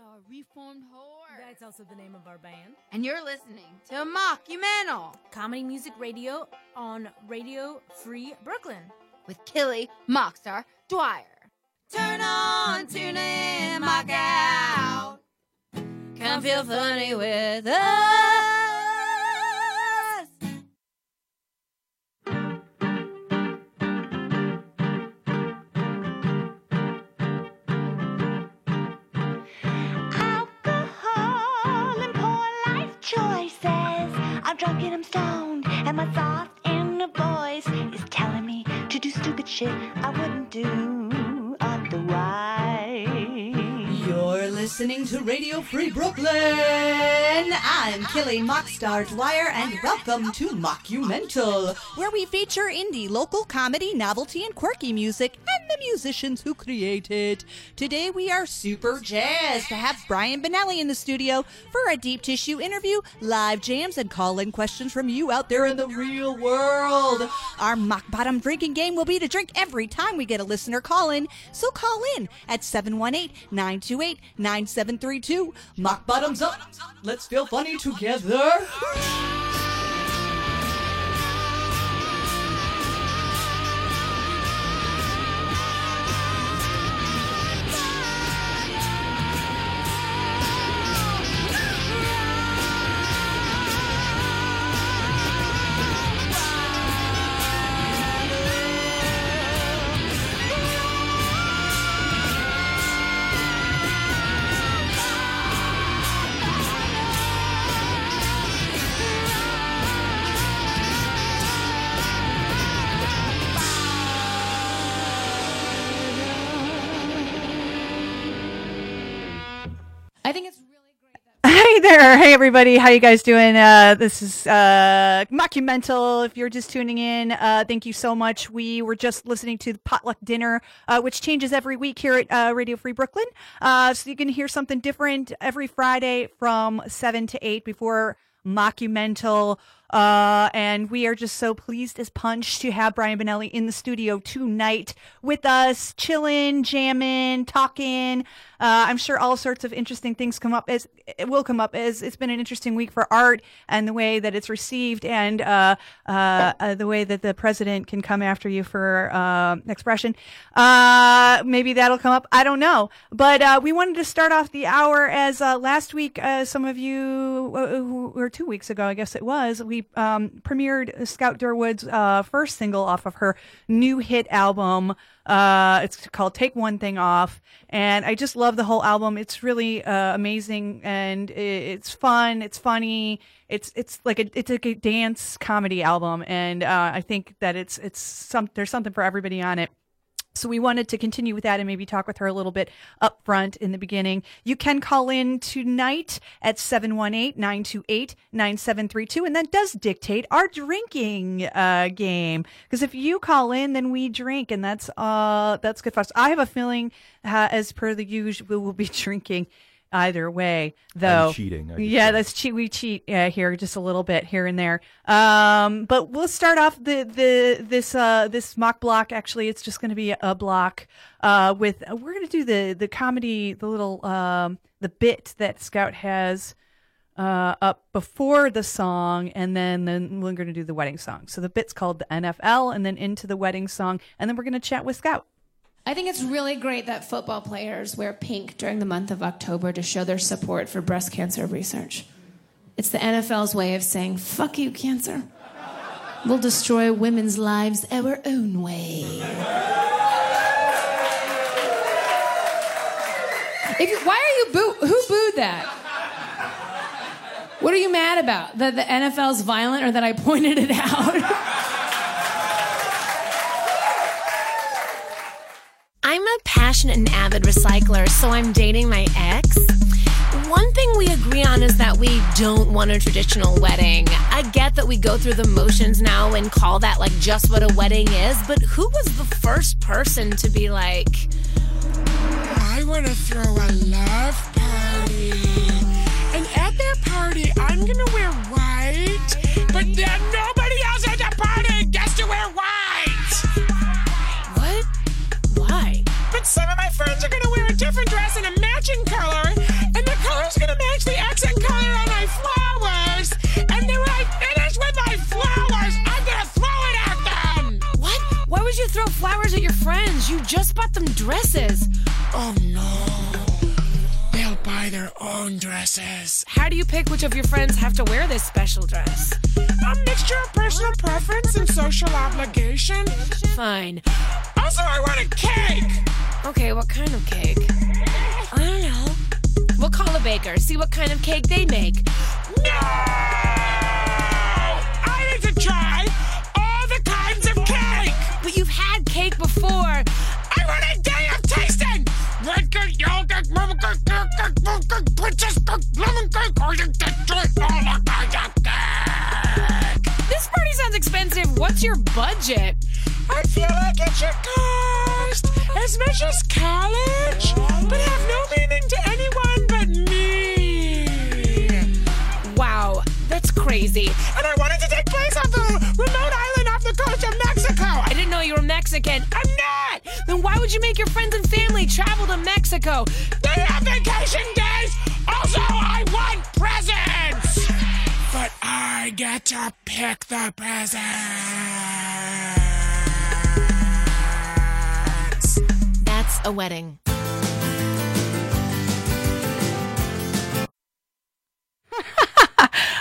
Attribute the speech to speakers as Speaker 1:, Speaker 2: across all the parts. Speaker 1: are reformed whores.
Speaker 2: That's also the name of our band.
Speaker 1: and you're listening to Mockumental
Speaker 2: Comedy Music Radio on Radio Free Brooklyn.
Speaker 1: with Killy Mockstar Dwyer. Turn on, tune in, mock out. Come feel funny with us.
Speaker 3: alcohol and poor life choices. I'm drunk and I'm stoned, and my soft inner voice is telling me to do stupid shit I wouldn't do otherwise.
Speaker 4: You're listening to Radio Free Brooklyn. I'm Killy Mockstar Dwyer, and welcome to Mockumental, where we feature indie, local comedy, novelty, and quirky music, and the musicians who create it. Today we are super jazzed to have Brian Benelli in the studio for a deep tissue interview, live jams, and call-in questions from you out there in the real world. Our mock bottom drinking game will be to drink every time we get a listener call in, so call in at 718 928 9732. Mock bottoms up. Let's feel funny together.
Speaker 1: I think it's really great.
Speaker 5: Hey there. Hey everybody. How you guys doing? Uh, this is uh, Mockumental. If you're just tuning in, uh, thank you so much. We were just listening to the potluck dinner, uh, which changes every week here at uh, Radio Free Brooklyn. Uh, so you can hear something different every Friday from seven to eight before Mockumental. Uh, and we are just so pleased as punch to have Brian Benelli in the studio tonight with us, chilling, jamming, talking. Uh, I'm sure all sorts of interesting things come up as it will come up as it's been an interesting week for art and the way that it's received and uh, uh, uh, the way that the president can come after you for uh, expression. Uh, maybe that'll come up. I don't know. But uh, we wanted to start off the hour as uh, last week, uh, some of you, uh, who- or two weeks ago, I guess it was, we um, premiered Scout Durwood's uh, first single off of her new hit album. Uh, it's called Take One Thing Off. And I just love the whole album. It's really uh, amazing and i it's fun. It's funny. It's it's like a it's like a dance comedy album, and uh, I think that it's it's some there's something for everybody on it. So we wanted to continue with that and maybe talk with her a little bit up front in the beginning. You can call in tonight at 718-928-9732 and that does dictate our drinking uh, game because if you call in then we drink and that's uh that's good for us. I have a feeling uh, as per the usual we will be drinking either way though.
Speaker 6: cheating, I could
Speaker 5: Yeah,
Speaker 6: say.
Speaker 5: that's let's cheat we cheat uh, here just a little bit here and there um but we'll start off the the this uh this mock block actually it's just going to be a block uh with uh, we're going to do the the comedy the little um the bit that scout has uh, up before the song, and then, then we're going to do the wedding song. So the bit's called the NFL, and then into the wedding song, and then we're going to chat with Scout.
Speaker 1: I think it's really great that football players wear pink during the month of October to show their support for breast cancer research. It's the NFL's way of saying, fuck you, cancer. We'll destroy women's lives our own way. If you- why are you boo? Who booed that? What are you mad about? That the NFL's violent or that I pointed it out?
Speaker 7: I'm a passionate and avid recycler, so I'm dating my ex. One thing we agree on is that we don't want a traditional wedding. I get that we go through the motions now and call that like just what a wedding is, but who was the first person to be like,
Speaker 8: I want to throw a love party. And at that party, I'm going to wear white. But then nobody else at the party gets to wear white.
Speaker 7: what? Why?
Speaker 8: But some of my friends are going to wear a different dress in a matching color. And then
Speaker 7: flowers at your friends. You just bought them dresses.
Speaker 9: Oh no. They'll buy their own dresses.
Speaker 7: How do you pick which of your friends have to wear this special dress?
Speaker 9: A mixture of personal preference and social obligation.
Speaker 7: Fine.
Speaker 9: Also, I want a cake.
Speaker 7: Okay, what kind of cake? I don't know. We'll call a baker, see what kind of cake they make.
Speaker 9: No! I need to try all the kinds of cake.
Speaker 7: But you've had cake before.
Speaker 9: I want a day of tasting. Red cake, yellow cake, lemon cake, carrot cake, blue cake, princess cake, lemon cake, or you can try all the kinds of cake.
Speaker 7: This party sounds expensive. What's your budget?
Speaker 9: I feel like it should cost as much as college, but have no meaning to anyone but me.
Speaker 7: Wow, that's crazy.
Speaker 9: And I wanted to take place on the remote island off the coast of Mexico.
Speaker 7: I didn't know you were Mexican.
Speaker 9: I'm not.
Speaker 7: Then why would you make your friends and family travel to Mexico?
Speaker 9: They have vacation days. Also, I want presents. But I get to pick the presents.
Speaker 7: That's a wedding.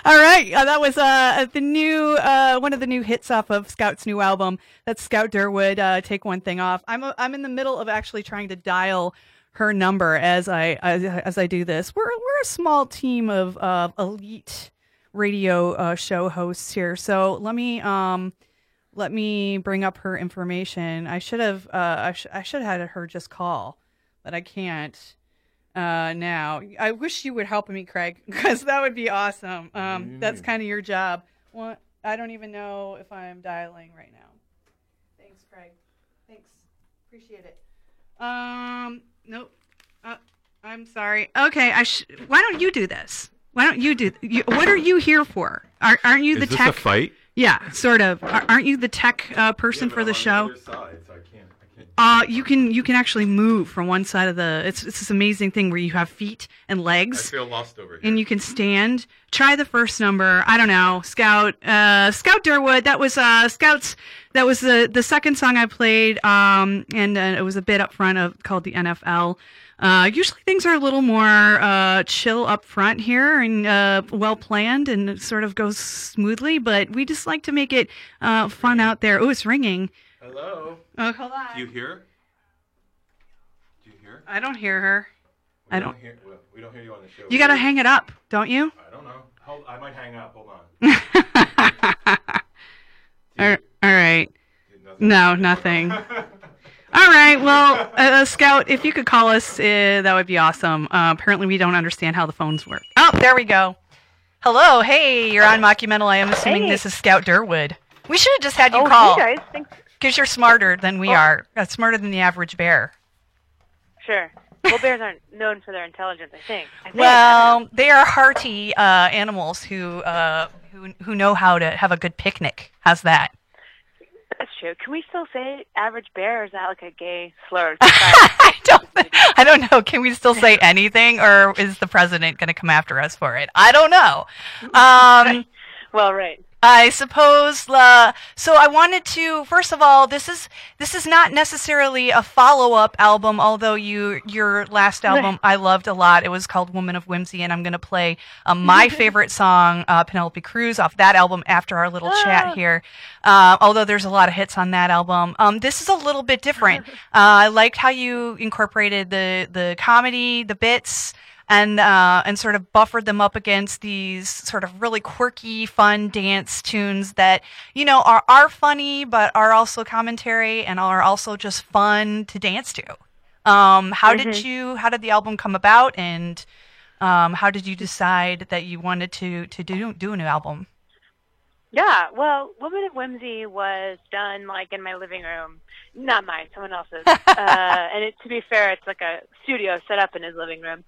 Speaker 5: All right, uh, that was uh, the new uh, one of the new hits off of Scout's new album. That's Scout Durwood. Uh, Take one thing off. I'm uh, I'm in the middle of actually trying to dial her number as I as, as I do this. We're we're a small team of uh, elite radio uh, show hosts here, so let me um let me bring up her information. I should have uh I, sh- I should have had her just call, but I can't uh now i wish you would help me craig because that would be awesome um that's kind of your job well i don't even know if i'm dialing right now thanks craig thanks appreciate it um nope uh, i'm sorry okay i sh- why don't you do this why don't you do th- you, what are you here for Are, aren't you
Speaker 10: Is
Speaker 5: the
Speaker 10: this
Speaker 5: tech
Speaker 10: a fight?
Speaker 5: yeah sort of Are, aren't you the tech uh, person for the show Uh, you can you can actually move from one side of the. It's it's this amazing thing where you have feet and
Speaker 10: I
Speaker 5: legs,
Speaker 10: feel lost over here.
Speaker 5: and you can stand. Try the first number. I don't know, Scout. Uh, Scout Durwood. That was uh, Scouts. That was the the second song I played. Um, and uh, it was a bit up front of called the NFL. Uh, usually things are a little more uh, chill up front here and uh, well planned and it sort of goes smoothly, but we just like to make it uh, fun out there. Oh, it's ringing.
Speaker 10: Hello.
Speaker 5: Oh, hold on.
Speaker 10: Do you hear? Do you hear?
Speaker 5: I don't hear her.
Speaker 10: We
Speaker 5: I don't-
Speaker 10: hear. well, We don't hear you on the show.
Speaker 5: You gotta hang it up, don't you?
Speaker 10: I don't know. Hold, I might hang up. Hold on.
Speaker 5: All right.
Speaker 10: Nothing.
Speaker 5: No, nothing. All right. Well, uh, Scout, if you could call us, uh, that would be awesome. Uh, apparently, we don't understand how the phones work. Oh, there we go. Hello. Hey, you're on Mockumental. I am assuming this is Scout Durwood. We should have just had you
Speaker 11: Oh,
Speaker 5: call
Speaker 11: hey guys, thanks. Oh.
Speaker 5: because you're smarter than we are. Uh, smarter than the average bear.
Speaker 11: Sure. Well, bears aren't known for their intelligence, I think. I think
Speaker 5: Well, they are hearty uh, animals who uh, who who know how to have a good picnic. How's that?
Speaker 11: that's true. Can we still say average bear, or is that like a gay slur?
Speaker 5: I don't. I don't know. Can we still say anything, or is the president going to come after us for it? I don't know. Um,
Speaker 11: well, right.
Speaker 5: I suppose. Uh, so I wanted to. First of all, this is this is not necessarily a follow up album. Although you your last album I loved a lot. It was called Woman of Whimsy, and I'm going to play uh, my favorite song, uh, Penelope Cruz, off that album after our little chat here. Uh, although there's a lot of hits on that album. Um, this is a little bit different. Uh, I liked how you incorporated the the comedy, the bits and uh, and sort of buffered them up against these sort of really quirky, fun dance tunes that you know are are funny but are also commentary and are also just fun to dance to. Um, how
Speaker 11: Mm-hmm.
Speaker 5: did you? How did the album come about? And um, how did you decide that you wanted to to do do a new album?
Speaker 11: Yeah. Well, Woman of Whimsy was done like in my living room, not mine, someone else's. uh, and it, to be fair, it's like a studio set up in his living room.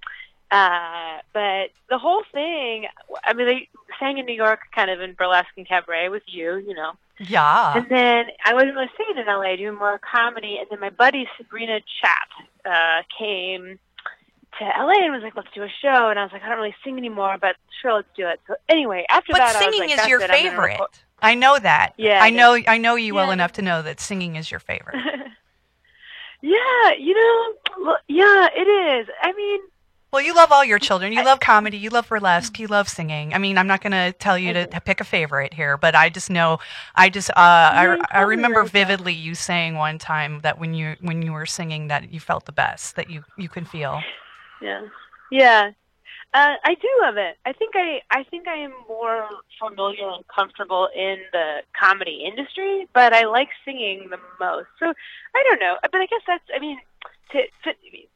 Speaker 11: Uh, but the whole thing, I mean, they sang in New York, kind of in burlesque and cabaret with you, you know.
Speaker 5: Yeah.
Speaker 11: And then I wasn't really singing in LA, doing more comedy. And then my buddy Sabrina Chat uh, came to LA and was like, "Let's do a show." And I was like, "I don't really sing anymore, but sure, let's do it." So anyway, after
Speaker 5: But
Speaker 11: that, I was
Speaker 5: singing
Speaker 11: like,
Speaker 5: is
Speaker 11: "That's
Speaker 5: your
Speaker 11: it, I'm gonna
Speaker 5: favorite.
Speaker 11: record."
Speaker 5: I know that.
Speaker 11: Yeah,
Speaker 5: I
Speaker 11: it
Speaker 5: know. I know you well
Speaker 11: Yeah.
Speaker 5: enough to know that singing is your favorite.
Speaker 11: Yeah, you know, well, yeah, it is. I mean,
Speaker 5: Well, you love all your children. You love comedy. You love burlesque. You love singing. I mean, I'm not going to tell you to pick a favorite here, but I just know. I just uh, I, I remember vividly you saying one time that when you when you were singing that you felt the best that you you can feel.
Speaker 11: yeah, yeah. Uh, I do love it. I think I, I think I am more familiar and comfortable in the comedy industry, but I like singing the most. So I don't know, but I guess that's. I mean, to to,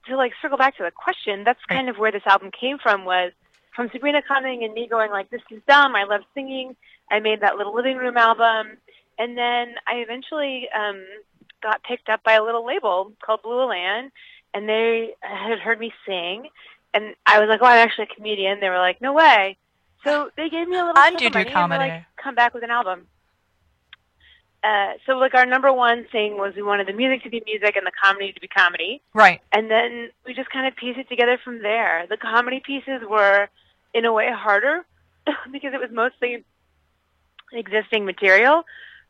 Speaker 11: to like circle back to the question, that's kind of where this album came from. Was from Sabrina Conning and me going like, "This is dumb. I love singing." I made that little living room album, and then I eventually um, got picked up by a little label called Blue Land, and they had heard me sing, and I was like, "Oh, I'm actually a comedian." They were like, "No way." So they gave me a little.
Speaker 5: I'm
Speaker 11: chunk of
Speaker 5: Dudu
Speaker 11: money, and they're like,
Speaker 5: Comedy.
Speaker 11: Come back with an album. Uh, so like our number one thing was we wanted the music to be music and the comedy to be comedy.
Speaker 5: Right.
Speaker 11: And then we just kind of pieced it together from there. The comedy pieces were, in a way, harder because it was mostly existing material.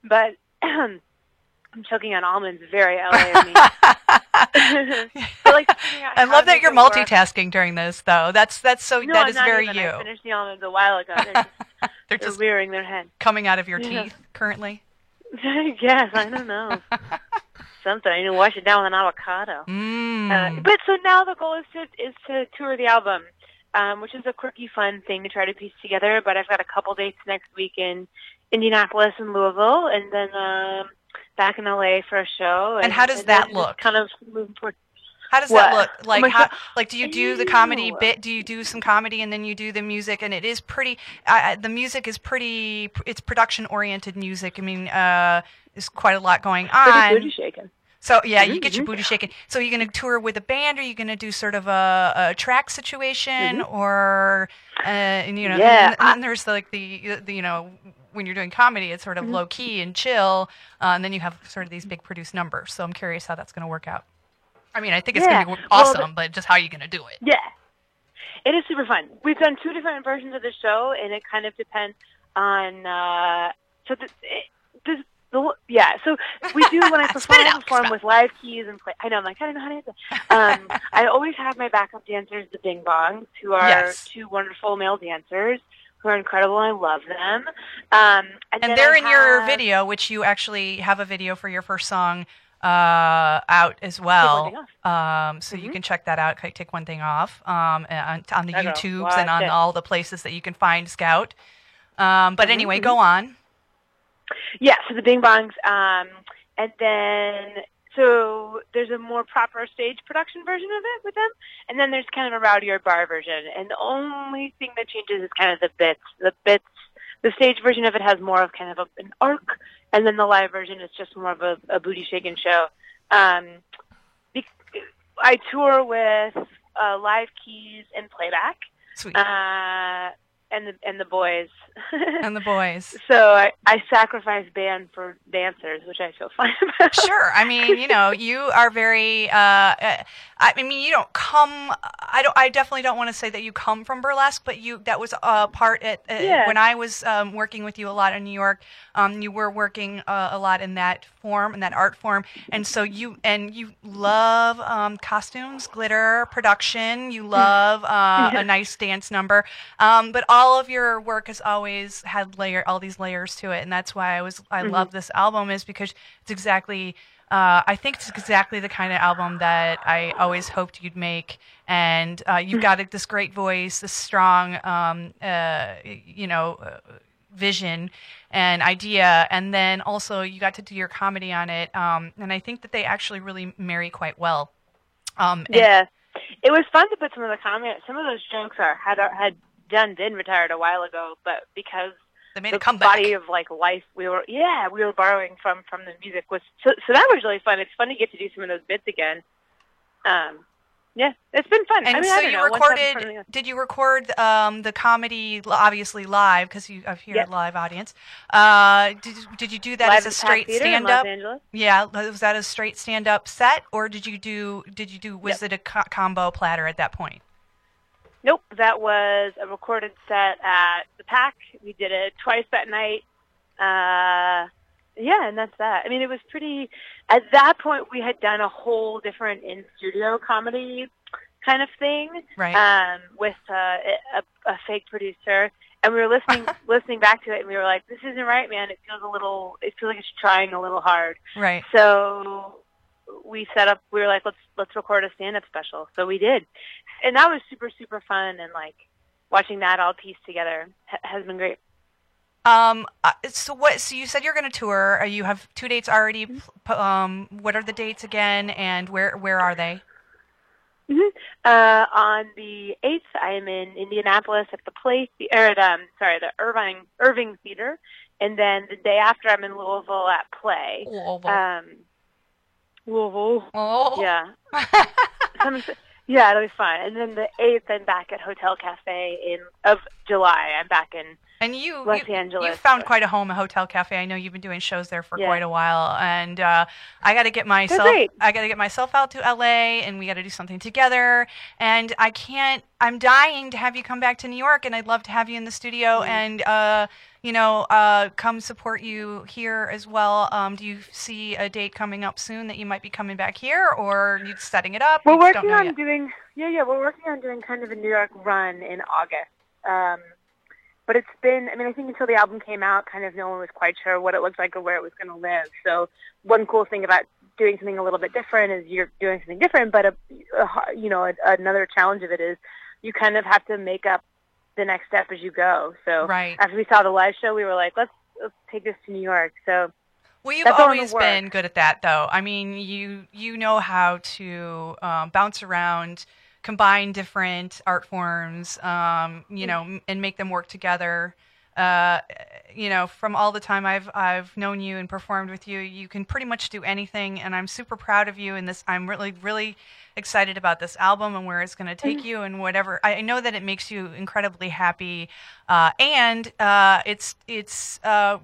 Speaker 11: But I'm choking on almonds, very LA of me. But, like, figuring out
Speaker 5: I
Speaker 11: how
Speaker 5: love that
Speaker 11: to make
Speaker 5: you're
Speaker 11: it work.
Speaker 5: multitasking during this, though. That's that's so
Speaker 11: No,
Speaker 5: that
Speaker 11: I'm
Speaker 5: is
Speaker 11: not
Speaker 5: very
Speaker 11: even. I
Speaker 5: you.
Speaker 11: finished the almonds a while ago. They're just,
Speaker 5: They're
Speaker 11: they're
Speaker 5: just
Speaker 11: rearing their head.
Speaker 5: coming out of your
Speaker 11: Yeah.
Speaker 5: teeth currently.
Speaker 11: I guess I don't know. Something I need to wash it down with an avocado.
Speaker 5: Mm.
Speaker 11: Uh, but so now the goal is to is to tour the album, um, which is a quirky, fun thing to try to piece together. But I've got a couple dates next week in Indianapolis and Louisville, and then um, back in LA for a show.
Speaker 5: And how does that
Speaker 11: then
Speaker 5: look?
Speaker 11: Kind of moving toward.
Speaker 5: How does that
Speaker 11: What?
Speaker 5: look? Like,
Speaker 11: Oh my
Speaker 5: how,
Speaker 11: God.
Speaker 5: like, do you do the
Speaker 11: Ew.
Speaker 5: comedy bit? Do you do some comedy and then you do the music? And it is pretty. I I- the music is pretty. It's production oriented music. I mean, uh, there's quite a lot going
Speaker 11: Pretty
Speaker 5: on.
Speaker 11: booty shaking.
Speaker 5: So yeah, you get your
Speaker 11: Mm-hmm.
Speaker 5: booty shaken. So you're gonna tour with a band, or you're gonna do sort of a, a track situation, or uh, and you know,
Speaker 11: Mm-hmm. Yeah,
Speaker 5: and, and then there's like the, the you know when you're doing comedy, it's
Speaker 11: Mm-hmm.
Speaker 5: sort of low key and chill, uh, and then you have sort of these big produced numbers. So I'm curious how that's gonna work out. I mean, I think it's
Speaker 11: Yeah,
Speaker 5: gonna be
Speaker 11: well,
Speaker 5: awesome, but just how are you gonna do it?
Speaker 11: Yeah. It is super fun. We've done two different versions of the show, and it kind of depends on. Uh, so the, it, the, the yeah, so we do when I perform, I perform with live keys and play. I know, I'm like, I don't know how to do that. Um, I always have my backup dancers, the Bing Bongs, who are
Speaker 5: Yes.
Speaker 11: two wonderful male dancers who are incredible. and I love them. Um,
Speaker 5: And
Speaker 11: and then
Speaker 5: they're
Speaker 11: I
Speaker 5: in your
Speaker 11: have-
Speaker 5: video, which you actually have a video for your first song uh, out as
Speaker 11: Take
Speaker 5: well.
Speaker 11: One
Speaker 5: Um, so you can check that out. Click Take one thing off um, and on, on the
Speaker 11: Mm-hmm. I know.
Speaker 5: YouTubes
Speaker 11: Watch
Speaker 5: and on
Speaker 11: it.
Speaker 5: all the places that you can find Scout. Um,
Speaker 11: Mm-hmm,
Speaker 5: but anyway, go on.
Speaker 11: Yeah, so the Bing Bongs. Um, and then, so there's a more proper stage production version of it with them. And then there's kind of a rowdier bar version. And the only thing that changes is kind of the bits. The bits, the stage version of it has more of kind of a, an arc. And then the live version is just more of a, a booty shaking show. Um, bec- I tour with uh, live keys and playback.
Speaker 5: Sweet.
Speaker 11: Uh, and the and the boys
Speaker 5: and the boys.
Speaker 11: so I, I sacrifice band for dancers, which I feel fine about.
Speaker 5: Sure. I mean, you know, you are very. Uh, uh, I I mean, you don't come. I don't. I definitely don't want to say that you come from burlesque, but you that was a part at uh,
Speaker 11: Yeah.
Speaker 5: when I was um, working with you a lot in New York. Um, you were working uh, a lot in that form, in that art form, and so you and you love um, costumes, glitter, production. You love uh, a nice dance number, um, but all of your work has always had layer all these layers to it, and that's why I was I love this album is because it's exactly. Uh, I think it's exactly the kind of album that I always hoped you'd make, and uh, you've got this great voice, this strong, um, uh, you know, uh, vision and idea, and then also you got to do your comedy on it, um, and I think that they actually really marry quite well. Um, and-
Speaker 11: Yeah, it was fun to put some of the comments. Some of those jokes are had had done did retired a while ago, but because
Speaker 5: They made
Speaker 11: the
Speaker 5: a comeback.
Speaker 11: body of like life we were yeah we were borrowing from from the music was so so that was really fun. It's fun to get to do some of those bits again. Um, yeah, it's been fun.
Speaker 5: and
Speaker 11: I mean,
Speaker 5: so
Speaker 11: I don't
Speaker 5: you
Speaker 11: know, once I've been
Speaker 5: recorded. Did you record um, the comedy l- obviously live because you have here
Speaker 11: Yes.
Speaker 5: a live audience? Uh, did did you do that as
Speaker 11: live
Speaker 5: a
Speaker 11: at the Pack
Speaker 5: straight
Speaker 11: Theater in
Speaker 5: stand
Speaker 11: Los
Speaker 5: up?
Speaker 11: Angeles.
Speaker 5: Yeah, was that a straight stand up set, or did you do did you do was it a co- combo platter at that point?
Speaker 11: Nope, that was a recorded set at the Pack. We did it twice that night. Uh, yeah, and that's that. I mean, it was pretty. At that point, we had done a whole different in studio comedy kind of thing,
Speaker 5: Right.
Speaker 11: Um, with uh, a, a fake producer, and we were listening listening back to it, and we were like, "This isn't right, man. It feels a little. It feels like it's trying a little hard."
Speaker 5: Right.
Speaker 11: So we set up. We were like, "Let's let's record a stand up special." So we did, and that was super super fun, and like watching that all pieced together ha- has been great.
Speaker 5: Um. uh, So what? So you said you're going to tour. Uh, You have two dates already.
Speaker 11: Mm-hmm.
Speaker 5: p- p- Um. What are the dates again? And where where are they?
Speaker 11: hmm Uh, on the eighth, I am in Indianapolis at the Play, the- or at, um, sorry, the Irving Irving Theater, and then the day after, I'm in Louisville at Play.
Speaker 5: Louisville.
Speaker 11: Um, Louisville.
Speaker 5: Oh.
Speaker 11: Yeah. Some- yeah, it'll be fun. And then the eighth, I'm back at Hotel Cafe in of July. I'm back in
Speaker 5: And you,
Speaker 11: Los
Speaker 5: you,
Speaker 11: Angeles.
Speaker 5: you found quite a home at Hotel Cafe. I know you've been doing shows there for
Speaker 11: Yeah.
Speaker 5: quite a while, and uh, I got to get myself.
Speaker 11: great.
Speaker 5: I got to get myself out to LA, and we got to do something together. And I can't. I'm dying to have you come back to New York, and I'd love to have you in the studio
Speaker 11: Mm-hmm.
Speaker 5: and uh, you know uh, come support you here as well. Um, do you see a date coming up soon that you might be coming back here, or you setting it up?
Speaker 11: We're
Speaker 5: You just don't
Speaker 11: working
Speaker 5: know
Speaker 11: on
Speaker 5: yet.
Speaker 11: doing yeah, yeah, we're working on doing kind of a New York run in August. Um but it's been I mean, I think until the album came out kind of no one was quite sure what it looked like or where it was gonna live. So one cool thing about doing something a little bit different is you're doing something different, but a, a har- you know, a, another challenge of it is you kind of have to make up the next step as you go. So
Speaker 5: Right.
Speaker 11: after we saw the live show, we were like, let's let's take this to New York. So
Speaker 5: Well, you've
Speaker 11: That's all in the
Speaker 5: always
Speaker 11: work.
Speaker 5: been good at that, though. I mean, you you know how to um, bounce around, combine different art forms, um,
Speaker 11: Mm.
Speaker 5: you know, m- and make them work together. Uh, you know, from all the time I've I've known you and performed with you, you can pretty much do anything, and I'm super proud of you. And this, I'm really really excited about this album and where it's going to
Speaker 11: Mm.
Speaker 5: take you and whatever. I I know that it makes you incredibly happy, uh, and uh, it's it's uh,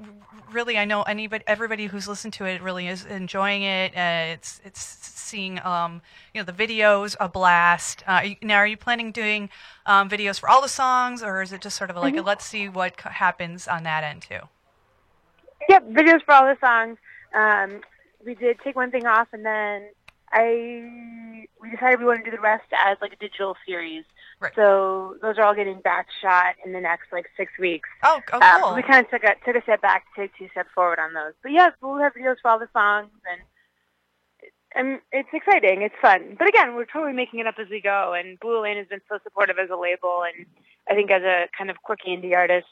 Speaker 5: really I know anybody everybody who's listened to it really is enjoying it. Uh, it's it's seeing um, you know the videos a blast. Uh, are you- now, are you planning doing um, videos for all the songs, or is it just sort of
Speaker 11: Mm-hmm.
Speaker 5: like a let's see what c- happens on that end too?
Speaker 11: Yep, videos for all the songs. Um, we did take one thing off, and then I we decided we wanted to do the rest as like a digital series.
Speaker 5: Right.
Speaker 11: So those are all getting back shot in the next like six weeks.
Speaker 5: Oh, oh
Speaker 11: Um,
Speaker 5: cool.
Speaker 11: we kind of took a took a step back to take two steps forward on those. But yes, we'll have videos for all the songs, and and it's exciting. It's fun. But again, we're totally making it up as we go. And Blue Lane has been so supportive as a label, and I think as a kind of quirky indie artist,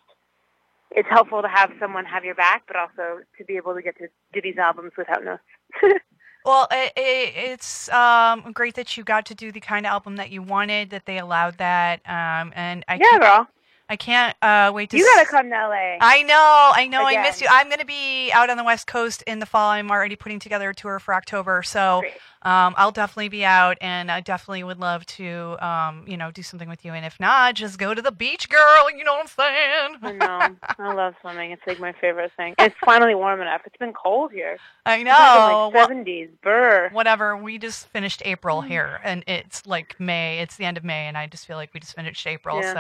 Speaker 11: it's helpful to have someone have your back, but also to be able to get to do these albums without notes.
Speaker 5: Well, it, it, it's um, great that you got to do the kind of album that you wanted. That they allowed that, um, and I
Speaker 11: yeah,
Speaker 5: can't,
Speaker 11: girl,
Speaker 5: I can't uh, wait to.
Speaker 11: you
Speaker 5: s-
Speaker 11: gotta come to LA.
Speaker 5: I know, I know, I miss you.
Speaker 11: Again.
Speaker 5: I'm going to be out on the West Coast in the fall. I'm already putting together a tour for October, so
Speaker 11: Great.
Speaker 5: um, I'll definitely be out, and I definitely would love to, um, you know, do something with you. And if not, just go to the beach, girl. You know what I'm
Speaker 11: I
Speaker 5: saying?
Speaker 11: know. I love swimming. It's like my favorite thing. It's finally warm enough. It's been cold here.
Speaker 5: I
Speaker 11: It's
Speaker 5: know.
Speaker 11: like
Speaker 5: Well,
Speaker 11: seventies. Burr.
Speaker 5: whatever. We just finished
Speaker 11: Mm.
Speaker 5: April here, and it's like May. It's the end of May, and I just feel like we just finished April.
Speaker 11: Yeah.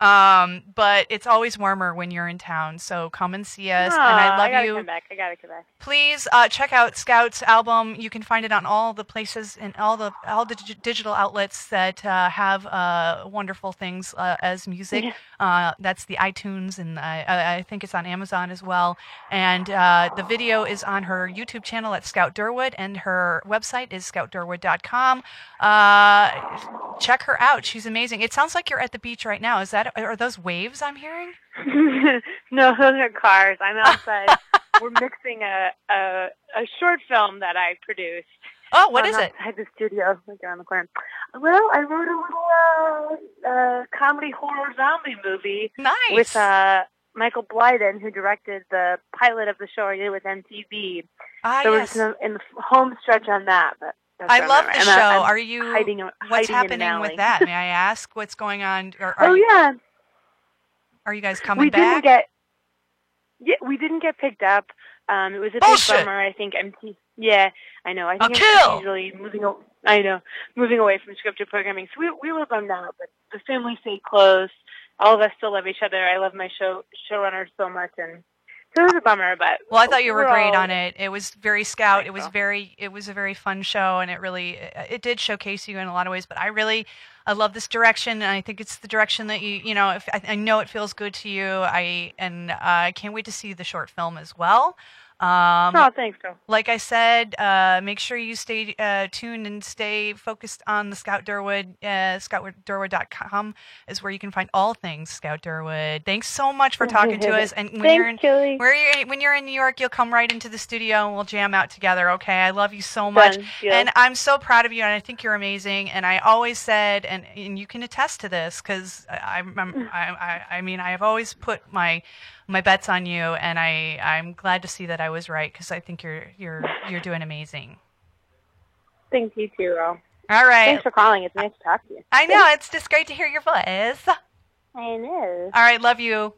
Speaker 5: So, um, but it's always warmer when you're in town. So come and see us, and
Speaker 11: Aw,
Speaker 5: I love
Speaker 11: gotta
Speaker 5: you.
Speaker 11: Come back. Ah, I gotta come back.
Speaker 5: Please uh, check out Scout's album. You can find it on all the places and all the all the dig- digital outlets that uh, have uh, wonderful things uh, as music. Uh, that's the iTunes, and I, I I think it's on Amazon as well. And uh, the video is on her YouTube channel at Scout Durwood, and her website is scoutdurwood.com. Uh, check her out; she's amazing. It sounds like you're at the beach right now. Is that are those waves I'm hearing?
Speaker 11: no, those are cars. I'm outside. We're mixing a, a a short film that I produced.
Speaker 5: Oh, what
Speaker 11: I'm
Speaker 5: is it?
Speaker 11: Outside the studio, like around the corner. Well, I wrote a little uh, uh, comedy horror zombie movie
Speaker 5: Nice.
Speaker 11: with uh, Michael Blyden, who directed the pilot of the show I did with MTV.
Speaker 5: ah,
Speaker 11: so we're
Speaker 5: yes.
Speaker 11: just in the, in the home stretch on that. But that's
Speaker 5: I
Speaker 11: where I'm
Speaker 5: love
Speaker 11: at
Speaker 5: the
Speaker 11: right-
Speaker 5: show.
Speaker 11: I'm out- uh, I'm
Speaker 5: Are you?
Speaker 11: hiding, in-
Speaker 5: what's
Speaker 11: hiding in an
Speaker 5: happening
Speaker 11: alley.
Speaker 5: with that? May I ask what's going on? Are, are,
Speaker 11: Oh
Speaker 5: you-
Speaker 11: yeah,
Speaker 5: are you guys coming
Speaker 11: we
Speaker 5: back?
Speaker 11: didn't get yeah we didn't get picked up um it was a
Speaker 5: Bullshit.
Speaker 11: big bummer i think mt yeah i know i
Speaker 5: A
Speaker 11: think
Speaker 5: kill.
Speaker 11: usually moving o- i know moving away from scripted programming so we, we were bummed out but the family stayed close all of us still love each other i love my show showrunner so much and So it was a bummer, but
Speaker 5: Well, I thought you were great
Speaker 11: overall-
Speaker 5: on it. It was very scout. It was very it was a very fun show and it really it did showcase you in a lot of ways, but I really I love this direction and I think it's the direction that you you know, if, I, I know it feels good to you. I and uh, I can't wait to see the short film as well. Um,
Speaker 11: oh, thanks, girl.
Speaker 5: like I said, uh, make sure you stay uh, tuned and stay focused on the Scout Durwood. Uh, ScoutDurwood.com is where you can find all things Scout Durwood. Thanks so much for talking to us. And when
Speaker 11: Thanks,
Speaker 5: you're in,
Speaker 11: Julie.
Speaker 5: where you're, when you're in New York, you'll come right into the studio and we'll jam out together. Okay, I love you so much,
Speaker 11: Sounds good.
Speaker 5: and I'm so proud of you, and I think you're amazing. And I always said, and, and you can attest to this, because I'm, I'm
Speaker 11: Mm.
Speaker 5: I, I, I mean, I have always put my my bets on you, and I I'm glad to see that I was right because I think you're you're you're doing amazing.
Speaker 11: Thank you too, girl.
Speaker 5: All right,
Speaker 11: Thanks for calling. It's nice to talk to you.
Speaker 5: I know it's just great to hear your voice.
Speaker 11: I know.
Speaker 5: All right, love you.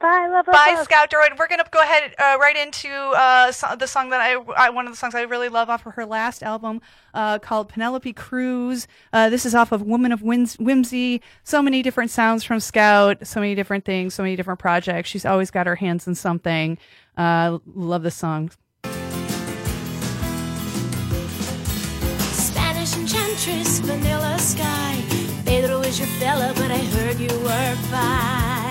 Speaker 11: Bye, love. love,
Speaker 5: Bye,
Speaker 11: love.
Speaker 5: Scout Droid. We're gonna go ahead uh, right into uh, so- the song that I, I one of the songs I really love off of her last album uh, called Penelope Cruz. Uh, this is off of Woman of Whims- Whimsy. So many different sounds from Scout. So many different things. So many different projects. She's always got her hands in something. Uh, love this song.
Speaker 7: Spanish enchantress, vanilla sky. Pedro is your fella, but I heard you were bi.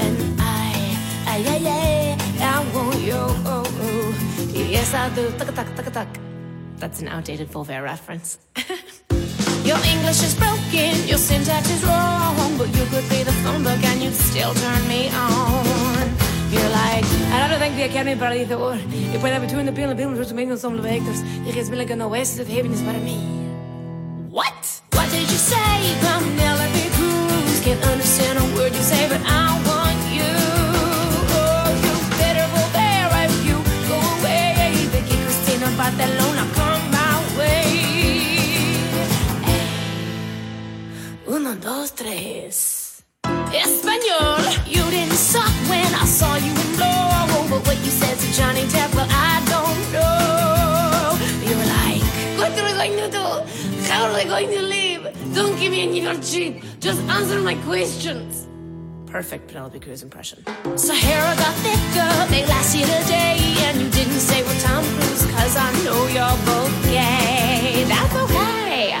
Speaker 7: And I, ay, ay, ay, I want you. Oh, oh. Yes, I do. Tuck, tuck, tuck, tuck. That's an outdated Volvaire reference. Your English is broken, your syntax is wrong, but you could be the phone book and you'd still turn me on. You're like, I don't think the Academy probably the word. If I between the pill and pill, which means some of the actors, it has been like an oasis of happiness for me. What? What did you say? Penelope Cruz can't understand a word you say, but I want you. Oh, you better go there if you go away. Vicky Cristina Barcelona, come my way. Uno, dos, tres. Espanol. You didn't suck when I saw you in Laurel, but what you said to Johnny Depp, well, I don't know. You were like, what are we going to do? How are we going to live? Don't give me any your cheat. Just answer my questions. Perfect Penelope Cruz impression. Sahara got thicker, they last you today, and you didn't say we're Tom Cruise, cause I know you're both gay. That's okay.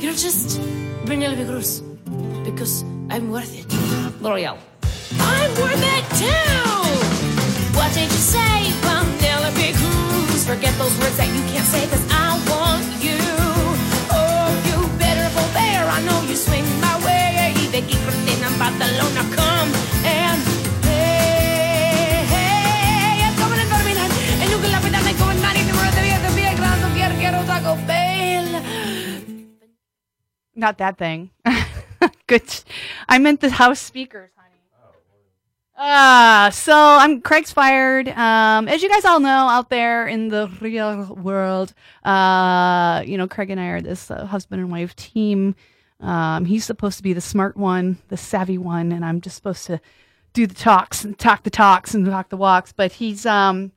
Speaker 7: You're just Penelope Cruz, because I'm worth it. L'Oreal. I'm worth it too! What did you say, Penelope Cruz? Forget those words that you can't say, cause I want you. Oh, you better go there, I know you swing my way. De Gicrotina, Barcelona, come and play. I'm coming in for me, and you can laugh it up, and come and marry the world, the vida, the vida, grande, quiero, quiero, Taco Bell.
Speaker 5: Not that thing. Good. I meant the house speakers, honey. Ah, so I'm Craig's fired. Um, as you guys all know, out there in the real world, uh, you know, Craig and I are this uh, husband and wife team. Um, he's supposed to be the smart one, the savvy one, and I'm just supposed to do the talks and talk the talks and talk the walks. But he's um,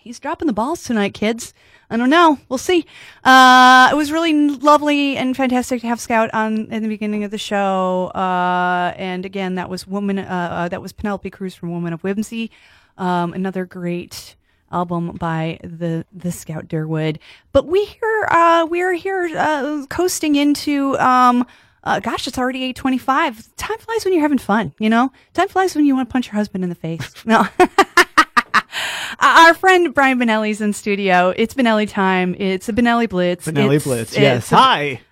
Speaker 5: he's dropping the balls tonight, kids. I don't know. We'll see. Uh, it was really lovely and fantastic to have Scout on in the beginning of the show. Uh, and again, that was woman. Uh, uh, that was Penelope Cruz from Woman of Whimsy. Um, another great album by the the Scout Durwood. But we here uh, we're here uh, coasting into. Um, uh, gosh, it's already eight twenty-five. Time flies when you're having fun. You know, time flies when you want to punch your husband in the face. No. Uh, Our friend Brian Benelli's in studio. It's Benelli time. It's a Benelli Blitz.
Speaker 9: Benelli
Speaker 5: It's-
Speaker 9: Blitz,
Speaker 5: it's
Speaker 9: yes.
Speaker 5: a-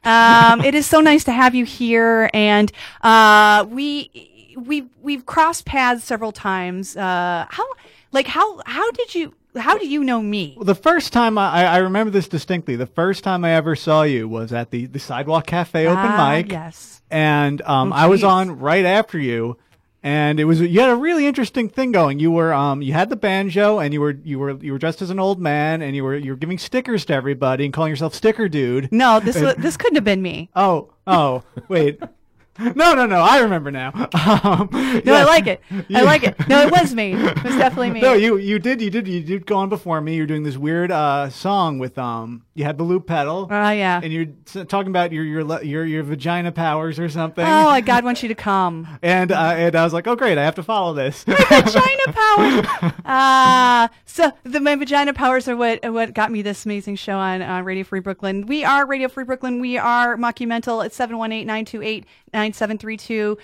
Speaker 9: Hi.
Speaker 5: um, it is so nice to have you here, and uh, we we we've crossed paths several times. Uh, how like how how did you how do you know me?
Speaker 9: Well, the first time I, I remember this distinctly. The first time I ever saw you was at the, the Sidewalk Cafe open
Speaker 5: Ah,
Speaker 9: mic.
Speaker 5: Yes.
Speaker 9: And um,
Speaker 5: Oh,
Speaker 9: I was
Speaker 5: geez.
Speaker 9: on right after you. And it was you had a really interesting thing going. You were um you had the banjo and you were you were you were dressed as an old man and you were you were giving stickers to everybody and calling yourself sticker dude.
Speaker 5: No, this was, this couldn't have been me.
Speaker 9: Oh, oh, wait. No, no, no. I remember now. Um,
Speaker 5: No, I like it. I
Speaker 9: Yeah.
Speaker 5: like it. No, it was me. It was definitely me.
Speaker 9: No, you you did you did you did go on before me. You're doing this weird uh, song with um You had the loop pedal.
Speaker 5: Oh, yeah.
Speaker 9: And you're s- talking about your your le- your your vagina powers or something.
Speaker 5: Oh, I God wants you to come.
Speaker 9: And uh, and I was like, oh great, I have to follow this.
Speaker 5: Ah, so the my vagina powers are what what got me this amazing show on uh, Radio Free Brooklyn. We are Radio Free Brooklyn. We are Mockumental at 718-928-9732. Um,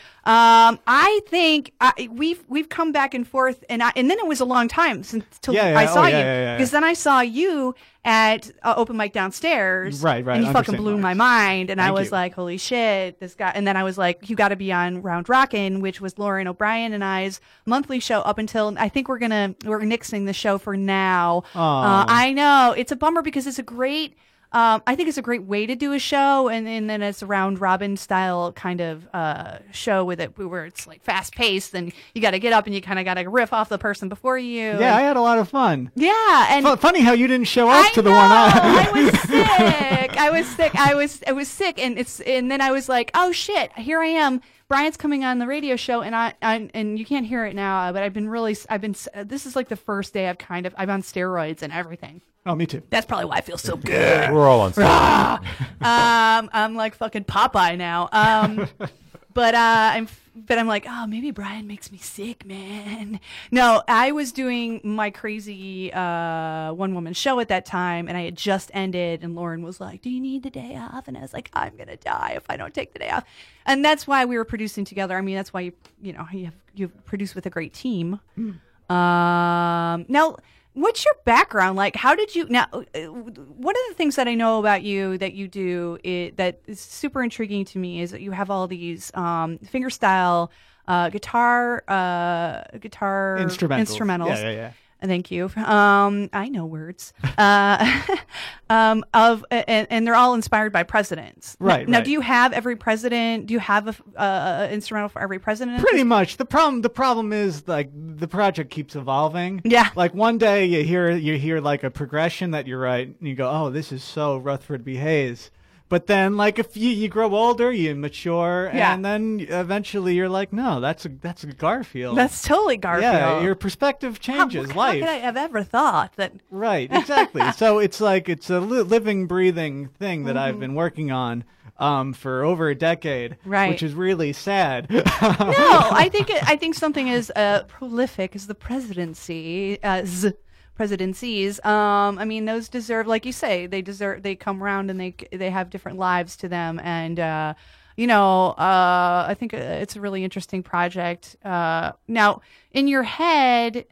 Speaker 5: I think I, we've we've come back and forth, and I, and then it was a long time since till
Speaker 9: Yeah, yeah.
Speaker 5: I saw
Speaker 9: Oh,
Speaker 5: you
Speaker 9: yeah, yeah, yeah.
Speaker 5: because then I saw you at uh, open mic downstairs,
Speaker 9: Right, right,
Speaker 5: And you
Speaker 9: on
Speaker 5: fucking
Speaker 9: St.
Speaker 5: blew my mind, and I
Speaker 9: Thank
Speaker 5: was
Speaker 9: you.
Speaker 5: like, holy shit, this guy. And then I was like, you got to be on Round Rockin', which was Lauren O'Brien and I's monthly show up until I think we're gonna we're nixing the show for now.
Speaker 12: Aw.
Speaker 5: Uh, I know it's a bummer because it's a great. Um, I think it's a great way to do a show, and, and then it's a round robin style kind of uh, show with it, where it's like fast paced, and you got to get up and you kind of got to riff off the person before you.
Speaker 9: yeah, I had a lot of fun.
Speaker 5: yeah, and
Speaker 9: Fu- funny how you didn't show up to the one I.
Speaker 5: sick. I was sick. I was I was sick, and it's and then I was like, oh shit, here I am. Brian's coming on the radio show, and I, I and you can't hear it now, but I've been really I've been this is like the first day I've kind of I'm on steroids and everything.
Speaker 9: Oh, me too.
Speaker 5: That's probably why I feel so good.
Speaker 10: We're all on stage.
Speaker 5: um, I'm like fucking Popeye now. Um, but uh, I'm but I'm like, oh, maybe Brian makes me sick, man. No, I was doing my crazy uh, one woman show at that time, and I had just ended. And Lauren was like, "Do you need the day off?" And I was like, "I'm gonna die if I don't take the day off." And that's why we were producing together. I mean, that's why you you know you have, you produce with a great team. Um, now, what's your background like? How did you now? uh, One of the things that I know about you that you do i that is super intriguing to me is that you have all these um, finger style uh, guitar uh, guitar
Speaker 9: Instrumentals.
Speaker 5: instrumentals.
Speaker 9: Yeah, yeah, yeah.
Speaker 5: Uh, Thank you. Um, I know words. Uh, um, of and, and they're all inspired by presidents.
Speaker 9: Right,
Speaker 5: Now,
Speaker 9: right.
Speaker 5: do you have every president? Do you have a f- uh, uh, instrumental for every president? at
Speaker 9: Pretty much. The problem the problem is like the project keeps evolving.
Speaker 5: Yeah.
Speaker 9: Like one day you hear you hear like a progression that you write and you go, Oh, this is so Rutherford B. Hayes. But then like if you you grow older, you mature,
Speaker 5: Yeah.
Speaker 9: and then eventually you're like, No, that's a that's a Garfield.
Speaker 5: That's totally Garfield.
Speaker 9: Yeah, your perspective changes.
Speaker 5: How
Speaker 9: life.
Speaker 5: could I have ever thought that?
Speaker 9: Right, exactly. so it's like it's a li- living, breathing thing that I've
Speaker 5: Mhm.
Speaker 9: been working on um, for over a decade,
Speaker 5: Right.
Speaker 9: which is really sad.
Speaker 5: No, I think it, I think something as uh, prolific as the presidency, uh, z- presidencies. Um, I mean, those deserve, like you say, they deserve. They come around and they they have different lives to them, and uh, you know, uh, I think uh, it's a really interesting project. Uh, now, in your head.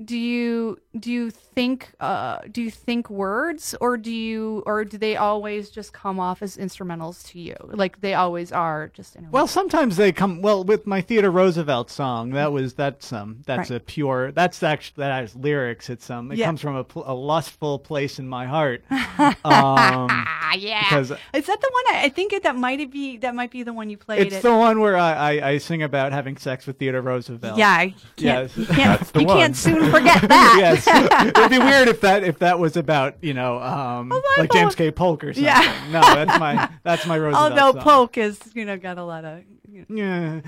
Speaker 5: Do you do you think uh, do you think words or do you or do they always just come off as instrumentals to you like they always are just in a
Speaker 9: Well, sometimes they come. Well, with my Theodore Roosevelt song, that was that's um that's
Speaker 5: Right.
Speaker 9: a pure that's actually that has lyrics. It's um it
Speaker 5: Yeah.
Speaker 9: comes from a, pl- a lustful place in my heart. Um,
Speaker 5: Ah, yeah.
Speaker 9: because-
Speaker 5: is that the one? I, I think it, that might be that might be the one you played.
Speaker 9: it's
Speaker 5: it.
Speaker 9: the one where I, I I sing about having sex with Theodore Roosevelt.
Speaker 5: Yeah, I can't-
Speaker 9: yes,
Speaker 5: you can't- That's the you can't one. soon forget that. Oh,
Speaker 9: yes, it'd be weird if that if that was about you know um like James K. Polk or something.
Speaker 5: Yeah. Oh,
Speaker 9: no, that's my that's my Roosevelt.
Speaker 5: Although
Speaker 9: song.
Speaker 5: Polk is, you know, got a lot of. You know.
Speaker 9: Yeah.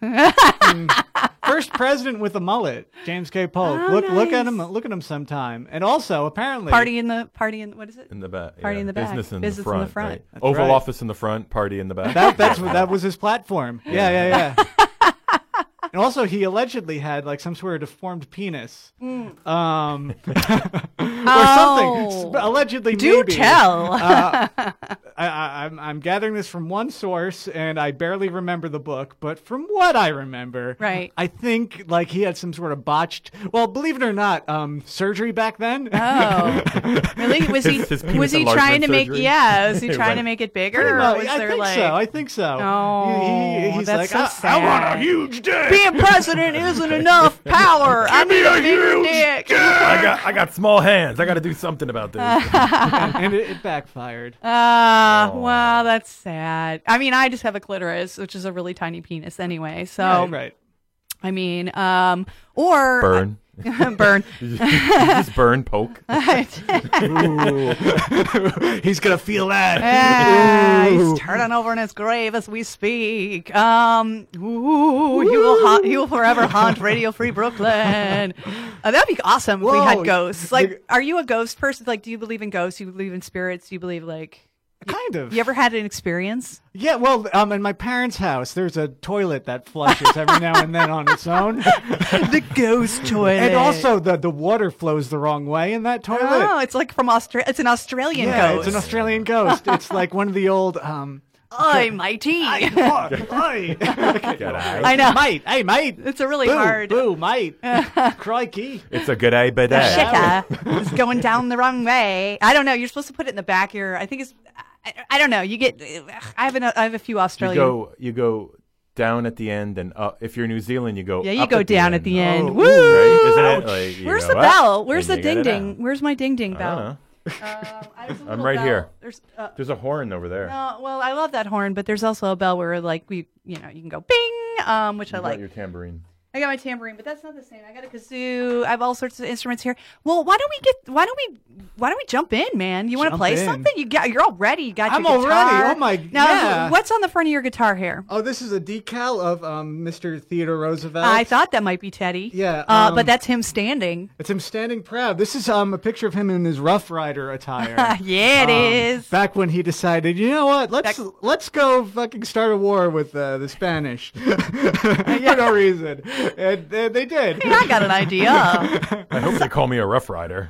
Speaker 9: Mm. First president with a mullet, James K. Polk.
Speaker 5: Oh,
Speaker 9: look, look at
Speaker 5: nice.
Speaker 9: him. Look at him sometime. And also, apparently,
Speaker 5: Party in the party in what is it?
Speaker 10: In the back.
Speaker 5: Party
Speaker 10: yeah.
Speaker 5: in the back.
Speaker 10: Business in
Speaker 5: Business in
Speaker 10: the
Speaker 5: the
Speaker 10: front.
Speaker 5: front.
Speaker 10: right.
Speaker 5: That's
Speaker 10: Oval
Speaker 5: right.
Speaker 10: Office in the front, party in the back.
Speaker 9: That, that's what, that was his platform. Yeah, yeah, yeah. and also, he allegedly had like some sort of deformed penis,
Speaker 5: Mm.
Speaker 9: um, or
Speaker 5: Oh.
Speaker 9: something. S- Allegedly,
Speaker 5: Do
Speaker 9: maybe.
Speaker 5: tell.
Speaker 9: Uh, I, I, I'm I'm gathering this from one source, and I barely remember the book, but from what I remember,
Speaker 5: Right.
Speaker 9: I think like he had some sort of botched. Well, believe it or not, um, surgery back then.
Speaker 5: Oh, really? Was he
Speaker 9: His- his penis
Speaker 5: was he
Speaker 9: enlargement
Speaker 5: trying to make?
Speaker 9: surgery.
Speaker 5: Yeah, was he trying to
Speaker 9: Right.
Speaker 5: make it bigger?
Speaker 9: Pretty
Speaker 5: Or
Speaker 9: much.
Speaker 5: was
Speaker 9: I
Speaker 5: there
Speaker 9: think
Speaker 5: like?
Speaker 9: so. I think so.
Speaker 5: Oh,
Speaker 9: He- he- he's
Speaker 5: that's
Speaker 9: like,
Speaker 5: so
Speaker 9: "I-
Speaker 5: sad.
Speaker 9: I, want a huge dick.
Speaker 5: Being president isn't enough power. I
Speaker 10: Give me
Speaker 5: need a
Speaker 10: a
Speaker 5: bigger
Speaker 10: huge
Speaker 5: dick.
Speaker 10: I got I got small hands. I got to do something about this.
Speaker 9: and it, it backfired.
Speaker 5: Ah,
Speaker 9: Oh.
Speaker 5: wow, that's sad. I mean, I just have a clitoris, which is a really tiny penis anyway. So
Speaker 9: right, right.
Speaker 5: I mean, um, or
Speaker 10: Burn.
Speaker 5: burn.
Speaker 10: Just burn, poke.
Speaker 9: He's gonna feel that.
Speaker 5: Ah, he's turning over in his grave as we speak. Um, ooh, he will haunt, he will forever haunt Radio Free Brooklyn. Uh, that'd be awesome if we
Speaker 9: Whoa.
Speaker 5: had ghosts. Like, are you a ghost person? Like, do you believe in ghosts? Do you believe in spirits? Do you believe like
Speaker 9: kind of?
Speaker 5: You ever had an experience?
Speaker 9: Yeah, well, um, in my parents' house, there's a toilet that flushes every now and then on its own. the
Speaker 5: ghost toilet.
Speaker 9: And also, the, the water flows the wrong way in that toilet.
Speaker 5: Oh, it's like from Australia. It's an Australian
Speaker 9: yeah,
Speaker 5: ghost.
Speaker 9: it's an Australian ghost. it's like one of the old. Um,
Speaker 5: Oi, mighty. I know.
Speaker 9: Mate, hey, mate.
Speaker 5: It's a really
Speaker 9: boo,
Speaker 5: hard.
Speaker 9: Boo, mate. Crikey.
Speaker 10: It's a good eye, but
Speaker 5: Shit, uh, it's going down the wrong way. I don't know. You're supposed to put it in the back here. I think it's. I, I don't know. You get. I have an, I have a few
Speaker 10: You
Speaker 5: Australian.
Speaker 10: go, you go down at the end, and up. if you're New Zealand, you go.
Speaker 5: yeah, you
Speaker 10: up
Speaker 5: go down at the end.
Speaker 10: Oh,
Speaker 5: Woo!
Speaker 10: right? Isn't it? Like, you
Speaker 5: Where's
Speaker 10: go
Speaker 5: the
Speaker 10: up,
Speaker 5: bell? Where's the
Speaker 10: and you
Speaker 5: ding
Speaker 10: get it
Speaker 5: ding? Where's my ding ding
Speaker 10: out.
Speaker 5: bell?
Speaker 10: I
Speaker 5: don't know.
Speaker 10: I'm right here.
Speaker 5: There's, uh,
Speaker 10: There's a horn over there.
Speaker 5: No, well, I love that horn, but there's also a bell where like we, you know, you can go bing, um, which I
Speaker 10: You got
Speaker 5: like.
Speaker 10: your tambourine.
Speaker 5: I got my tambourine, but that's not the same. I got a kazoo. I have all sorts of instruments here. Well, why don't we get? Why don't we? Why don't we jump in, man? You want to
Speaker 9: Jump
Speaker 5: play
Speaker 9: in.
Speaker 5: something? You got? You're all ready. You got
Speaker 9: I'm
Speaker 5: your
Speaker 9: all
Speaker 5: guitar.
Speaker 9: ready. Oh my-
Speaker 5: Now,
Speaker 9: yeah.
Speaker 5: what's on the front of your guitar here?
Speaker 9: Oh, this is a decal of um, Mr. Theodore Roosevelt.
Speaker 5: I thought that might be Teddy.
Speaker 9: Uh, Yeah,
Speaker 5: uh,
Speaker 9: um,
Speaker 5: but that's him standing.
Speaker 9: It's him standing proud. This is um, a picture of him in his Rough Rider attire.
Speaker 5: Yeah, it
Speaker 9: it is.
Speaker 5: is.
Speaker 9: Back when he decided, you know what? Let's let's go fucking start a war with uh, the Spanish for no reason, and, and they did.
Speaker 5: I got an idea.
Speaker 10: I hope they call me a Rough Rider.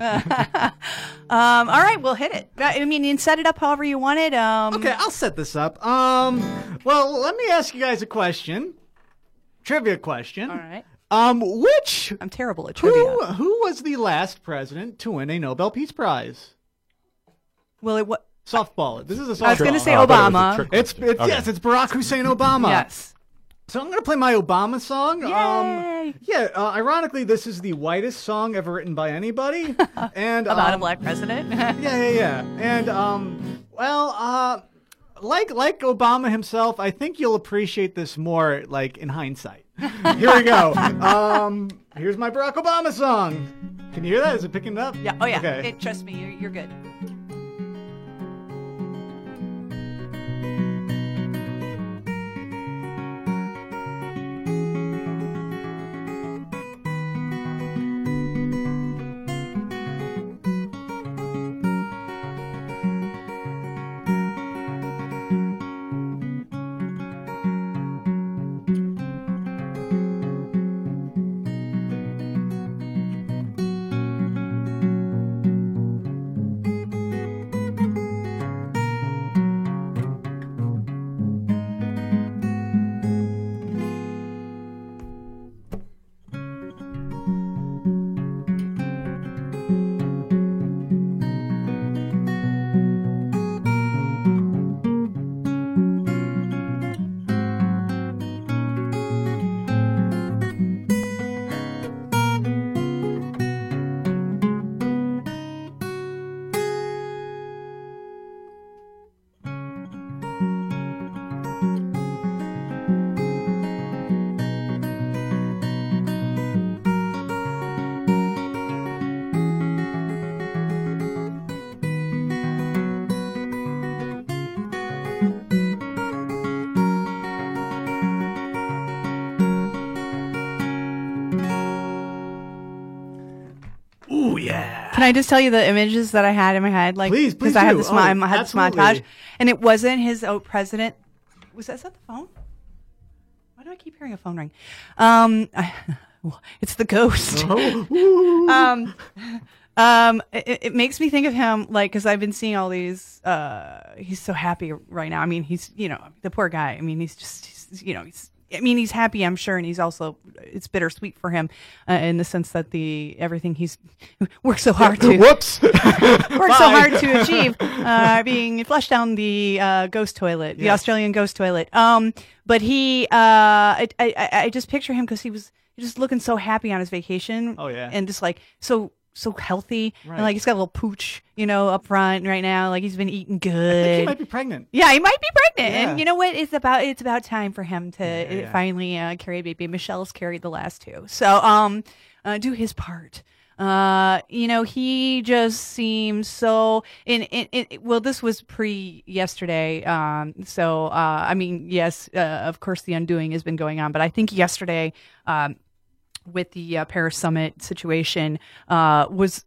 Speaker 5: um, all right, we'll hit it. I mean, you can set it up however you want it. Um,
Speaker 9: Okay, I'll set this up. Um, well, let me ask you guys a question, trivia question. All
Speaker 5: right.
Speaker 9: Um, which
Speaker 5: I'm terrible at trivia.
Speaker 9: who who was the last president to win a Nobel Peace Prize?
Speaker 5: Well, it what
Speaker 9: softball. it. This is a softball.
Speaker 5: I was gonna say Oh, I thought it was a Obama. trick
Speaker 9: It's,
Speaker 5: question.
Speaker 9: it's
Speaker 5: Okay.
Speaker 9: yes, it's Barack Hussein Obama.
Speaker 5: Yes.
Speaker 9: So I'm gonna play my Obama song. Um, yeah. Uh, ironically, this is the whitest song ever written by anybody. and
Speaker 5: about a
Speaker 9: um,
Speaker 5: black president?
Speaker 9: yeah, yeah, yeah. And um, well, uh, like like Obama himself, I think you'll appreciate this more like in hindsight. Here we go. um, here's my Barack Obama song. Can you hear that? Is it picking it up?
Speaker 5: Yeah. Oh yeah.
Speaker 9: Okay.
Speaker 5: It, trust me, you're, you're good.
Speaker 9: Ooh yeah.
Speaker 5: Can I just tell you the images that I had in my head? Like,
Speaker 9: Please, please
Speaker 5: Because I had
Speaker 9: do.
Speaker 5: this,
Speaker 9: Oh,
Speaker 5: mon- I had this
Speaker 9: absolutely.
Speaker 5: montage, and it wasn't his oh, president. Was that, is that the phone? Why do I keep hearing a phone ring? Um, it's the ghost.
Speaker 9: Uh-huh. Oh,
Speaker 5: um, um, it, it makes me think of him, like, because I've been seeing all these. Uh, he's so happy right now. I mean, he's you know the poor guy. I mean, he's just he's, you know he's. I mean, he's happy, I'm sure, and he's also it's bittersweet for him uh, in the sense that the everything he's worked so hard to
Speaker 9: Whoops.
Speaker 5: worked so
Speaker 9: Bye.
Speaker 5: hard to achieve uh, being flushed down the uh, ghost toilet, the
Speaker 9: Yes.
Speaker 5: Australian ghost toilet. Um, but he, uh, I, I, I I just picture him because he was just looking so happy on his vacation.
Speaker 9: Oh, yeah.
Speaker 5: and just like so so healthy,
Speaker 9: Right.
Speaker 5: and like he's got a little pooch, you know, up front right now. Like he's been eating
Speaker 9: I
Speaker 5: good.
Speaker 9: think he might be pregnant.
Speaker 5: Yeah, he might be pregnant,
Speaker 9: Yeah.
Speaker 5: and you know what? It's about it's about time for him to uh,
Speaker 9: yeah.
Speaker 5: finally uh, carry a baby. Michelle's carried the last two, so um, uh, do his part. Uh, you know, he just seems so. In in well, this was pre yesterday. Um, so uh, I mean, yes, uh, of course, the undoing has been going on, but I think yesterday, um, with the uh, Paris summit situation, uh, was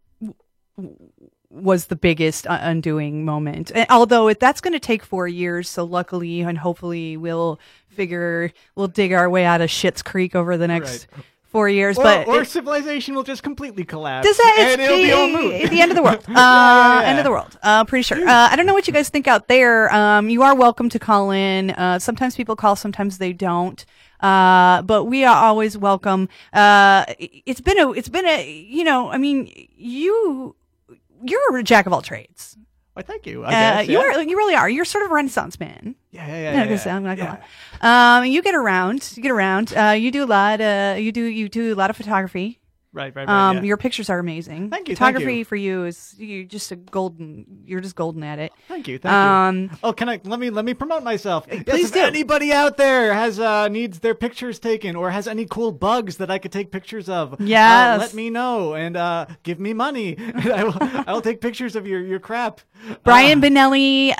Speaker 5: was the biggest uh, undoing moment. And although it, that's going to take four years, so luckily and hopefully we'll figure we'll dig our way out of Shit's Creek over the next
Speaker 9: Right.
Speaker 5: four years.
Speaker 9: or,
Speaker 5: but
Speaker 9: or
Speaker 5: it-
Speaker 9: civilization will just completely collapse.
Speaker 5: does that- it's
Speaker 9: and it'll be all
Speaker 5: the,
Speaker 9: moot.
Speaker 5: it's the end of the world. Uh, End of the world. Uh, pretty sure. Uh, I don't know what you guys think out there. Um, you are welcome to call in. Uh, sometimes people call, sometimes they don't. Uh, but we are always welcome. Uh, it's been a, it's been a, you know, I mean, you, you're a jack of all trades.
Speaker 9: Why, thank you. I
Speaker 5: Uh,
Speaker 9: guess,
Speaker 5: you
Speaker 9: yeah.
Speaker 5: are, you really are. You're sort of a renaissance man.
Speaker 9: Yeah, yeah, yeah.
Speaker 5: I'm not
Speaker 9: yeah,
Speaker 5: gonna say- I'm not
Speaker 9: yeah.
Speaker 5: gonna lie. Um, you get around. You get around. Uh, you do a lot. Uh, you do you do a lot of photography.
Speaker 9: Right, right, right.
Speaker 5: Um,
Speaker 9: yeah.
Speaker 5: Your pictures are amazing.
Speaker 9: Thank you, thank
Speaker 5: Photography
Speaker 9: you.
Speaker 5: for you is you're just a golden. You're just golden at it.
Speaker 9: Thank you. Thank
Speaker 5: um,
Speaker 9: you. Oh, can I let me let me promote myself? Yes,
Speaker 5: please
Speaker 9: if
Speaker 5: do.
Speaker 9: Anybody out there has uh, needs their pictures taken or has any cool bugs that I could take pictures of? uh,
Speaker 5: Yes.
Speaker 9: let me know and uh, give me money, and I will I will take pictures of your your crap.
Speaker 5: Brian Benelli uh,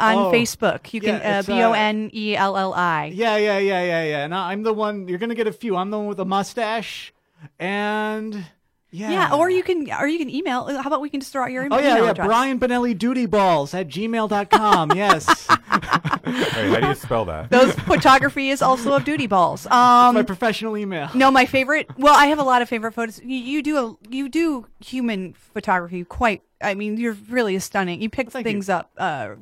Speaker 5: on
Speaker 9: oh,
Speaker 5: Facebook. You
Speaker 9: yeah,
Speaker 5: can
Speaker 9: it's, uh,
Speaker 5: B O N E L L I.
Speaker 9: Yeah, yeah, yeah, yeah, yeah. And I- I'm the one. You're gonna get a few. I'm the one with a mustache, and yeah.
Speaker 5: Yeah, or you can or you can email. How about we can just throw out your email
Speaker 9: Oh yeah, yeah.
Speaker 5: address?
Speaker 9: Brian Benelli Duty Balls at gmail.com. yes,
Speaker 10: Wait, how do you spell that?
Speaker 5: Those photography is also of duty balls. Um,
Speaker 9: my professional email.
Speaker 5: No, my favorite. Well, I have a lot of favorite photos. You, you do a, you do human photography quite. I mean, you're really stunning. You pick
Speaker 9: thank you.
Speaker 5: things up, uh,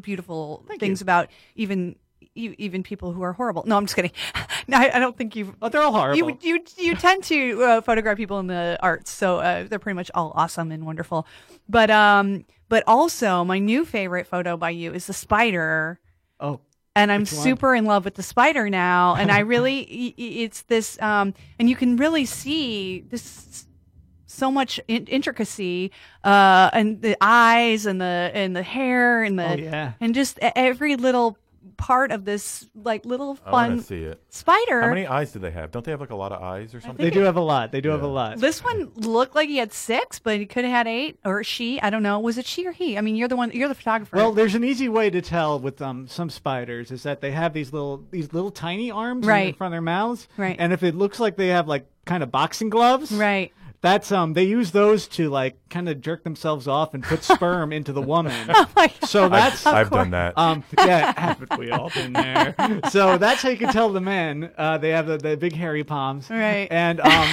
Speaker 5: beautiful
Speaker 9: Thank
Speaker 5: things
Speaker 9: you.
Speaker 5: about even you, even people who are horrible. No, I'm just kidding. no, I, I don't think you.
Speaker 9: Oh, they're all horrible.
Speaker 5: You you you tend to uh, photograph people in the arts, so uh, they're pretty much all awesome and wonderful. But um, but also my new favorite photo by you is the spider
Speaker 9: oh,
Speaker 5: and I'm
Speaker 9: Which one?
Speaker 5: super in love with the spider now. And I really, i- i- it's this, um, and you can really see this so much in- intricacy, uh, and the eyes and the and the hair and the
Speaker 9: Oh, yeah.
Speaker 5: and just e- every little part of this like little
Speaker 10: I want
Speaker 5: fun
Speaker 10: to see it.
Speaker 5: spider.
Speaker 10: How many eyes do they have? Don't they have like a lot of eyes or something?
Speaker 9: they do have a lot. They do have a lot.
Speaker 5: This one looked like he had six, but he could have had eight or she. I don't know. Was it she or he? I mean, you're the one. You're the photographer.
Speaker 9: Well, there's an easy way to tell with um, some spiders is that they have these little these little tiny arms in- in
Speaker 5: Right.
Speaker 9: front of their mouths,
Speaker 5: Right.
Speaker 9: And if it looks like they have like kind of boxing gloves,
Speaker 5: right.
Speaker 9: That's um they use those to like kind of jerk themselves off and put sperm into the woman. So that's
Speaker 10: I've, I've done that.
Speaker 9: um yeah, haven't we all been there? So that's how you can tell the men. Uh, they have the, the big hairy palms,
Speaker 5: Right.
Speaker 9: And um,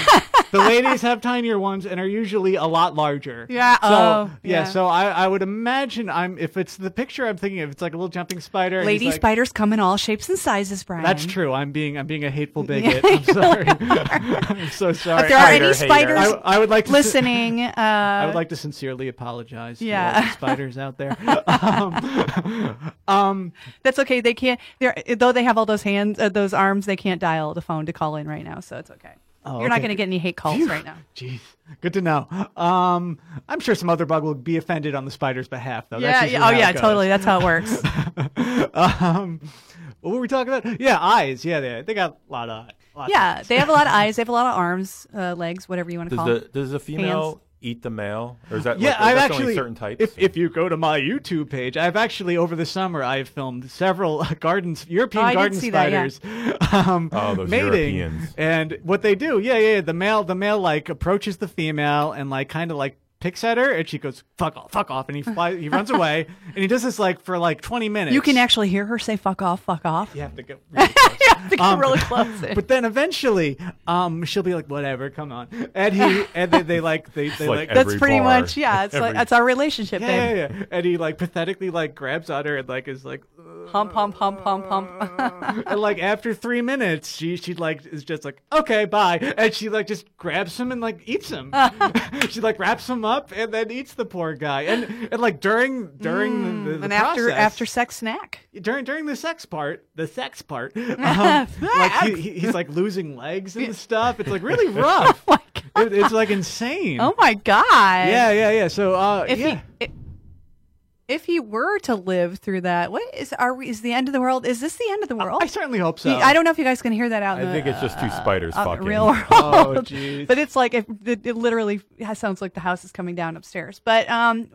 Speaker 9: the ladies have tinier ones and are usually a lot larger.
Speaker 5: Yeah,
Speaker 9: So
Speaker 5: oh,
Speaker 9: yeah,
Speaker 5: yeah.
Speaker 9: So I, I would imagine I'm if it's the picture I'm thinking of, it's like a little jumping spider. and he's
Speaker 5: Lady
Speaker 9: like,
Speaker 5: spiders come in all shapes and sizes, Brian.
Speaker 9: That's true. I'm being I'm being a hateful bigot. I'm sorry. I'm so sorry.
Speaker 5: If there are
Speaker 10: Spider
Speaker 5: any
Speaker 10: hater.
Speaker 5: spiders
Speaker 9: I, I would like to
Speaker 5: listening, uh,
Speaker 9: I would like to sincerely apologize to all
Speaker 5: Yeah.
Speaker 9: the spiders out there. Um, um,
Speaker 5: that's okay. They can't. They're, though they have all those hands, uh, those arms, they can't dial the phone to call in right now, so it's okay.
Speaker 9: Oh,
Speaker 5: You're not
Speaker 9: okay.
Speaker 5: going to get any hate calls
Speaker 9: Phew.
Speaker 5: right now.
Speaker 9: Jeez, good to know. Um, I'm sure some other bug will be offended on the spider's behalf, though. That's
Speaker 5: yeah. yeah
Speaker 9: usually
Speaker 5: oh
Speaker 9: how it
Speaker 5: yeah.
Speaker 9: goes.
Speaker 5: Totally. That's how it works.
Speaker 9: um, what were we talking about? Yeah, eyes. Yeah, they, they got a lot of lots of
Speaker 5: yeah. They have a lot of eyes. They have a lot of arms, uh, legs, whatever you want to
Speaker 10: does
Speaker 5: call.
Speaker 10: the
Speaker 5: them.
Speaker 10: does the female eat the male, or is that
Speaker 9: yeah,
Speaker 10: like,
Speaker 9: I've
Speaker 10: that's
Speaker 9: actually
Speaker 10: only certain types?
Speaker 9: If, if you go to my YouTube page, I've actually over the summer I've filmed several gardens, European
Speaker 5: Oh, I did
Speaker 9: garden
Speaker 5: see that, yeah.
Speaker 9: spiders, um,
Speaker 10: Oh, those
Speaker 9: mating,
Speaker 10: Europeans.
Speaker 9: and what they do, yeah, yeah, yeah, the male, the male like approaches the female and like kind of like picks at her, and she goes fuck off, fuck off, and he flies, he runs away, and he does this like for like twenty minutes.
Speaker 5: You can actually hear her say "fuck off, fuck off."
Speaker 9: You have to go. really close.
Speaker 5: They get really close.
Speaker 9: Um, But then eventually, um, she'll be like, "Whatever, come on," and he and they, they like they, they
Speaker 10: like
Speaker 9: like
Speaker 5: that's
Speaker 10: every
Speaker 5: pretty
Speaker 10: bar,
Speaker 5: much yeah. It's like
Speaker 10: every-
Speaker 5: that's our relationship,
Speaker 9: yeah,
Speaker 5: babe.
Speaker 9: yeah, yeah. And he like pathetically like grabs on her and like is like,
Speaker 5: Hump, hump, hump, hump, hump.
Speaker 9: and like after three minutes, she she like is just like okay bye, and she like just grabs him and like eats him. she like wraps him up and then eats the poor guy. And and like during during the, the, the
Speaker 5: Mm, and after
Speaker 9: process-
Speaker 5: after sex snack.
Speaker 9: during during the sex part, the sex part, um, like he, he- he's like losing legs and stuff. It's like really rough.
Speaker 5: Oh my God.
Speaker 9: It- it's like insane.
Speaker 5: Oh my god.
Speaker 9: Yeah, yeah, yeah. So uh,
Speaker 5: If
Speaker 9: yeah.
Speaker 5: he i- if he were to live through that, what is are we? Is the end of the world? Is this the end of the world? I
Speaker 9: certainly hope so.
Speaker 5: I don't know if you guys can hear that out. in
Speaker 10: I
Speaker 5: the,
Speaker 10: think it's just two spiders
Speaker 5: out in the
Speaker 10: fucking.
Speaker 5: Uh, real world.
Speaker 10: Oh, jeez.
Speaker 5: but it's like if it, it literally has, sounds like the house is coming down upstairs. But um,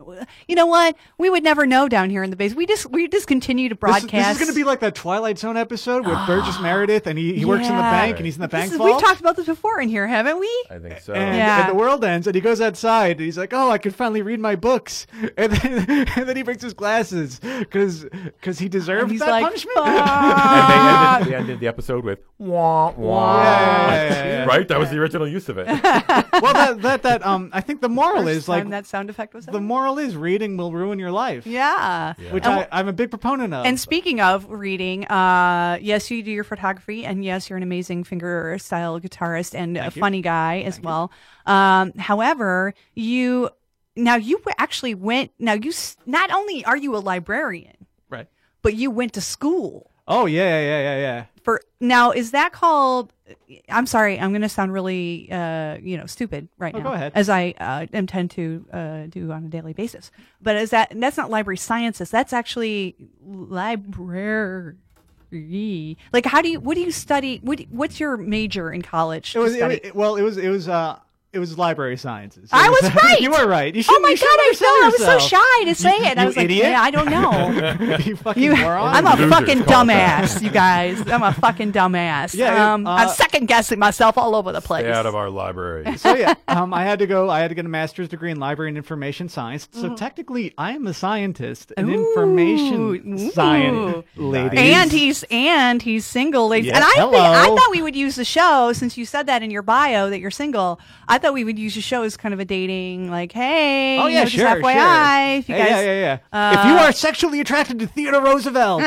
Speaker 5: you know what? We would never know down here in the base. We just we just continue to
Speaker 9: This is-
Speaker 5: broadcast.
Speaker 9: This, is going to be like that Twilight Zone episode with Burgess Meredith, and he, he works in the
Speaker 5: Yeah.
Speaker 9: bank, and he's in the bank
Speaker 5: This is-
Speaker 9: vault.
Speaker 5: we've talked about this before in here, haven't we?
Speaker 10: I think so.
Speaker 9: and,
Speaker 5: Yeah.
Speaker 9: and the world ends, and he goes outside, and he's like, "Oh, I can finally read my books," and then, and then he brings his glasses because he deserved
Speaker 5: he's
Speaker 9: that
Speaker 5: like,
Speaker 9: punishment.
Speaker 10: and they
Speaker 5: Ah.
Speaker 10: ended, they ended the episode with wah wah.
Speaker 9: Yeah, yeah, yeah, yeah.
Speaker 10: Right? That was the original use of it.
Speaker 9: well, that, that that um, I think the moral
Speaker 5: First
Speaker 9: is like
Speaker 5: time that sound effect was.
Speaker 9: the moral is reading will ruin your life,
Speaker 5: Yeah.
Speaker 9: which
Speaker 5: And
Speaker 9: I, I'm a big proponent of.
Speaker 5: And speaking of reading, uh, yes, you do your photography, and yes, you're an amazing finger style guitarist and a
Speaker 12: Thank you.
Speaker 5: funny guy as well. Um, however, you now you actually went. Now you s- not only are you a librarian,
Speaker 9: right?
Speaker 5: but you went to school
Speaker 9: Oh yeah, yeah, yeah, yeah, yeah.
Speaker 5: for. Now is that called? I'm sorry, I'm going to sound really, uh, you know, stupid right
Speaker 9: Oh,
Speaker 5: now,
Speaker 9: go ahead.
Speaker 5: as I uh, intend to uh, do on a daily basis. But is that that's not library sciences? That's actually library. Like, how do you? What do you study? What What's your major in college?
Speaker 9: It was,
Speaker 5: to
Speaker 9: it,
Speaker 5: study?
Speaker 9: was- well, it was it was uh it was library sciences.
Speaker 5: I
Speaker 9: It
Speaker 5: was right!
Speaker 9: you were right. You should.
Speaker 5: oh my god! I,
Speaker 9: undersell
Speaker 5: no, I was so
Speaker 9: yourself.
Speaker 5: shy to say it.
Speaker 9: You
Speaker 5: I was
Speaker 9: idiot.
Speaker 5: like, yeah, I don't know.
Speaker 9: you fucking
Speaker 5: Oh. You-
Speaker 9: moron.
Speaker 5: I'm a fucking dumbass, you guys. I'm a fucking dumbass.
Speaker 9: Yeah,
Speaker 5: um,
Speaker 9: uh,
Speaker 5: I'm second guessing myself all over the place.
Speaker 10: Stay out of our library.
Speaker 9: so yeah, um, I had to go. I had to get a master's degree in library and information science.
Speaker 5: Mm-hmm.
Speaker 9: So technically, I am a scientist, an information
Speaker 5: Ooh.
Speaker 9: science lady.
Speaker 5: And he's and he's single, ladies.
Speaker 9: Yeah,
Speaker 5: And I think I
Speaker 9: hello.
Speaker 5: thought we would use the show since you said that in your bio that you're single. I thought we would use the show as kind of a dating, like, hey,
Speaker 9: Oh
Speaker 5: you
Speaker 9: yeah,
Speaker 5: know, just
Speaker 9: sure,
Speaker 5: FYI,
Speaker 9: sure.
Speaker 5: if you
Speaker 9: Hey,
Speaker 5: guys,
Speaker 9: yeah, yeah, yeah. if you
Speaker 5: uh,
Speaker 9: are sexually attracted to Theodore Roosevelt,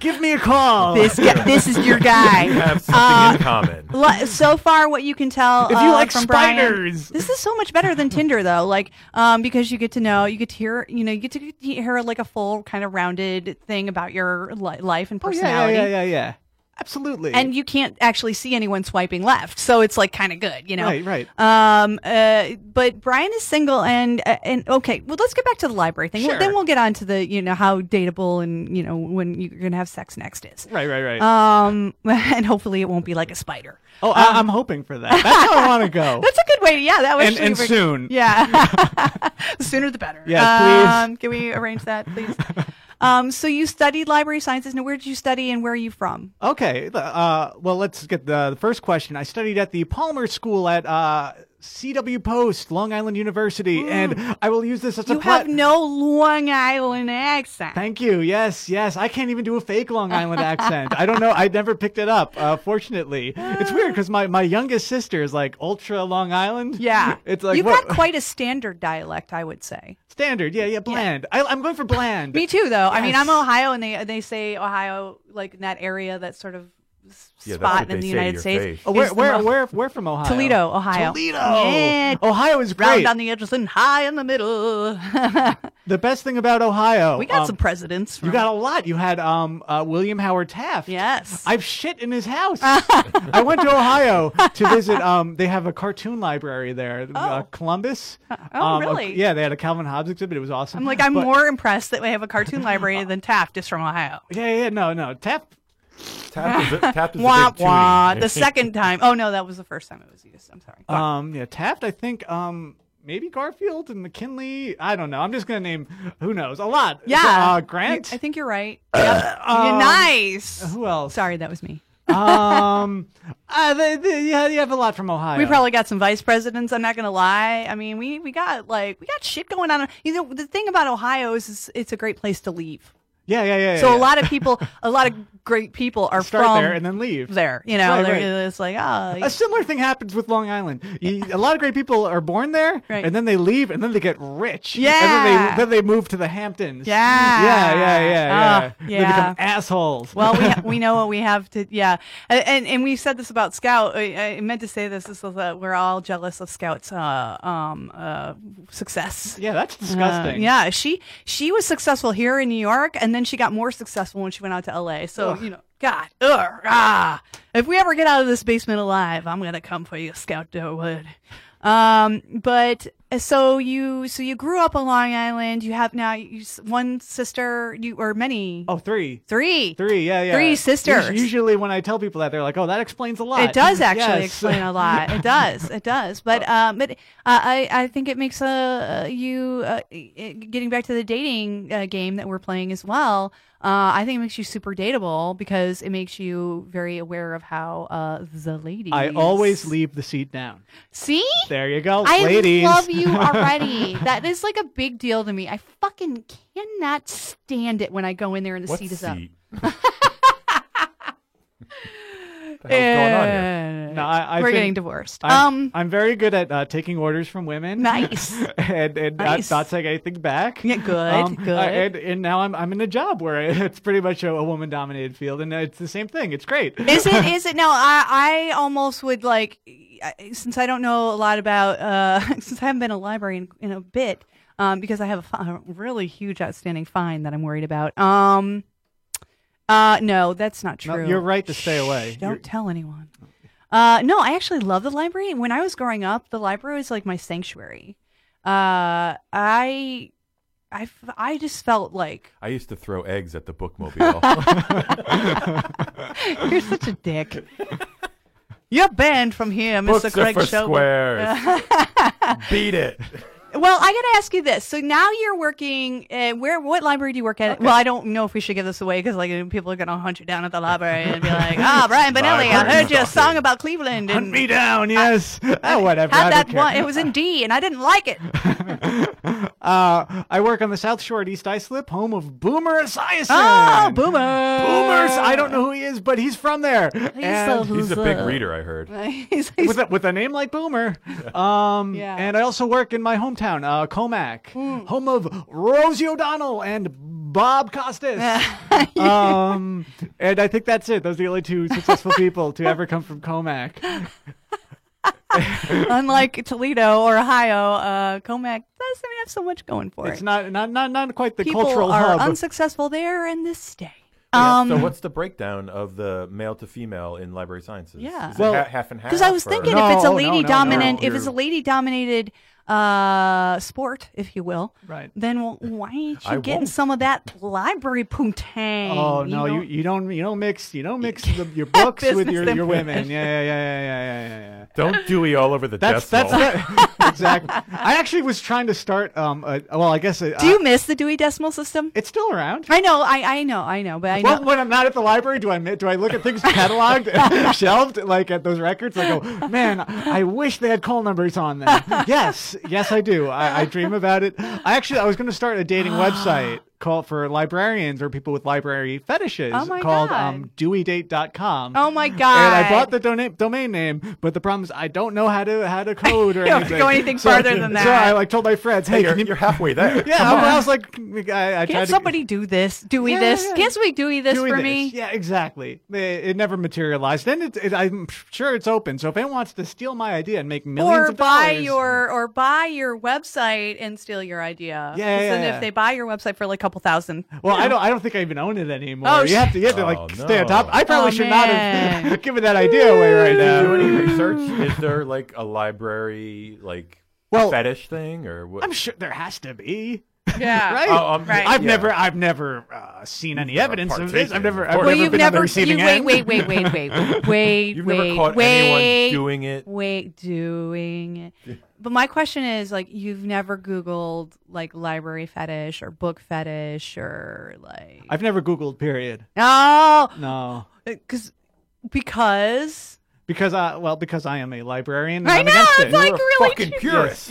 Speaker 9: give me a call. Oh,
Speaker 5: This guy- this is your guy.
Speaker 10: We have something
Speaker 5: Uh,
Speaker 10: in common.
Speaker 5: Li- so far, what you can tell,
Speaker 9: If you
Speaker 5: uh,
Speaker 9: like
Speaker 5: from Brian-
Speaker 9: spiders.
Speaker 5: this is so much better than Tinder, though. Like, um, because you get to know, you get to hear, you know, you get to hear like a full kind of rounded thing about your li- life and
Speaker 9: Oh, yeah, yeah,
Speaker 5: personality.
Speaker 9: yeah, yeah, yeah. Absolutely.
Speaker 5: And you can't actually see anyone swiping left, so it's like kind of good, you know.
Speaker 9: Right, right.
Speaker 5: Um, uh, but Brian is single, and uh, and okay, well, let's get back to the library thing.
Speaker 9: Sure.
Speaker 5: Then we'll get on to the you know how dateable and you know when you're gonna have sex next is.
Speaker 9: Right, right, right.
Speaker 5: Um, and hopefully it won't be like a spider.
Speaker 9: oh, I- I'm hoping for that. That's how I want to go.
Speaker 5: um, That's a good way. Yeah, that was
Speaker 9: And- and soon.
Speaker 5: Yeah, the sooner the better.
Speaker 9: Yes, please.
Speaker 5: Um, can we arrange that, please? um, so you studied library sciences. Now, where did you study, and where are you from?
Speaker 9: Okay. the- Uh, well, let's get the, the first question. I studied at the Palmer School at uh, CW Post, Long Island University, and I will use this as a
Speaker 5: You have
Speaker 9: platform.
Speaker 5: no Long Island accent.
Speaker 9: Thank you. Yes, yes. I can't even do a fake Long Island accent. I don't know. I never picked it up, uh, fortunately. It's weird
Speaker 5: Ah.
Speaker 9: because my, my youngest sister is like ultra Long Island.
Speaker 5: Yeah.
Speaker 9: It's like,
Speaker 5: You've
Speaker 9: what?
Speaker 5: got quite a standard dialect, I would say.
Speaker 9: Standard. Yeah, yeah, bland. I, I'm going for bland.
Speaker 5: Me too, though. I mean, I'm
Speaker 9: Yes.
Speaker 5: Ohio, and they they say Ohio like in that area, that sort of s-
Speaker 9: Yeah, that's what
Speaker 5: spot
Speaker 9: they
Speaker 5: in the
Speaker 9: say to
Speaker 5: United
Speaker 9: your
Speaker 5: States.
Speaker 9: face. Oh, where-
Speaker 5: is the
Speaker 9: where-
Speaker 5: most-
Speaker 9: where- where from Ohio?
Speaker 5: Toledo, Ohio.
Speaker 9: Toledo! Oh,
Speaker 5: Yeah.
Speaker 9: Ohio is
Speaker 5: Round
Speaker 9: great.
Speaker 5: on the edges and high in the middle.
Speaker 9: The best thing about Ohio.
Speaker 5: We got
Speaker 9: um,
Speaker 5: some presidents.
Speaker 9: You got a lot. You had um, uh, William Howard Taft.
Speaker 5: Yes.
Speaker 9: I've shit in his house. I went to Ohio to visit. Um, they have a cartoon library there, uh, Columbus.
Speaker 5: oh,
Speaker 9: Um, a-
Speaker 5: really?
Speaker 9: yeah, they had a Calvin Hobbes exhibit. It was awesome.
Speaker 5: I'm like, I'm
Speaker 9: But-
Speaker 5: more impressed that we have a cartoon library than Taft is from Ohio.
Speaker 9: Yeah, yeah, no, no. Taft.
Speaker 10: Taft is a- Taft is a
Speaker 5: wah,
Speaker 10: big
Speaker 5: wah.
Speaker 10: toonie.
Speaker 5: The second time. Oh, no, that was the first time it was used. I'm sorry.
Speaker 9: Um, yeah, Taft. I think um, maybe Garfield and McKinley. I don't know. I'm just gonna name who knows a lot.
Speaker 5: Yeah.
Speaker 9: Uh, Grant.
Speaker 5: I think you're right. Yep. You're
Speaker 9: Um,
Speaker 5: nice.
Speaker 9: Who else?
Speaker 5: Sorry, that was me.
Speaker 9: um, uh, they, they, yeah, you have a lot from Ohio.
Speaker 5: We probably got some vice presidents. I'm not gonna lie. I mean, we we got like we got shit going on. You know, the thing about Ohio is it's, it's a great place to leave.
Speaker 9: Yeah, yeah, yeah.
Speaker 5: so
Speaker 9: yeah,
Speaker 5: a
Speaker 9: yeah.
Speaker 5: lot of people, a lot of great people are
Speaker 9: start
Speaker 5: from
Speaker 9: there and then leave
Speaker 5: there. You know,
Speaker 9: Right,
Speaker 5: they're-
Speaker 9: right.
Speaker 5: it's like oh,
Speaker 9: A similar thing happens with Long Island. You, a lot of great people are born there, and then they leave, and then they get rich.
Speaker 5: Yeah.
Speaker 9: and then they, then they move to the Hamptons.
Speaker 5: Yeah.
Speaker 9: yeah, yeah, yeah,
Speaker 5: Ah,
Speaker 9: yeah. They become
Speaker 5: yeah.
Speaker 9: assholes.
Speaker 5: Well, we ha- we know what we have to. Yeah, and and, and we said this about Scout. I, I meant to say this. This is that we're all jealous of Scout's uh, um uh, success.
Speaker 9: Yeah, that's
Speaker 5: Uh,
Speaker 9: disgusting.
Speaker 5: yeah, she she was successful here in New York, and then she got more successful when she went out to L.A. So
Speaker 12: Ugh.
Speaker 5: you know, God, ugh, ah, if we ever get out of this basement alive, I'm gonna come for you, Scout Durwood. Um, but uh, so you so you grew up on Long Island. You have now you, s- one sister, you or many.
Speaker 9: Oh, three.
Speaker 5: Three.
Speaker 9: Three, yeah, yeah.
Speaker 5: Three
Speaker 9: Us-
Speaker 5: sisters.
Speaker 9: Usually, when I tell people that, they're like, "Oh, that explains a lot."
Speaker 5: It does actually
Speaker 9: Yes.
Speaker 5: explain a lot. It does. It does. But um, but uh, I I think it makes uh you uh, it- getting back to the dating uh, game that we're playing as well. Uh, I think it makes you super dateable because it makes you very aware of how uh the ladies.
Speaker 9: I always leave the seat down.
Speaker 5: see.
Speaker 9: There you go,
Speaker 5: I
Speaker 9: ladies.
Speaker 5: love you already. that is like a big deal to me. I fucking cannot stand it when I go in there and the
Speaker 10: What
Speaker 5: seat is up.
Speaker 10: seat? the hell's going on
Speaker 5: Eh.
Speaker 10: here?
Speaker 9: No, I, I
Speaker 5: We're
Speaker 9: think
Speaker 5: getting divorced.
Speaker 9: I'm,
Speaker 5: Um,
Speaker 9: I'm very good at uh, taking orders from women.
Speaker 5: Nice.
Speaker 9: and and
Speaker 5: Nice.
Speaker 9: Not, not saying anything back.
Speaker 5: Yeah, good,
Speaker 9: Um,
Speaker 5: good.
Speaker 9: I- and, and now I'm I'm in a job where it's pretty much a, a woman dominated field, and it's the same thing. It's great.
Speaker 5: is it is it no i i almost would like I- since i don't know a lot about uh since i haven't been a library in, in a bit um because i have a, fi- a really huge outstanding fine that i'm worried about um uh no that's not
Speaker 9: No,
Speaker 5: true
Speaker 9: you're right to stay away.
Speaker 5: Shh, don't
Speaker 9: You're-
Speaker 5: tell anyone uh no i actually love the library when i was growing up the library was like my sanctuary uh i I, f- I just felt like
Speaker 10: I used to throw eggs at the bookmobile.
Speaker 5: You're such a dick. You're banned from here, Mr.
Speaker 10: Books are
Speaker 5: Craig
Speaker 10: for
Speaker 5: Schober.
Speaker 10: squares. Beat it.
Speaker 5: well, I got to ask you this. So now you're working. Uh, where? What library do you work at? Well, I don't know if we should give this away because like people are gonna hunt you down at the library and be like, "Ah, Brian Benelli, I heard your song about Cleveland."
Speaker 9: Hunt
Speaker 5: And
Speaker 9: me down, yes. oh, whatever.
Speaker 5: Had
Speaker 9: I
Speaker 5: that
Speaker 9: don't care.
Speaker 5: one? It was in D, and I didn't like it.
Speaker 9: Uh, I work on the South Shore at East Islip, home of Boomer Esiason.
Speaker 5: Oh, Boomer!
Speaker 9: Boomers! I don't know who he is, but he's from there. And-
Speaker 10: He's a
Speaker 5: uh,
Speaker 10: big reader, I heard.
Speaker 5: He's,
Speaker 9: with a, with a name like Boomer. Um, And I also work in my hometown, uh, Comac, home of Rosie O'Donnell and Bob Costas. um, and I think that's it. Those are the only two successful people to ever come from Comac.
Speaker 5: Unlike Toledo or Ohio, uh, Comac doesn't have so much going for
Speaker 9: It's
Speaker 5: it.
Speaker 9: not not not not quite the
Speaker 5: People
Speaker 9: cultural
Speaker 5: are
Speaker 9: hub.
Speaker 5: unsuccessful there in this state.
Speaker 10: Yeah,
Speaker 5: Um,
Speaker 10: so what's the breakdown of the male to female in library sciences?
Speaker 5: Yeah.
Speaker 10: Is it ha- half and half?
Speaker 5: Because I was
Speaker 10: or-
Speaker 5: thinking if it's a lady dominant, if
Speaker 10: You're-
Speaker 5: it's a lady dominated uh, sport, if you will,
Speaker 9: right?
Speaker 5: Then well, why ain't you
Speaker 9: I
Speaker 5: getting
Speaker 9: won't.
Speaker 5: some of that library poontang?
Speaker 9: Oh no, you,
Speaker 5: know?
Speaker 9: you don't you don't mix you don't mix the, your books with your,
Speaker 5: Business
Speaker 9: your women.
Speaker 5: information.
Speaker 9: Yeah yeah yeah yeah yeah yeah. yeah.
Speaker 10: Don't Dewey all over the
Speaker 9: That's
Speaker 10: decimal.
Speaker 9: that's not, exactly. I actually was trying to start. Um, a, well, I guess. A,
Speaker 5: Do you miss the Dewey Decimal System?
Speaker 9: It's still around.
Speaker 5: I know, I, I know, I know, but I know.
Speaker 9: well, when I'm not at the library, do I mi- do I look at things cataloged, and shelved, like at those records? I go, man, I wish they had call numbers on them. yes, yes, I do. I, I dream about it. I actually, I was going to start a dating website called for librarians or people with library fetishes
Speaker 5: Oh my
Speaker 9: called
Speaker 5: God.
Speaker 9: um, DeweyDate.com.
Speaker 5: Oh my
Speaker 9: And
Speaker 5: God.
Speaker 9: I bought the dona- domain name, but the problem is I don't know how to how to code or
Speaker 5: You don't
Speaker 9: anything.
Speaker 5: go anything
Speaker 9: So-
Speaker 5: farther than
Speaker 9: So I
Speaker 5: that.
Speaker 9: like told my friends,
Speaker 10: Hey,
Speaker 9: hey,
Speaker 10: you're-
Speaker 9: can you-
Speaker 10: you're halfway there.
Speaker 9: Yeah,
Speaker 10: Come
Speaker 9: I,
Speaker 10: on.
Speaker 9: was like, I, I tried
Speaker 5: Can't
Speaker 9: to-
Speaker 5: somebody do this? Dewey
Speaker 9: Yeah,
Speaker 5: this?
Speaker 9: yeah.
Speaker 5: Can't somebody Dewey this
Speaker 9: doing
Speaker 5: for
Speaker 9: this.
Speaker 5: me?
Speaker 9: Yeah, exactly. It, it never materialized. And it, it, I'm sure it's open. So if anyone wants to steal my idea and make millions
Speaker 5: Or
Speaker 9: of
Speaker 5: buy
Speaker 9: dollars,
Speaker 5: your or buy your website and steal your idea.
Speaker 9: Yeah, yeah,
Speaker 5: And
Speaker 9: yeah.
Speaker 5: if they buy your website for like a couple thousand,
Speaker 9: well,
Speaker 5: you know.
Speaker 9: I don't. I don't think I even own it anymore.
Speaker 5: Oh,
Speaker 9: you have to, you have to like
Speaker 10: Oh,
Speaker 9: stay on top.
Speaker 10: no.
Speaker 9: I probably
Speaker 5: Oh,
Speaker 9: should not
Speaker 5: man.
Speaker 9: have given that idea away right
Speaker 10: Did you do any
Speaker 9: now.
Speaker 10: research? Is there like a library like
Speaker 9: Well,
Speaker 10: fetish thing or what?
Speaker 9: I'm sure there has to be.
Speaker 5: Yeah.
Speaker 9: right.
Speaker 10: Oh, um, Right.
Speaker 9: I've
Speaker 10: yeah.
Speaker 9: never. I've never uh, seen any
Speaker 10: Never
Speaker 9: evidence of this.
Speaker 10: partaken,
Speaker 9: I've never.
Speaker 10: of
Speaker 9: I've
Speaker 10: course.
Speaker 9: never
Speaker 10: Well,
Speaker 5: you've
Speaker 9: been
Speaker 5: never-
Speaker 9: on the receiving
Speaker 5: you- wait,
Speaker 9: end.
Speaker 5: wait, wait, wait, wait, wait,
Speaker 10: You've
Speaker 5: wait,
Speaker 10: never caught
Speaker 5: wait,
Speaker 10: anyone doing it.
Speaker 5: Wait, doing it. But my question is, like, you've never Googled like library fetish or book fetish or like,
Speaker 9: I've never Googled. Period.
Speaker 5: no,
Speaker 9: No.
Speaker 5: because because
Speaker 9: Because I well, because I am a librarian. and
Speaker 5: I
Speaker 9: I'm
Speaker 5: know
Speaker 9: against
Speaker 5: it's
Speaker 9: it.
Speaker 5: like
Speaker 10: You're a
Speaker 5: really
Speaker 10: fucking
Speaker 5: cheap.
Speaker 10: purist.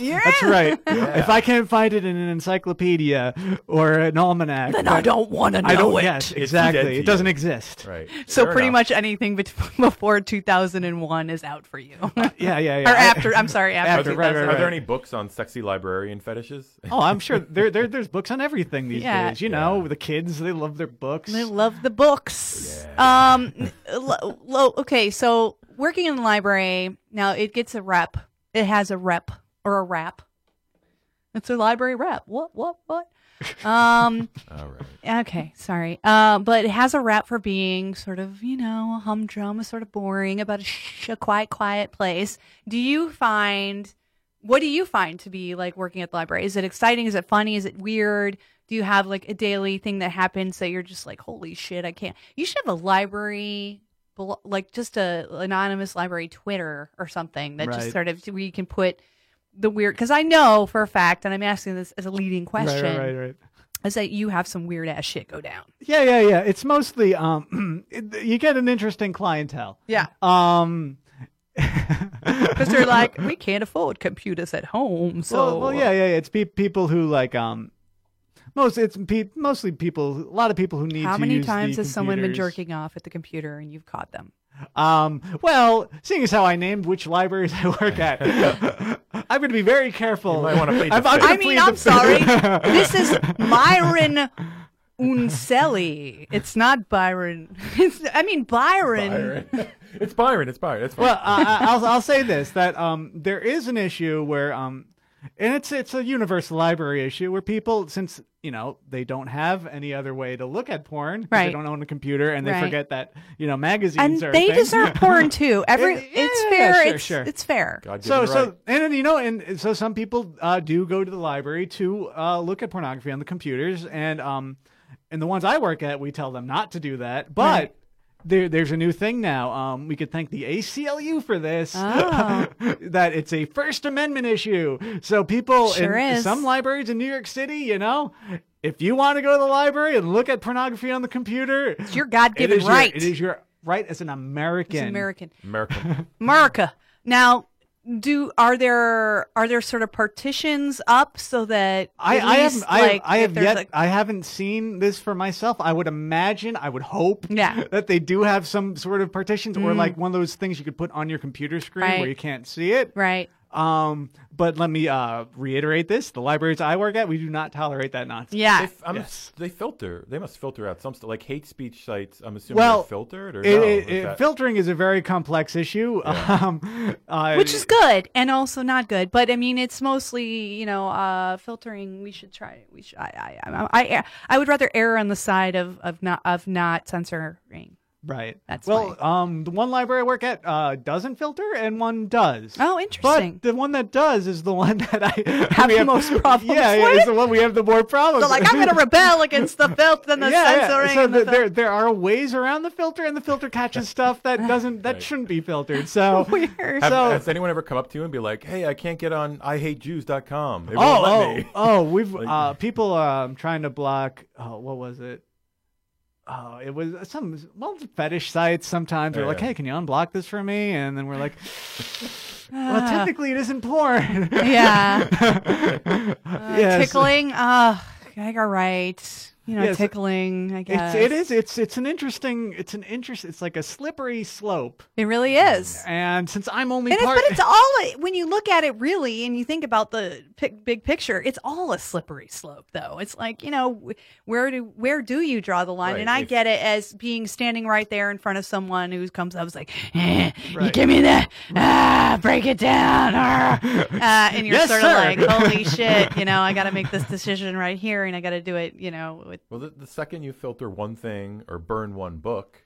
Speaker 5: Yeah.
Speaker 9: That's right.
Speaker 10: Yeah.
Speaker 9: If I can't find it in an encyclopedia or an almanac,
Speaker 5: Then I don't wanna
Speaker 9: I don't-
Speaker 5: know it.
Speaker 9: Yes,
Speaker 10: It's dead to
Speaker 9: exactly. It doesn't
Speaker 10: you.
Speaker 9: exist.
Speaker 10: Right.
Speaker 5: So
Speaker 10: Fair
Speaker 5: pretty
Speaker 10: enough.
Speaker 5: much anything bet- before 2001 is out for you.
Speaker 9: Yeah, yeah, yeah.
Speaker 5: Or after, I'm sorry,
Speaker 10: Are
Speaker 5: after,
Speaker 9: After,
Speaker 10: there,
Speaker 5: 2000.
Speaker 9: right,
Speaker 10: are
Speaker 9: right.
Speaker 10: there any books on sexy librarian fetishes?
Speaker 9: Oh, I'm sure there, there there's books on everything these
Speaker 5: Yeah.
Speaker 9: days. You know, the kids they love their books.
Speaker 5: I love the books. Um, lo, lo- okay, so working in the library now, it gets a rep. It has a rep or a rap. It's a library rep. What? What? What? Um.
Speaker 10: All right.
Speaker 5: Okay, sorry. Uh, but it has a rap for being sort of, you know, humdrum, sort of boring, about a, sh- a quiet, quiet place. Do you find What do you find to be like working at the library? Is it exciting? Is it funny? Is it weird? Do you have like a daily thing that happens that you're just like, holy shit, I can't? You should have a library, blo- like just a anonymous library Twitter or something that just
Speaker 12: Right.
Speaker 5: sort of where you can put the weird. Because I know for a fact, and I'm asking this as a leading
Speaker 9: Right, right,
Speaker 5: question,
Speaker 9: right, right.
Speaker 5: is that you have some weird ass shit go down.
Speaker 9: Yeah, yeah, yeah. It's mostly um, it, you get an interesting clientele.
Speaker 5: Yeah.
Speaker 9: Um,
Speaker 5: because they're like, we can't afford computers at home, so
Speaker 9: well, well, yeah, yeah, yeah. It's pe- people who like um, most it's pe- mostly people, a lot of people who need.
Speaker 5: How
Speaker 9: to
Speaker 5: many
Speaker 9: use the
Speaker 5: times has someone been
Speaker 9: computers.
Speaker 5: jerking off at the computer and you've caught them?
Speaker 9: Um, well, seeing as how I named which libraries I work at, I'm going to be very careful.
Speaker 10: might wanna plead the
Speaker 9: I'm- I'm
Speaker 10: fifth.
Speaker 9: gonna
Speaker 5: I mean,
Speaker 9: plead the
Speaker 5: I'm
Speaker 9: fifth.
Speaker 5: sorry. this is Myron Unselli. It's not Byron. It's, I mean, Byron.
Speaker 10: It's Byron. It's Byron. It's fine.
Speaker 9: well, I, I- I'll I'll say this that um, there is an issue where um, and it's it's a universal library issue where people since you know they don't have any other way to look at porn 'cause
Speaker 5: Right.
Speaker 9: they don't own a computer and they
Speaker 5: Right.
Speaker 9: forget that you know magazines
Speaker 5: And
Speaker 9: are a
Speaker 5: they
Speaker 9: thing.
Speaker 5: deserve porn too. Every
Speaker 9: And-
Speaker 5: it's
Speaker 9: yeah,
Speaker 5: fair.
Speaker 9: sure,
Speaker 5: it's,
Speaker 9: sure.
Speaker 5: it's fair.
Speaker 9: so so and then, you know and and so some people uh, do go to the library to uh, look at pornography on the computers and um and the ones I work at we tell them not to do that but
Speaker 5: Right.
Speaker 9: there there's a new thing now um we could thank the ACLU for this
Speaker 5: Oh.
Speaker 9: that it's a First Amendment issue so people
Speaker 5: Sure
Speaker 9: in
Speaker 5: is.
Speaker 9: some libraries in New York City you know. If you want to go to the library and look at pornography on the computer, it's
Speaker 5: your God-given right.
Speaker 9: it is your right as an American.
Speaker 5: American.
Speaker 10: American.
Speaker 5: America. Now, do are there are there sort of partitions up so that
Speaker 9: I,
Speaker 5: at
Speaker 9: I
Speaker 5: least,
Speaker 9: have I,
Speaker 5: like,
Speaker 9: I
Speaker 5: if
Speaker 9: have
Speaker 5: there's,
Speaker 9: yet
Speaker 5: like-
Speaker 9: I haven't seen this for myself. I would imagine I would hope
Speaker 5: Yeah.
Speaker 9: that they do have some sort of partitions or
Speaker 5: Mm.
Speaker 9: like one of those things you could put on your computer screen
Speaker 5: Right.
Speaker 9: where you can't see it.
Speaker 5: right.
Speaker 9: Um, but let me uh, reiterate this: the libraries I work at, we do not tolerate that nonsense.
Speaker 10: They, f- I'm,
Speaker 9: Yes.
Speaker 10: they filter. They must filter out some stuff. Like hate speech sites, I'm assuming
Speaker 9: Well,
Speaker 10: they're filtered? Or
Speaker 9: it-
Speaker 10: no?
Speaker 9: it-
Speaker 10: Is
Speaker 9: it-
Speaker 10: that-
Speaker 9: filtering is a very complex issue. Um, uh,
Speaker 5: which is good and also not good but i mean it's mostly you know uh filtering we should try we should i i i, I, I would rather err on the side of of not of not censoring
Speaker 9: Right.
Speaker 5: That's
Speaker 9: well. Um, the one library I work at uh, doesn't filter, and one does.
Speaker 5: Oh, interesting.
Speaker 9: But the one that does is the one that I
Speaker 5: Have
Speaker 9: we
Speaker 5: the most problems
Speaker 9: Yeah, yeah,
Speaker 5: with?
Speaker 9: it's the one we have the more problems.
Speaker 5: so like
Speaker 9: with.
Speaker 5: i'm gonna rebel against the filth and the
Speaker 9: yeah,
Speaker 5: censoring
Speaker 9: yeah. So
Speaker 5: and the
Speaker 9: the,
Speaker 5: fil-
Speaker 9: there there are ways around the filter, and the filter catches stuff that doesn't that shouldn't be filtered. So
Speaker 5: Weird.
Speaker 10: Have-
Speaker 9: So
Speaker 10: has anyone ever come up to you and be like, hey, I can't get on IHateJews.com? It won't
Speaker 9: oh,
Speaker 10: let
Speaker 9: oh,
Speaker 10: me.
Speaker 9: oh, we've uh, people um, trying to block. Oh, what was it? Oh, it was some well fetish sites. Sometimes they're
Speaker 10: Yeah,
Speaker 9: like,
Speaker 10: Oh, yeah.
Speaker 9: "Hey, can you unblock this for me?" And then we're like,
Speaker 5: Ah.
Speaker 9: "Well, technically, it isn't porn."
Speaker 5: Yeah. Uh,
Speaker 9: Yes.
Speaker 5: tickling uh like all right you know
Speaker 9: Yes.
Speaker 5: tickling i guess
Speaker 9: It's, it is. It's it's an interesting. It's an interest. It's like a slippery slope.
Speaker 5: it really is
Speaker 9: And since I'm only
Speaker 5: And it's,
Speaker 9: part,
Speaker 5: but it's all when you look at it really and you think about the pic, big picture it's all a slippery slope though it's like you know wh- where do where do you draw the line
Speaker 12: Right,
Speaker 5: and i
Speaker 12: if-
Speaker 5: get it as being standing right there in front of someone who comes up is like eh, you
Speaker 12: Right.
Speaker 5: give me that ah, break it down ah. uh, and you're
Speaker 12: Yes,
Speaker 5: sort
Speaker 12: sir.
Speaker 5: of like holy shit you know i gotta make this decision right here and i gotta do it you know with
Speaker 10: Well, the, the second you filter one thing or burn one book,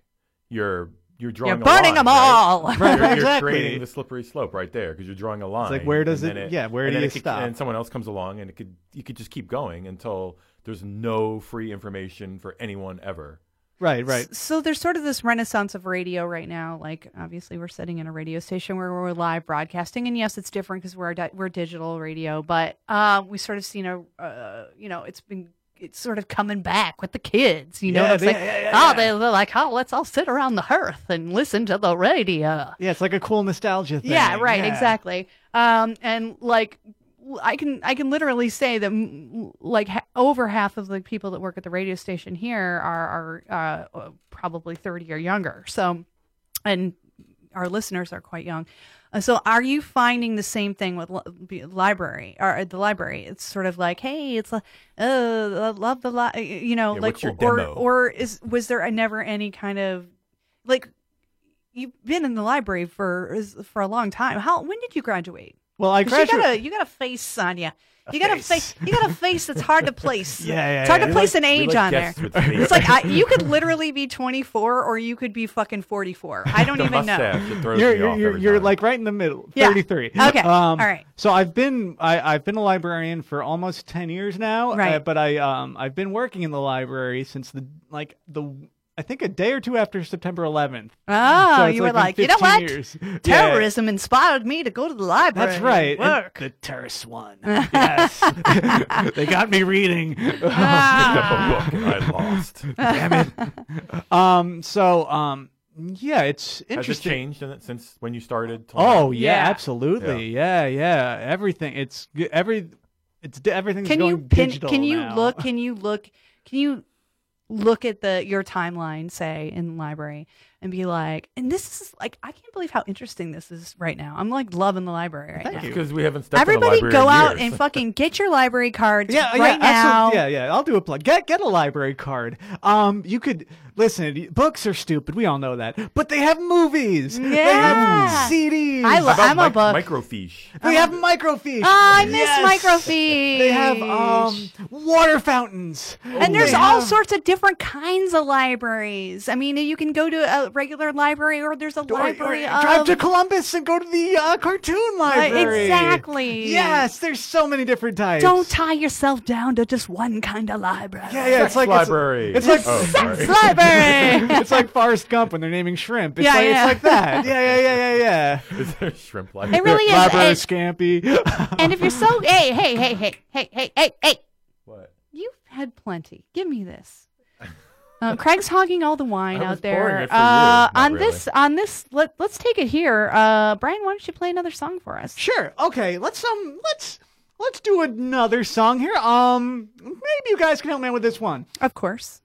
Speaker 10: you're you're drawing.
Speaker 5: burning
Speaker 10: a
Speaker 5: them
Speaker 10: line, right?
Speaker 5: all. Right,
Speaker 10: You're- you're,
Speaker 9: exactly.
Speaker 10: creating the slippery slope right there because you're drawing a line.
Speaker 9: like, where does
Speaker 10: and then
Speaker 9: it- yeah, where
Speaker 10: and
Speaker 9: do
Speaker 10: then
Speaker 9: you
Speaker 10: it could-
Speaker 9: stop?
Speaker 10: And someone else comes along, and it could you could just keep going until there's no free information for anyone ever.
Speaker 9: right, right.
Speaker 5: so there's sort of this renaissance of radio right now. Like obviously we're sitting in a radio station where we're live broadcasting, and yes, it's different because we're di- we're digital radio, but um, we sort of seen a uh, you know it's been it's sort of coming back with the kids. You know,
Speaker 9: Yeah,
Speaker 5: it's
Speaker 9: they-
Speaker 5: like
Speaker 9: yeah, yeah,
Speaker 5: oh they, they're like oh let's all sit around the hearth and listen to the radio.
Speaker 9: Yeah, it's like a cool nostalgia thing.
Speaker 5: Yeah, right,
Speaker 9: Yeah.
Speaker 5: exactly. Um, and like, l- I can I can literally say that mm, l- like ha- over half of the people that work at the radio station here are are uh, uh, probably thirty or younger. So, and our listeners are quite young. Uh, so, are you finding the same thing with li- be- library or at the library? It's sort of like, hey, it's like, oh, I love the li-, you know,
Speaker 10: Yeah,
Speaker 5: like
Speaker 10: what's your
Speaker 5: or
Speaker 10: demo?
Speaker 5: or is was there a never any kind of like you've been in the library for is- for a long time. How when did you graduate?
Speaker 9: Well, I
Speaker 5: 'Cause you
Speaker 9: graduated.
Speaker 5: got a you got a face on you. You got a face. You got a face that's hard to place.
Speaker 9: Yeah, yeah,
Speaker 5: It's hard
Speaker 9: yeah.
Speaker 5: to
Speaker 9: We
Speaker 5: place
Speaker 9: like-
Speaker 5: an
Speaker 9: we
Speaker 5: age
Speaker 9: like
Speaker 5: on there.
Speaker 9: guests with face.
Speaker 5: It's like I, you could literally be 24 or you could be fucking 44. I don't
Speaker 9: The
Speaker 5: even
Speaker 9: mustache,
Speaker 5: know.
Speaker 9: it throws You're- me you're- off you're- every you're, time. like right in the middle.
Speaker 5: Yeah.
Speaker 9: 33.
Speaker 5: Okay.
Speaker 9: Um,
Speaker 5: All right.
Speaker 9: So I've been I, I've been a librarian for almost 10 years now.
Speaker 5: Right.
Speaker 9: uh, but I um I've been working in the library since the like the I think a day or two after September 11th.
Speaker 5: Oh,
Speaker 9: So it's
Speaker 5: you were
Speaker 9: been
Speaker 5: like, you know
Speaker 9: 15
Speaker 5: what?
Speaker 9: years. Yeah.
Speaker 5: Terrorism inspired me to go to the library.
Speaker 9: That's right. and
Speaker 5: Work.
Speaker 9: The terrorist one. yes. they got me reading.
Speaker 5: Ah.
Speaker 10: Picked up a book and I lost.
Speaker 9: Damn it. Um. So. Um. Yeah. It's
Speaker 10: Has it
Speaker 9: interesting.
Speaker 10: changed in it since when you started? till now?
Speaker 9: Oh yeah, absolutely. Yeah. yeah, Everything. It's g- every. It's d- everything's
Speaker 5: Can
Speaker 9: going
Speaker 5: you pin,
Speaker 9: digital
Speaker 5: Can you
Speaker 9: now.
Speaker 5: look? Can you look? Can you look at the your timeline, say in the library, and be like, and this is like, I can't believe how interesting this is right now. I'm like loving the library right now.
Speaker 10: It's because we haven't stepped in a
Speaker 5: Everybody
Speaker 10: library
Speaker 5: go
Speaker 10: in
Speaker 5: out
Speaker 10: years.
Speaker 5: and fucking get your library cards
Speaker 9: Yeah, yeah,
Speaker 5: right
Speaker 9: absolutely.
Speaker 5: now.
Speaker 9: yeah, yeah. I'll do a plug. Get get a library card. Um, you could listen. y- Books are stupid. We all know that, but they have movies. they
Speaker 5: Yeah.
Speaker 9: have CDs.
Speaker 5: I lo- How about I'm a mic- book.
Speaker 10: microfiche.
Speaker 9: They have microfiche.
Speaker 5: Ah, I miss microfiche.
Speaker 9: They have um water fountains.
Speaker 5: And there's
Speaker 9: They
Speaker 5: all
Speaker 9: have-
Speaker 5: sorts of different kinds of libraries. I mean, you can go to a regular library, or there's a
Speaker 9: Or- or
Speaker 5: library of
Speaker 9: drive to Columbus and go to the uh, cartoon library.
Speaker 5: exactly.
Speaker 9: Yes, there's so many different types.
Speaker 5: Don't tie yourself down to just one kind of library.
Speaker 9: Yeah, yeah, it's like it's-
Speaker 10: library.
Speaker 9: It's, like
Speaker 10: Oh, sorry. Sex
Speaker 5: library.
Speaker 9: it's like Forrest Gump when they're naming shrimp. It's
Speaker 5: Yeah,
Speaker 9: like
Speaker 5: yeah.
Speaker 9: it's like that. Yeah, yeah, yeah, yeah, yeah.
Speaker 10: Is there a shrimp library?
Speaker 5: It really is.
Speaker 9: Library
Speaker 5: It-
Speaker 9: scampi.
Speaker 5: and if you're so hey, hey, hey, hey, hey, hey, hey, hey.
Speaker 10: What?
Speaker 5: You've had plenty. Give me this. Uh, Craig's hogging all the wine
Speaker 10: I
Speaker 5: out
Speaker 10: was
Speaker 5: there.
Speaker 10: pouring it for
Speaker 5: uh,
Speaker 10: you, not
Speaker 5: on
Speaker 10: really.
Speaker 5: this, on this, let, let's take it here. Uh, Brian, why don't you play another song for us?
Speaker 9: sure. Okay. Let's um. Let's let's do another song here. Um. Maybe you guys can help me out with this one.
Speaker 5: Of course.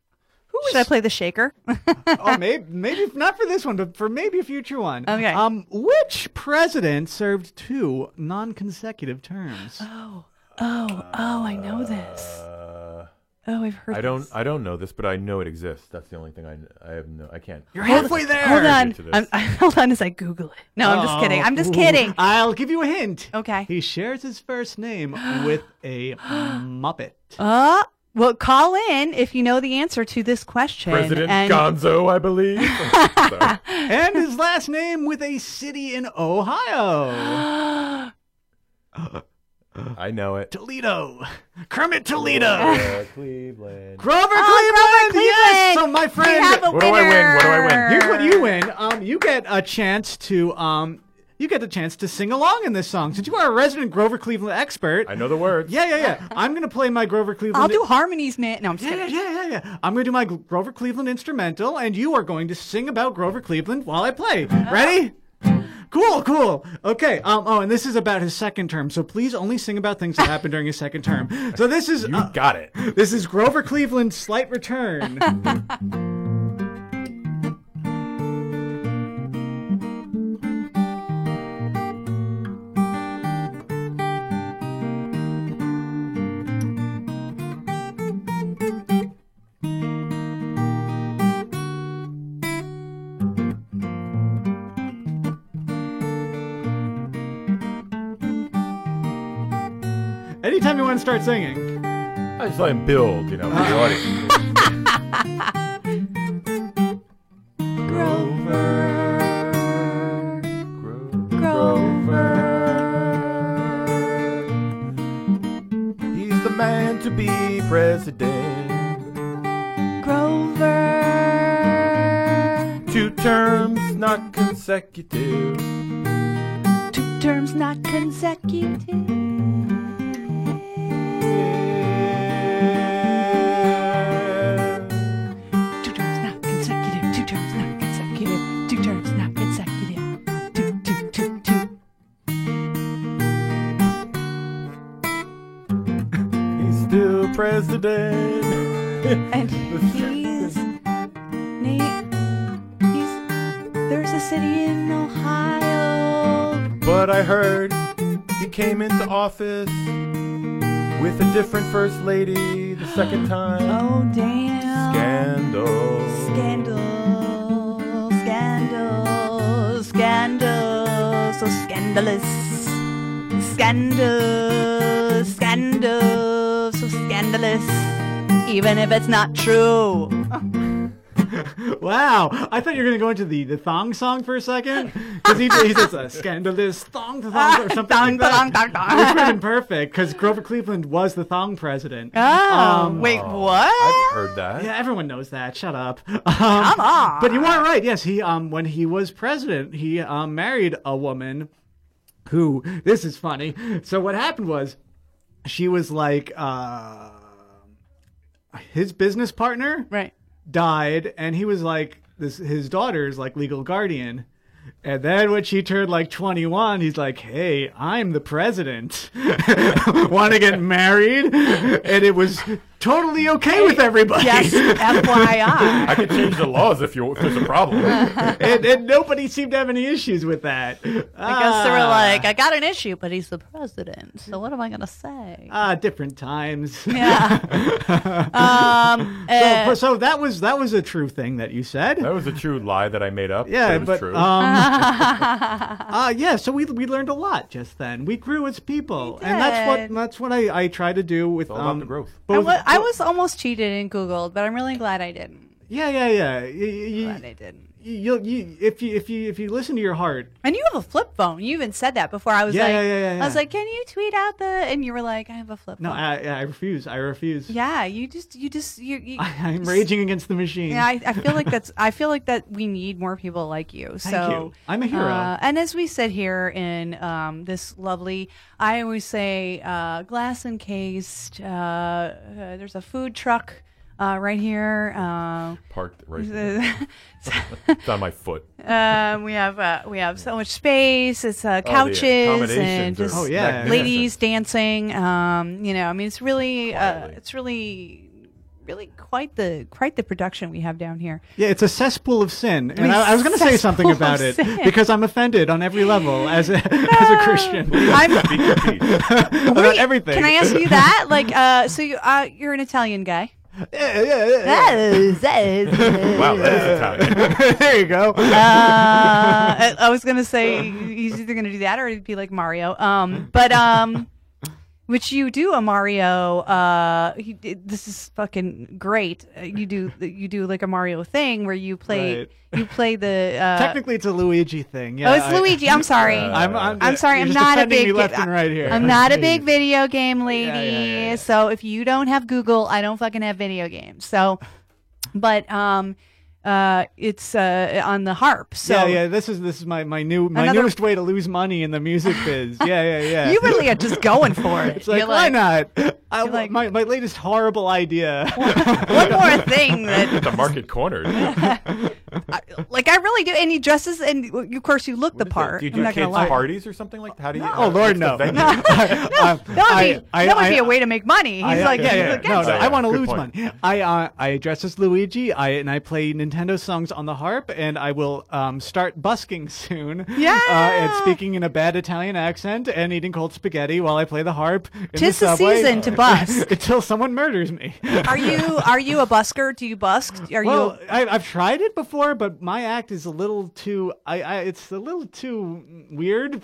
Speaker 5: Should I play the shaker?
Speaker 9: oh, maybe maybe not for this one, but for maybe a future one.
Speaker 5: Okay.
Speaker 9: Um. Which president served two non-consecutive terms?
Speaker 5: Oh, oh, oh! I know this. oh, I've heard.
Speaker 10: Uh, I don't. I don't know this, but I know it exists. That's the only thing I. I have no. I can't.
Speaker 9: You're halfway there.
Speaker 5: Hold on.
Speaker 10: Get to this.
Speaker 5: I'm, hold on as I Google it. No, I'm just kidding. I'm just
Speaker 9: Oh,
Speaker 5: kidding.
Speaker 9: I'll give you a hint.
Speaker 5: Okay.
Speaker 9: He shares his first name with a Muppet.
Speaker 5: Uh, well, call in if you know the answer to this question.
Speaker 10: President
Speaker 5: and-
Speaker 10: Gonzo, I believe. Sorry.
Speaker 9: and his last name with a city in Ohio.
Speaker 10: I know it.
Speaker 9: Toledo. Kermit Toledo.
Speaker 10: Uh, Cleveland.
Speaker 9: Grover
Speaker 5: Oh, Grover
Speaker 9: Cleveland. Yes.
Speaker 5: Cleveland.
Speaker 9: So my
Speaker 5: We
Speaker 9: friend.
Speaker 5: have a
Speaker 10: What do I win? What do I win?
Speaker 5: winner.
Speaker 9: Here's what you win. Um, you get a chance to um, you get the chance to sing along in this song since you are a resident Grover Cleveland expert.
Speaker 10: I know the words.
Speaker 9: Yeah, yeah, yeah. I'm gonna play my Grover Cleveland.
Speaker 5: I'll do harmonies, man. No, I'm just
Speaker 9: Yeah, yeah,
Speaker 5: kidding.
Speaker 9: yeah, yeah, yeah. I'm gonna do my Gl- Grover Cleveland instrumental, and you are going to sing about Grover Cleveland while I play. Ready? Cool, cool. Okay. Um. Oh, and this is about his second term, so please only sing about things that happened during his second term. So this is
Speaker 10: You
Speaker 9: uh,
Speaker 10: got it.
Speaker 9: this is Grover Cleveland's slight return. Anytime you want to start singing.
Speaker 10: I just let him build, you know, for the audience. He's the man to be president.
Speaker 5: Grover.
Speaker 10: Two terms, not consecutive.
Speaker 5: Two terms not consecutive. Two terms not consecutive. Two terms not consecutive. Two terms not consecutive. Two, two, two, two.
Speaker 10: He's still president.
Speaker 5: And he's. Nate. He's. There's a city in Ohio.
Speaker 10: But I heard he came into office with a different first lady the second time.
Speaker 5: Oh, damn.
Speaker 10: Scandal.
Speaker 5: Scandal. Scandal. Scandal. So scandalous.
Speaker 4: Scandal, scandal, so scandalous, even if it's not true.
Speaker 9: Wow, I thought you were gonna go into the, the thong song for a second because he, he says a scandalous thong to thong or something like that.
Speaker 4: Thong, thong, thong.
Speaker 9: Which would have been perfect because Grover Cleveland was the thong president.
Speaker 4: Oh, wait, what?
Speaker 9: I've
Speaker 10: heard that.
Speaker 9: Yeah, everyone knows that. Shut up. Um,
Speaker 4: Come on.
Speaker 9: But you are right. Yes, he um when he was president, he um married a woman who this is funny. So what happened was she was like uh his business partner
Speaker 5: right
Speaker 9: died and he was like this his daughter's like legal guardian and then when she turned like 21 he's like hey i'm the president want to get married and it was totally okay with everybody
Speaker 5: Yes, FYI.
Speaker 10: I could change the laws if you if there's a problem.
Speaker 9: and, and nobody seemed to have any issues with that Ah, because
Speaker 5: Because they were like, I got an issue, but he's the president. So what am I going to say?
Speaker 9: Ah, different times.
Speaker 5: Yeah. um,
Speaker 9: so,
Speaker 5: uh,
Speaker 9: but- so that was that was a true thing that you said.
Speaker 10: That was a true lie that I made up.
Speaker 9: Yeah,
Speaker 10: it was
Speaker 9: but
Speaker 10: true.
Speaker 9: um, uh, yeah. So we we learned a lot just then. We grew as people, and that's what
Speaker 5: did.
Speaker 9: that's what I, I try to do with
Speaker 10: all about
Speaker 9: um,
Speaker 10: the growth.
Speaker 5: I,
Speaker 9: both-
Speaker 5: was, I was almost cheated and Googled, but I'm really glad I didn't.
Speaker 9: yeah, yeah, yeah. Y- y- y-
Speaker 5: Glad I didn't.
Speaker 9: you, you, if you if you if you listen to your heart,
Speaker 5: And you have a flip phone. You even said that before. I was
Speaker 9: Yeah,
Speaker 5: like,
Speaker 9: yeah, yeah, yeah,
Speaker 5: I was
Speaker 9: yeah.
Speaker 5: like, can you tweet out the? And you were like, I have a flip
Speaker 9: no,
Speaker 5: phone.
Speaker 9: I, I refuse. I refuse.
Speaker 5: yeah, you just, you just, you. you
Speaker 9: I'm raging against the machine.
Speaker 5: Yeah, I, I feel like that's. I feel like that we need more people like you. So
Speaker 9: Thank you. I'm a hero.
Speaker 5: uh, and as we sit here in um, this lovely, I always say uh, glass encased. Uh, uh, there's a food truck uh, right here. Uh,
Speaker 10: Parked right there. it's on my foot.
Speaker 5: um, we have uh, we have so much space. It's uh,
Speaker 10: Oh, the
Speaker 5: couches and
Speaker 10: accommodations are
Speaker 5: just
Speaker 9: Oh, yeah.
Speaker 5: ladies dancing. Um, you know, I mean, it's really uh, it's really really quite the quite the production we have down here.
Speaker 9: Yeah, it's a cesspool of sin, and
Speaker 5: mean,
Speaker 9: I, I was going to say something
Speaker 5: cesspool of
Speaker 9: about it
Speaker 5: sin.
Speaker 9: because I'm offended on every level as a, as a Christian.
Speaker 5: I'm,
Speaker 9: about everything.
Speaker 5: can I ask you that? Like, uh, so you uh, you're an Italian guy.
Speaker 9: Yeah, yeah, yeah, yeah.
Speaker 5: That is, that is,
Speaker 10: Wow, that is Italian.
Speaker 9: there you go.
Speaker 5: uh, I- I was gonna say he's either gonna do that or it'd be like Mario. Um, but um, which you do a Mario. Uh, he, it- this is fucking great. Uh, You do you do like a Mario thing where you play
Speaker 9: Right.
Speaker 5: you play the. Uh,
Speaker 9: Technically, it's a Luigi thing. Yeah,
Speaker 5: oh, it's
Speaker 9: I-
Speaker 5: Luigi. I'm sorry.
Speaker 9: I'm, I'm,
Speaker 5: I'm sorry,
Speaker 9: you're
Speaker 5: I'm
Speaker 9: just
Speaker 5: not a
Speaker 9: offending
Speaker 5: big
Speaker 9: me left
Speaker 5: kid.
Speaker 9: and right here.
Speaker 5: I'm not a big video game lady.
Speaker 9: yeah, yeah, yeah.
Speaker 5: So if you don't have Google, I don't fucking have video games. So, but um, uh, it's uh on the harp. So
Speaker 9: yeah, yeah. This is this is my my new my
Speaker 5: Another-
Speaker 9: newest way to lose money in the music biz. Yeah, yeah, yeah.
Speaker 5: you really are just going for it.
Speaker 9: It's like,
Speaker 5: You're
Speaker 9: why
Speaker 5: like,
Speaker 9: not? I,
Speaker 5: like-
Speaker 9: my my latest horrible idea.
Speaker 5: one more thing that
Speaker 10: the market cornered. What
Speaker 5: like I really do. And he dresses, and of course you look the
Speaker 10: is it?
Speaker 5: part.
Speaker 10: Do you do
Speaker 5: I'm not
Speaker 10: kids
Speaker 5: gonna lie.
Speaker 10: parties or something like that? How do you?
Speaker 9: oh Lord, no.
Speaker 10: what's the venue?
Speaker 9: that would
Speaker 5: That would be that would be a way to make money. He's
Speaker 9: I-
Speaker 5: like,
Speaker 9: yeah,
Speaker 5: he's
Speaker 9: yeah,
Speaker 5: like,
Speaker 9: no, no,
Speaker 10: yeah,
Speaker 9: I want to
Speaker 10: good
Speaker 9: lose
Speaker 10: point.
Speaker 9: money. I uh, I dress as Luigi. I and I play Nintendo songs on the harp, and I will um, start busking soon.
Speaker 5: Yeah.
Speaker 9: uh, and speaking in a bad Italian accent and eating cold spaghetti while I play the harp. In
Speaker 5: Tis
Speaker 9: the,
Speaker 5: the
Speaker 9: subway
Speaker 5: season to busk.
Speaker 9: until someone murders me.
Speaker 5: are you are you a busker? Do you busk? Are
Speaker 9: Well,
Speaker 5: you?
Speaker 9: I, I've tried it before, but my act is a little too. I, I it's a little too weird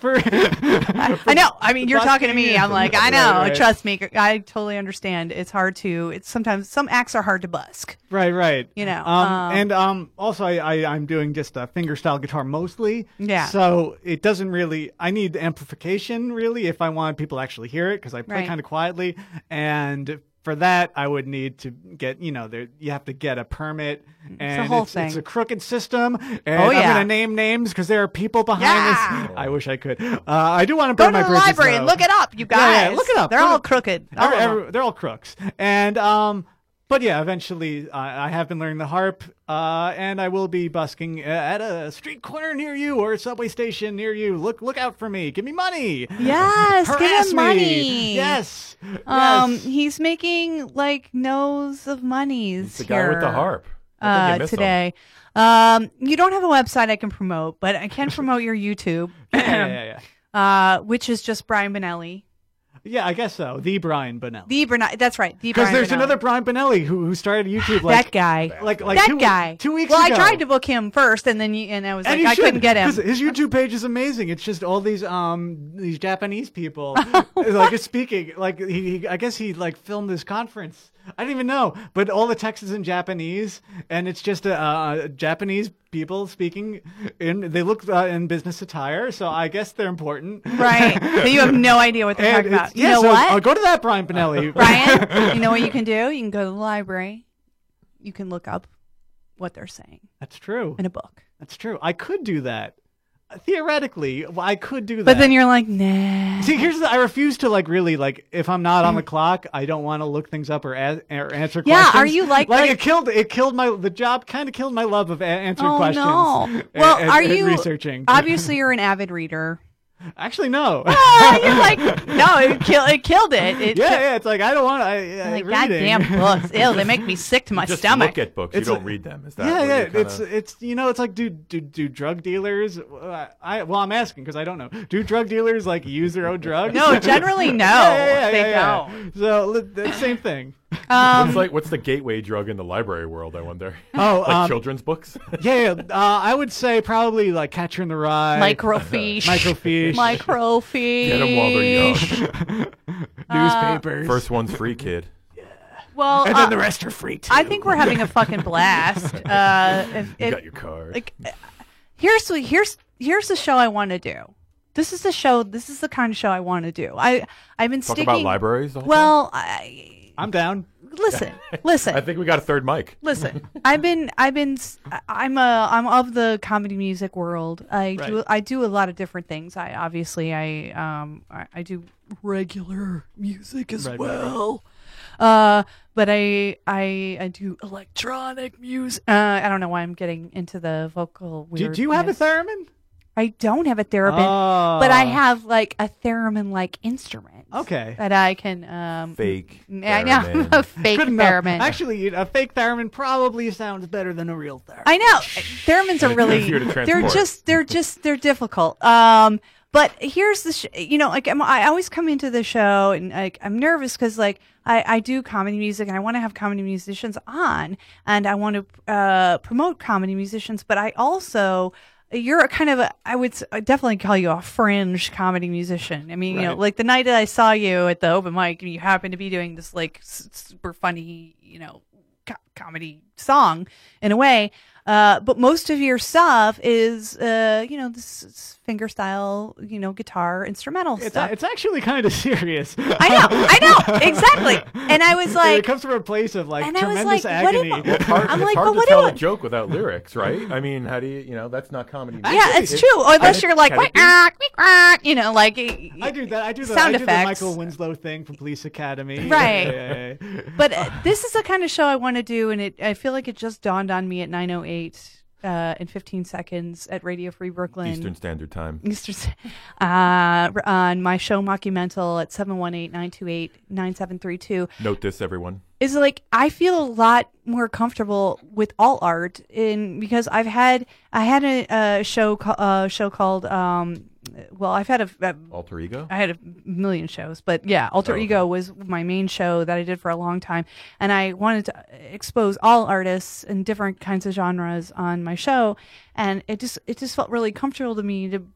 Speaker 9: for.
Speaker 5: I know. I mean, you're talking to me.
Speaker 9: busking
Speaker 5: I'm like,
Speaker 9: is-
Speaker 5: I know.
Speaker 9: Right, right.
Speaker 5: Trust me. I totally understand. It's hard to. It's sometimes some acts are hard to busk.
Speaker 9: Right, right.
Speaker 5: You know,
Speaker 9: um,
Speaker 5: um,
Speaker 9: and um, also I, I I'm doing just a fingerstyle guitar mostly.
Speaker 5: Yeah.
Speaker 9: So it doesn't really. I need amplification really if I want people to actually hear it because I play
Speaker 5: Right.
Speaker 9: kind of quietly, and for that I would need to get you know there you have to get a permit and
Speaker 5: whole
Speaker 9: it's, it's
Speaker 5: thing. Oh,
Speaker 9: a crooked system. And
Speaker 5: yeah.
Speaker 9: I'm gonna name names because there are people behind this. I wish I could. Uh, I do want to
Speaker 5: Go
Speaker 9: burn
Speaker 5: to
Speaker 9: my
Speaker 5: the
Speaker 9: bridges.
Speaker 5: library and
Speaker 9: though.
Speaker 5: look it up, you guys.
Speaker 9: Yeah, yeah, look it up.
Speaker 5: They're
Speaker 9: Look
Speaker 5: all
Speaker 9: it-
Speaker 5: crooked. All
Speaker 9: Every-
Speaker 5: of them.
Speaker 9: every- they're all crooks. And um, but yeah, eventually uh, I have been learning the harp, uh, and I will be busking uh, at a street corner near you or a subway station near you. Look, look out for me. Give me money.
Speaker 5: Yes, give
Speaker 9: Harass
Speaker 5: him
Speaker 9: me.
Speaker 5: money.
Speaker 9: Yes.
Speaker 5: Um,
Speaker 9: yes.
Speaker 5: he's making like nose of monies
Speaker 10: It's the guy with the
Speaker 5: here,
Speaker 10: harp. I think you
Speaker 5: uh,
Speaker 10: missed him.
Speaker 5: today. Um, you don't have a website I can promote, but I can promote your YouTube,
Speaker 9: yeah, yeah, yeah.
Speaker 5: uh, which is just Brian Benelli.
Speaker 9: Yeah, I guess so. The Brian Bonelli.
Speaker 5: The Bernard. That's right. The
Speaker 9: Because
Speaker 5: Brian
Speaker 9: there's
Speaker 5: Bernal.
Speaker 9: another Brian Bonelli who, who started YouTube. Like,
Speaker 5: that guy.
Speaker 9: Like, like
Speaker 5: that
Speaker 9: two,
Speaker 5: guy.
Speaker 9: Two weeks
Speaker 5: Well,
Speaker 9: ago.
Speaker 5: I tried to book him first, and then you, and I was
Speaker 9: And
Speaker 5: like,
Speaker 9: you
Speaker 5: I couldn't
Speaker 9: should,
Speaker 5: get him.
Speaker 9: 'cause His YouTube page is amazing. It's just all these um these Japanese people like just speaking. Like he, he, I guess he like filmed this conference. I didn't even know, but all the text is in Japanese, and it's just uh, uh, Japanese people speaking. In they look uh, in business attire, so I guess they're important.
Speaker 5: Right. But you have no idea what they're
Speaker 9: And
Speaker 5: talking
Speaker 9: it's-
Speaker 5: about. You
Speaker 9: yeah,
Speaker 5: know
Speaker 9: so,
Speaker 5: what?
Speaker 9: uh, go to that Brian Pinelli.
Speaker 5: Brian, you know what you can do? You can go to the library. You can look up what they're saying.
Speaker 9: That's true.
Speaker 5: In a book.
Speaker 9: That's true. I could do that. Theoretically, I could do that.
Speaker 5: But then you're like, nah.
Speaker 9: See, here's the, I refuse to like really like if I'm not on the clock, I don't want to look things up or, a- or answer
Speaker 5: Yeah,
Speaker 9: questions.
Speaker 5: are you like-
Speaker 9: like
Speaker 5: like-
Speaker 9: it killed it killed my the job kind of killed my love of a- answering
Speaker 5: oh
Speaker 9: questions.
Speaker 5: no.
Speaker 9: and-
Speaker 5: Well,
Speaker 9: and-
Speaker 5: are
Speaker 9: and
Speaker 5: you
Speaker 9: researching?
Speaker 5: Obviously, you're an avid reader.
Speaker 9: Actually, no.
Speaker 5: you're like, no, it, kill, it killed it. it
Speaker 9: yeah, yeah, it's like I don't want. I, I
Speaker 5: Like,
Speaker 9: reading.
Speaker 5: goddamn books. Ew, they make me sick to my
Speaker 10: just
Speaker 5: stomach.
Speaker 10: look at books.
Speaker 9: It's
Speaker 10: you
Speaker 9: a-
Speaker 10: don't read them. Is that?
Speaker 9: yeah,
Speaker 10: where you
Speaker 9: yeah,
Speaker 10: kinda-
Speaker 9: it's it's you know it's like do do do drug dealers? Uh, I well I'm asking because I don't know. Do drug dealers like use their own drugs?
Speaker 5: No, generally no.
Speaker 9: Yeah, yeah, yeah,
Speaker 5: They
Speaker 9: yeah, yeah. So li- the same thing.
Speaker 5: Um,
Speaker 10: what's like what's the gateway drug in the library world? I wonder.
Speaker 9: Oh,
Speaker 10: like
Speaker 9: um,
Speaker 10: children's books.
Speaker 9: yeah, yeah. Uh, I would say probably like Catcher in the Rye,
Speaker 5: Microfiche.
Speaker 9: microfiche,
Speaker 5: Microfiche.
Speaker 10: Get 'em while they're
Speaker 5: uh, Newspapers.
Speaker 10: First one's free, kid.
Speaker 5: Well,
Speaker 9: And then
Speaker 5: uh,
Speaker 9: the rest are free,
Speaker 5: I
Speaker 9: too.
Speaker 5: think we're having a fucking blast. Uh, if,
Speaker 10: You
Speaker 5: if-
Speaker 10: got your card.
Speaker 5: Like, uh, here's the- here's here's the show I want to do. This is the show. This is the kind of show I want to do. I I've been
Speaker 10: Talk
Speaker 5: sticking.
Speaker 10: about libraries the whole
Speaker 5: well, I,
Speaker 9: I'm down.
Speaker 5: listen, listen.
Speaker 10: I think we got a third mic.
Speaker 5: Listen, I've been, I've been, s- I'm a, I'm of the comedy music world. I do,
Speaker 10: Right.
Speaker 5: I do a lot of different things. I obviously, I, um, I, I do regular music as
Speaker 8: Right, right, right.
Speaker 5: well. Uh, but I, I, I do electronic music. Uh, I don't know why I'm getting into the vocal.
Speaker 9: Do,
Speaker 5: Weird
Speaker 9: do you have a theremin?
Speaker 5: I don't have a theremin, but I
Speaker 9: Oh.
Speaker 5: have like a theremin-like instrument.
Speaker 9: Okay.
Speaker 5: That I can um
Speaker 10: Fake
Speaker 5: I know a fake
Speaker 9: Good enough.
Speaker 5: theremin.
Speaker 9: Actually, you- a fake theremin probably sounds better than a real theremin.
Speaker 5: I know theremins are
Speaker 9: It's
Speaker 5: really
Speaker 9: easier to
Speaker 5: they're
Speaker 9: transport.
Speaker 5: just they're just they're difficult. Um, but here's the sh- you know like I'm, I always come into the show and like I'm nervous because like I I do comedy music and I want to have comedy musicians on and I want to uh, promote comedy musicians, but I also you're a kind of a I would s- I'd definitely call you a fringe comedy musician. I mean, you know,
Speaker 12: Right.
Speaker 5: like the night that I saw you at the open mic, you happened to be doing this like s- super funny, you know, co- comedy song in a way. Uh, but most of your stuff is, uh, you know, this is finger style, you know, guitar instrumental
Speaker 9: It's,
Speaker 5: stuff.
Speaker 9: it's actually kind of serious.
Speaker 5: I know, I know, exactly. And I was
Speaker 9: it
Speaker 5: like,
Speaker 9: comes from a place of like
Speaker 5: And I was
Speaker 9: tremendous
Speaker 5: like, what am
Speaker 9: agony.
Speaker 5: I- Well, part- I'm
Speaker 10: it's
Speaker 5: like,
Speaker 10: hard
Speaker 5: but
Speaker 10: to
Speaker 5: what do
Speaker 10: tell
Speaker 5: I-
Speaker 10: a joke without lyrics, right? I mean, how do you, you know, that's not comedy.
Speaker 5: yeah, it's true. Oh, Unless you're like, "Wah, ah, wee, ah," you know, like I
Speaker 9: I do that. I do the,
Speaker 5: sound
Speaker 9: I do the
Speaker 5: effects.
Speaker 9: Michael Winslow thing from Police Academy.
Speaker 5: Right.
Speaker 9: Yeah, yeah, yeah.
Speaker 5: but uh, this is the kind of show I want to do, and it I feel like it just dawned on me at 9:08 uh, in 15 seconds at Radio Free Brooklyn
Speaker 10: Eastern Standard Time.
Speaker 5: Eastern, Sta- uh, r- on my show Mockumental at 718-928-9732
Speaker 10: Note this, everyone.
Speaker 5: is like I feel a lot more comfortable with all art in because I've had I had a, a show ca- uh, show called um, well I've had a, a
Speaker 10: Alter ego.
Speaker 5: I had a million shows, but yeah, Alter
Speaker 10: Oh, okay.
Speaker 5: Ego was my main show that I did for a long time, and I wanted to expose all artists and different kinds of genres on my show, and it just it just felt really comfortable to me to,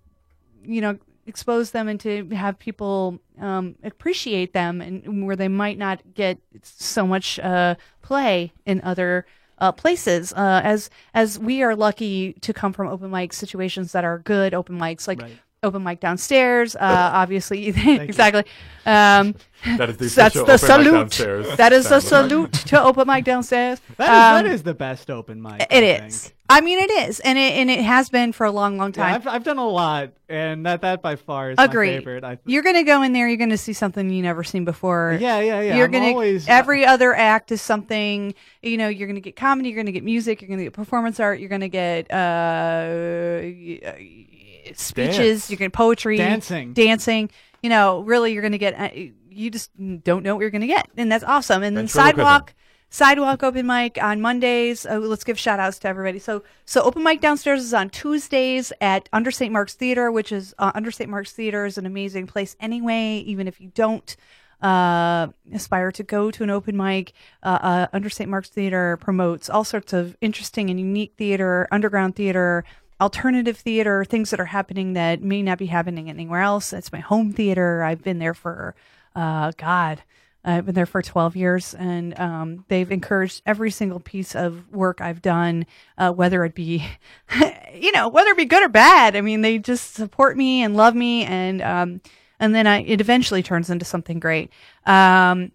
Speaker 5: you know, expose them and to have people um, appreciate them and where they might not get so much uh, play in other uh, places. Uh, as as we are lucky to come from open mic situations that are good open mics, like open mic downstairs. Uh, obviously, exactly. Um,
Speaker 10: That is the
Speaker 5: so that's
Speaker 10: official
Speaker 5: the
Speaker 10: open mic
Speaker 5: salute.
Speaker 10: downstairs
Speaker 5: That is the
Speaker 10: sound
Speaker 5: salute to open mic downstairs.
Speaker 9: That is,
Speaker 5: Um,
Speaker 9: that is the best open mic. I
Speaker 5: It
Speaker 9: think.
Speaker 5: is. I mean, it is, and it and it has been for a long, long
Speaker 9: Yeah,
Speaker 5: time.
Speaker 9: I've, I've done a lot, and that that by far is
Speaker 5: Agreed.
Speaker 9: my favorite. I,
Speaker 5: You're gonna go in there. You're gonna see something you never seen before.
Speaker 9: Yeah, yeah, yeah.
Speaker 5: You're
Speaker 9: I'm
Speaker 5: gonna
Speaker 9: always- uh,
Speaker 5: every other act is something. You know, you're gonna get comedy. You're gonna get music. You're gonna get performance art. You're gonna get uh, y- uh, speeches.
Speaker 9: Dance.
Speaker 5: You're gonna poetry,
Speaker 9: Dancing.
Speaker 5: dancing. You know, really, you're gonna get. uh, You just don't know what you're gonna get, and that's awesome. And then
Speaker 9: Ventriloquism.
Speaker 5: sidewalk Sidewalk open mic on Mondays. Uh, let's give shout outs to everybody. So, so open mic downstairs is on Tuesdays at Under St. Mark's Theater, which is uh, Under St. Mark's Theater is an amazing place anyway, even if you don't uh, aspire to go to an open mic. Uh, uh, Under St. Mark's Theater promotes all sorts of interesting and unique theater, underground theater, alternative theater, things that are happening that may not be happening anywhere else. It's my home theater. I've been there for, uh, God, I've been there for 12 years, and um, they've encouraged every single piece of work I've done, uh, whether it be, you know, whether it be good or bad. I mean, they just support me and love me, and um, and then I, it eventually turns into something great. Um,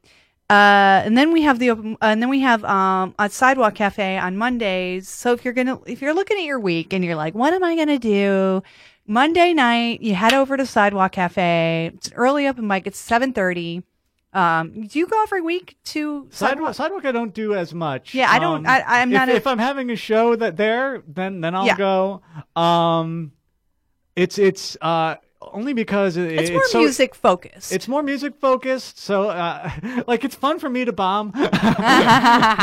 Speaker 5: uh, and then we have the open, and then we have um, a sidewalk cafe on Mondays. So if you're gonna, if you're looking at your week and you're like, what am I gonna do? Monday night, you head over to Sidewalk Cafe. It's an early open mic. It's seven thirty. Um, do you go every week to
Speaker 9: uh, Sidewalk, sidewalk, I don't do as much. um,
Speaker 5: Yeah, I don't- I- I'm
Speaker 9: if-
Speaker 5: not a-
Speaker 9: If, I'm having a show that there, then then I'll
Speaker 5: Yeah.
Speaker 9: go. Um, it's it's uh only because it,
Speaker 5: It's more
Speaker 9: so-
Speaker 5: music focused.
Speaker 9: It's more music focused, so uh, like it's fun for me to bomb. but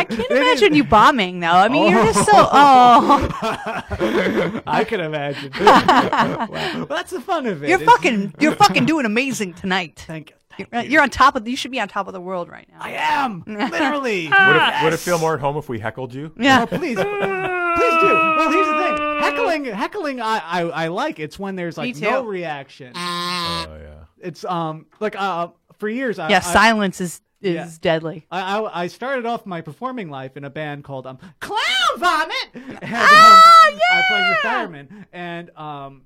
Speaker 9: I can't
Speaker 5: imagine you bombing though. I mean, you're just so
Speaker 9: Oh.
Speaker 5: oh,
Speaker 9: I can imagine. Wow. That's the fun of it.
Speaker 5: you're
Speaker 9: It's-
Speaker 5: fucking, you're fucking doing amazing tonight. Thank you. you're, uh, you're on top of. You should be on top of the world right now. I
Speaker 9: am literally.
Speaker 10: Would it, would it feel more at home if we heckled you?
Speaker 5: Yeah.
Speaker 9: Oh, please, please do. Well, here's the thing: heckling, heckling, I, I, I like. It's when there's
Speaker 5: Me
Speaker 9: like no
Speaker 5: too.
Speaker 9: reaction. Oh yeah. It's um like uh for years. I,
Speaker 5: yeah,
Speaker 9: I,
Speaker 5: silence is is
Speaker 9: Yeah.
Speaker 5: deadly.
Speaker 9: I, I I started off my performing life in a band called um Clown Vomit. And,
Speaker 5: Ah,
Speaker 9: um, I played with firemen, and um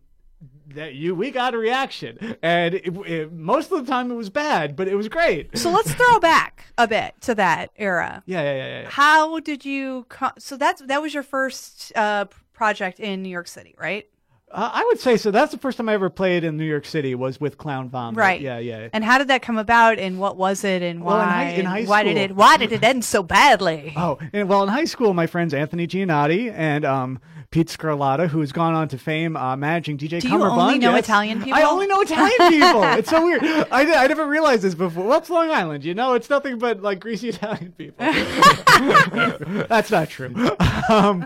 Speaker 9: that you we got a reaction, and it, it, most of the time it was bad, but it was great.
Speaker 5: So let's throw back a bit to that era.
Speaker 9: yeah, yeah, yeah, yeah, yeah.
Speaker 5: How did you? Co- so that's that was your first uh, project in New York City, right?
Speaker 9: Uh, I would say so. That's the first time I ever played in New York City was with Clown Vomit.
Speaker 5: Right.
Speaker 9: Yeah, yeah.
Speaker 5: And how did that come about? And what was it? And why?
Speaker 9: Well, in high- in
Speaker 5: and
Speaker 9: high
Speaker 5: why did
Speaker 9: school-
Speaker 5: it? Why did it end so badly?
Speaker 9: Oh, and well, in high school, my friends Anthony Giannotti and um, Pete Scarlatta, who has gone on to fame uh, managing DJ
Speaker 5: Do you
Speaker 9: Cummerbund.
Speaker 5: only know
Speaker 9: yes.
Speaker 5: Italian people?
Speaker 9: I only know Italian people. It's so weird. I, I never realized this before. What's Long Island? You know, it's nothing but like greasy Italian people. That's not true. Um,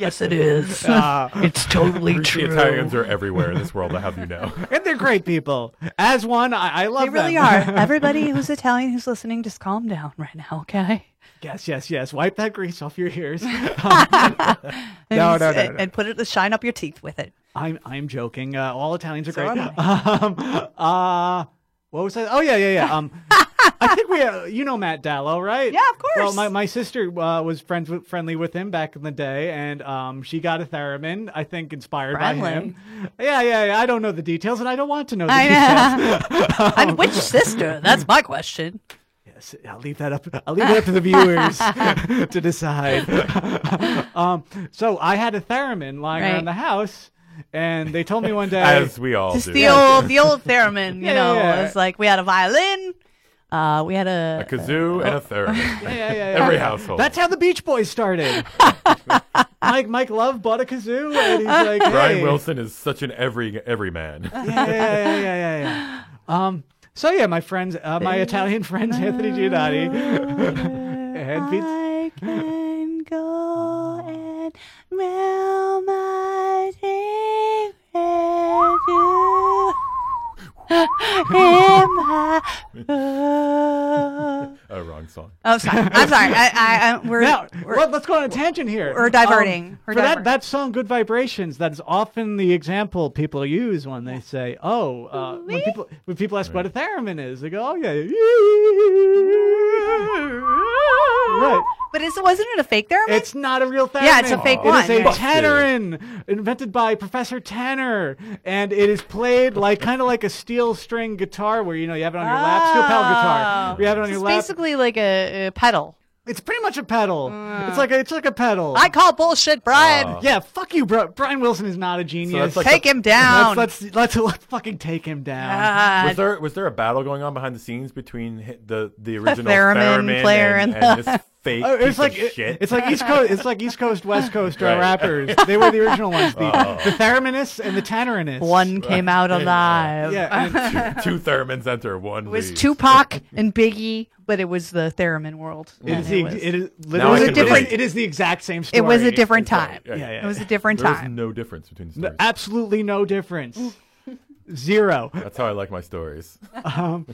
Speaker 5: yes, it is.
Speaker 9: Uh,
Speaker 5: it's totally
Speaker 10: The Italians are everywhere in this world. I have you know.
Speaker 9: and they're great people. As one, I, I love
Speaker 5: They really
Speaker 9: them.
Speaker 5: are. Everybody who's Italian who's listening, just calm down right now, okay?
Speaker 9: yes, yes, yes. Wipe that grease off your ears. Um, no, no, no, no.
Speaker 5: And put it, shine up your teeth with it.
Speaker 9: I'm I'm joking. Uh, all Italians are
Speaker 5: So
Speaker 9: great. Um, uh, what was I? Oh yeah, yeah, yeah. Um, I think we, uh, you know, Matt Dallow, right?
Speaker 5: Yeah, of course.
Speaker 9: Well, my, my sister uh, was friends with, friendly with him back in the day, and um, she got a theremin. I think inspired by
Speaker 5: Friendly.
Speaker 9: him. Yeah, yeah, yeah. I don't know the details, and I don't want to know the
Speaker 5: I
Speaker 9: details.
Speaker 5: I mean, which sister? That's my question.
Speaker 9: Yes, I'll leave that up. I'll leave it up to the viewers to decide. um, so I had a theremin lying
Speaker 5: Right.
Speaker 9: around the house, and they told me one day,
Speaker 10: As we all
Speaker 5: Just
Speaker 10: do.
Speaker 5: the old, the old theremin. You
Speaker 9: Yeah,
Speaker 5: know,
Speaker 9: yeah.
Speaker 5: it's like we had a violin. Uh, we had a,
Speaker 10: A kazoo and a theremin.
Speaker 9: yeah, yeah, yeah.
Speaker 10: Every household.
Speaker 9: That's how the Beach Boys started. Mike Mike Love bought a kazoo, and he's like, hey.
Speaker 10: Brian Wilson is such an every every man.
Speaker 5: Uh-huh.
Speaker 9: Yeah, yeah, yeah, yeah, yeah, yeah, yeah. Um, so yeah, my friends, uh, my Italian friends, Anthony Giannotti, and Pete.
Speaker 5: I can go and roll my day with you in my room.
Speaker 10: Oh, wrong song.
Speaker 5: Oh, sorry. I'm sorry. I, I, I we're,
Speaker 9: Now,
Speaker 5: we're
Speaker 9: well, let's go on a tangent here.
Speaker 5: we're diverting. We're
Speaker 9: for
Speaker 5: diverting.
Speaker 9: that that song, "Good Vibrations," that's often the example people use when they say, "Oh," uh, when people when people ask what a theremin is, they go, "Oh yeah." Right.
Speaker 5: but is, wasn't it a fake theremin?
Speaker 9: It's not a real theremin.
Speaker 5: Yeah, it's a fake one,
Speaker 9: It is a
Speaker 5: right.
Speaker 9: tannerin invented by Professor Tanner, and it is played like kind of like a steel string guitar, where you know you have it on your lap, steel pedal guitar. You have it on your
Speaker 5: it's
Speaker 9: lap.
Speaker 5: Oh. basically like a, a pedal.
Speaker 9: It's pretty much a pedal. It's like a, it's like a pedal.
Speaker 5: Mm. I call bullshit, Brian.
Speaker 9: yeah, fuck you, bro. Brian Wilson is not a genius.
Speaker 10: like
Speaker 5: Take
Speaker 10: the-
Speaker 5: him down. Uh-huh. Ah,
Speaker 9: Let's, let's let's let's fucking take him down.
Speaker 5: God.
Speaker 10: Was there was there a battle going on behind the scenes between hi- the the original
Speaker 5: theremin
Speaker 10: theremin
Speaker 5: player
Speaker 10: and,
Speaker 5: and the-
Speaker 10: and this fake.
Speaker 9: Oh,
Speaker 10: piece
Speaker 9: it's
Speaker 10: of
Speaker 9: like
Speaker 10: shit.
Speaker 9: it's like East Coast. It's like East Coast, West Coast
Speaker 10: Right.
Speaker 9: our rappers. They were the original ones. The,
Speaker 10: Oh.
Speaker 9: the Theramenus and the Tannerinists.
Speaker 5: One came out alive.
Speaker 9: Yeah,
Speaker 10: two, two Thermans enter one.
Speaker 5: It was
Speaker 10: leaves.
Speaker 5: Tupac and Biggie, but it was the Theremin world.
Speaker 9: It
Speaker 5: And
Speaker 9: is the
Speaker 5: was-
Speaker 9: it is
Speaker 10: Now I
Speaker 9: literally
Speaker 10: can relate.
Speaker 9: It is the exact same story.
Speaker 5: It was a different time.
Speaker 9: Yeah, yeah,
Speaker 5: It was a
Speaker 9: yeah.
Speaker 5: different
Speaker 10: There is
Speaker 5: time.
Speaker 10: no difference between.
Speaker 9: No- absolutely no difference. Zero.
Speaker 10: That's how I like my stories.
Speaker 9: Um,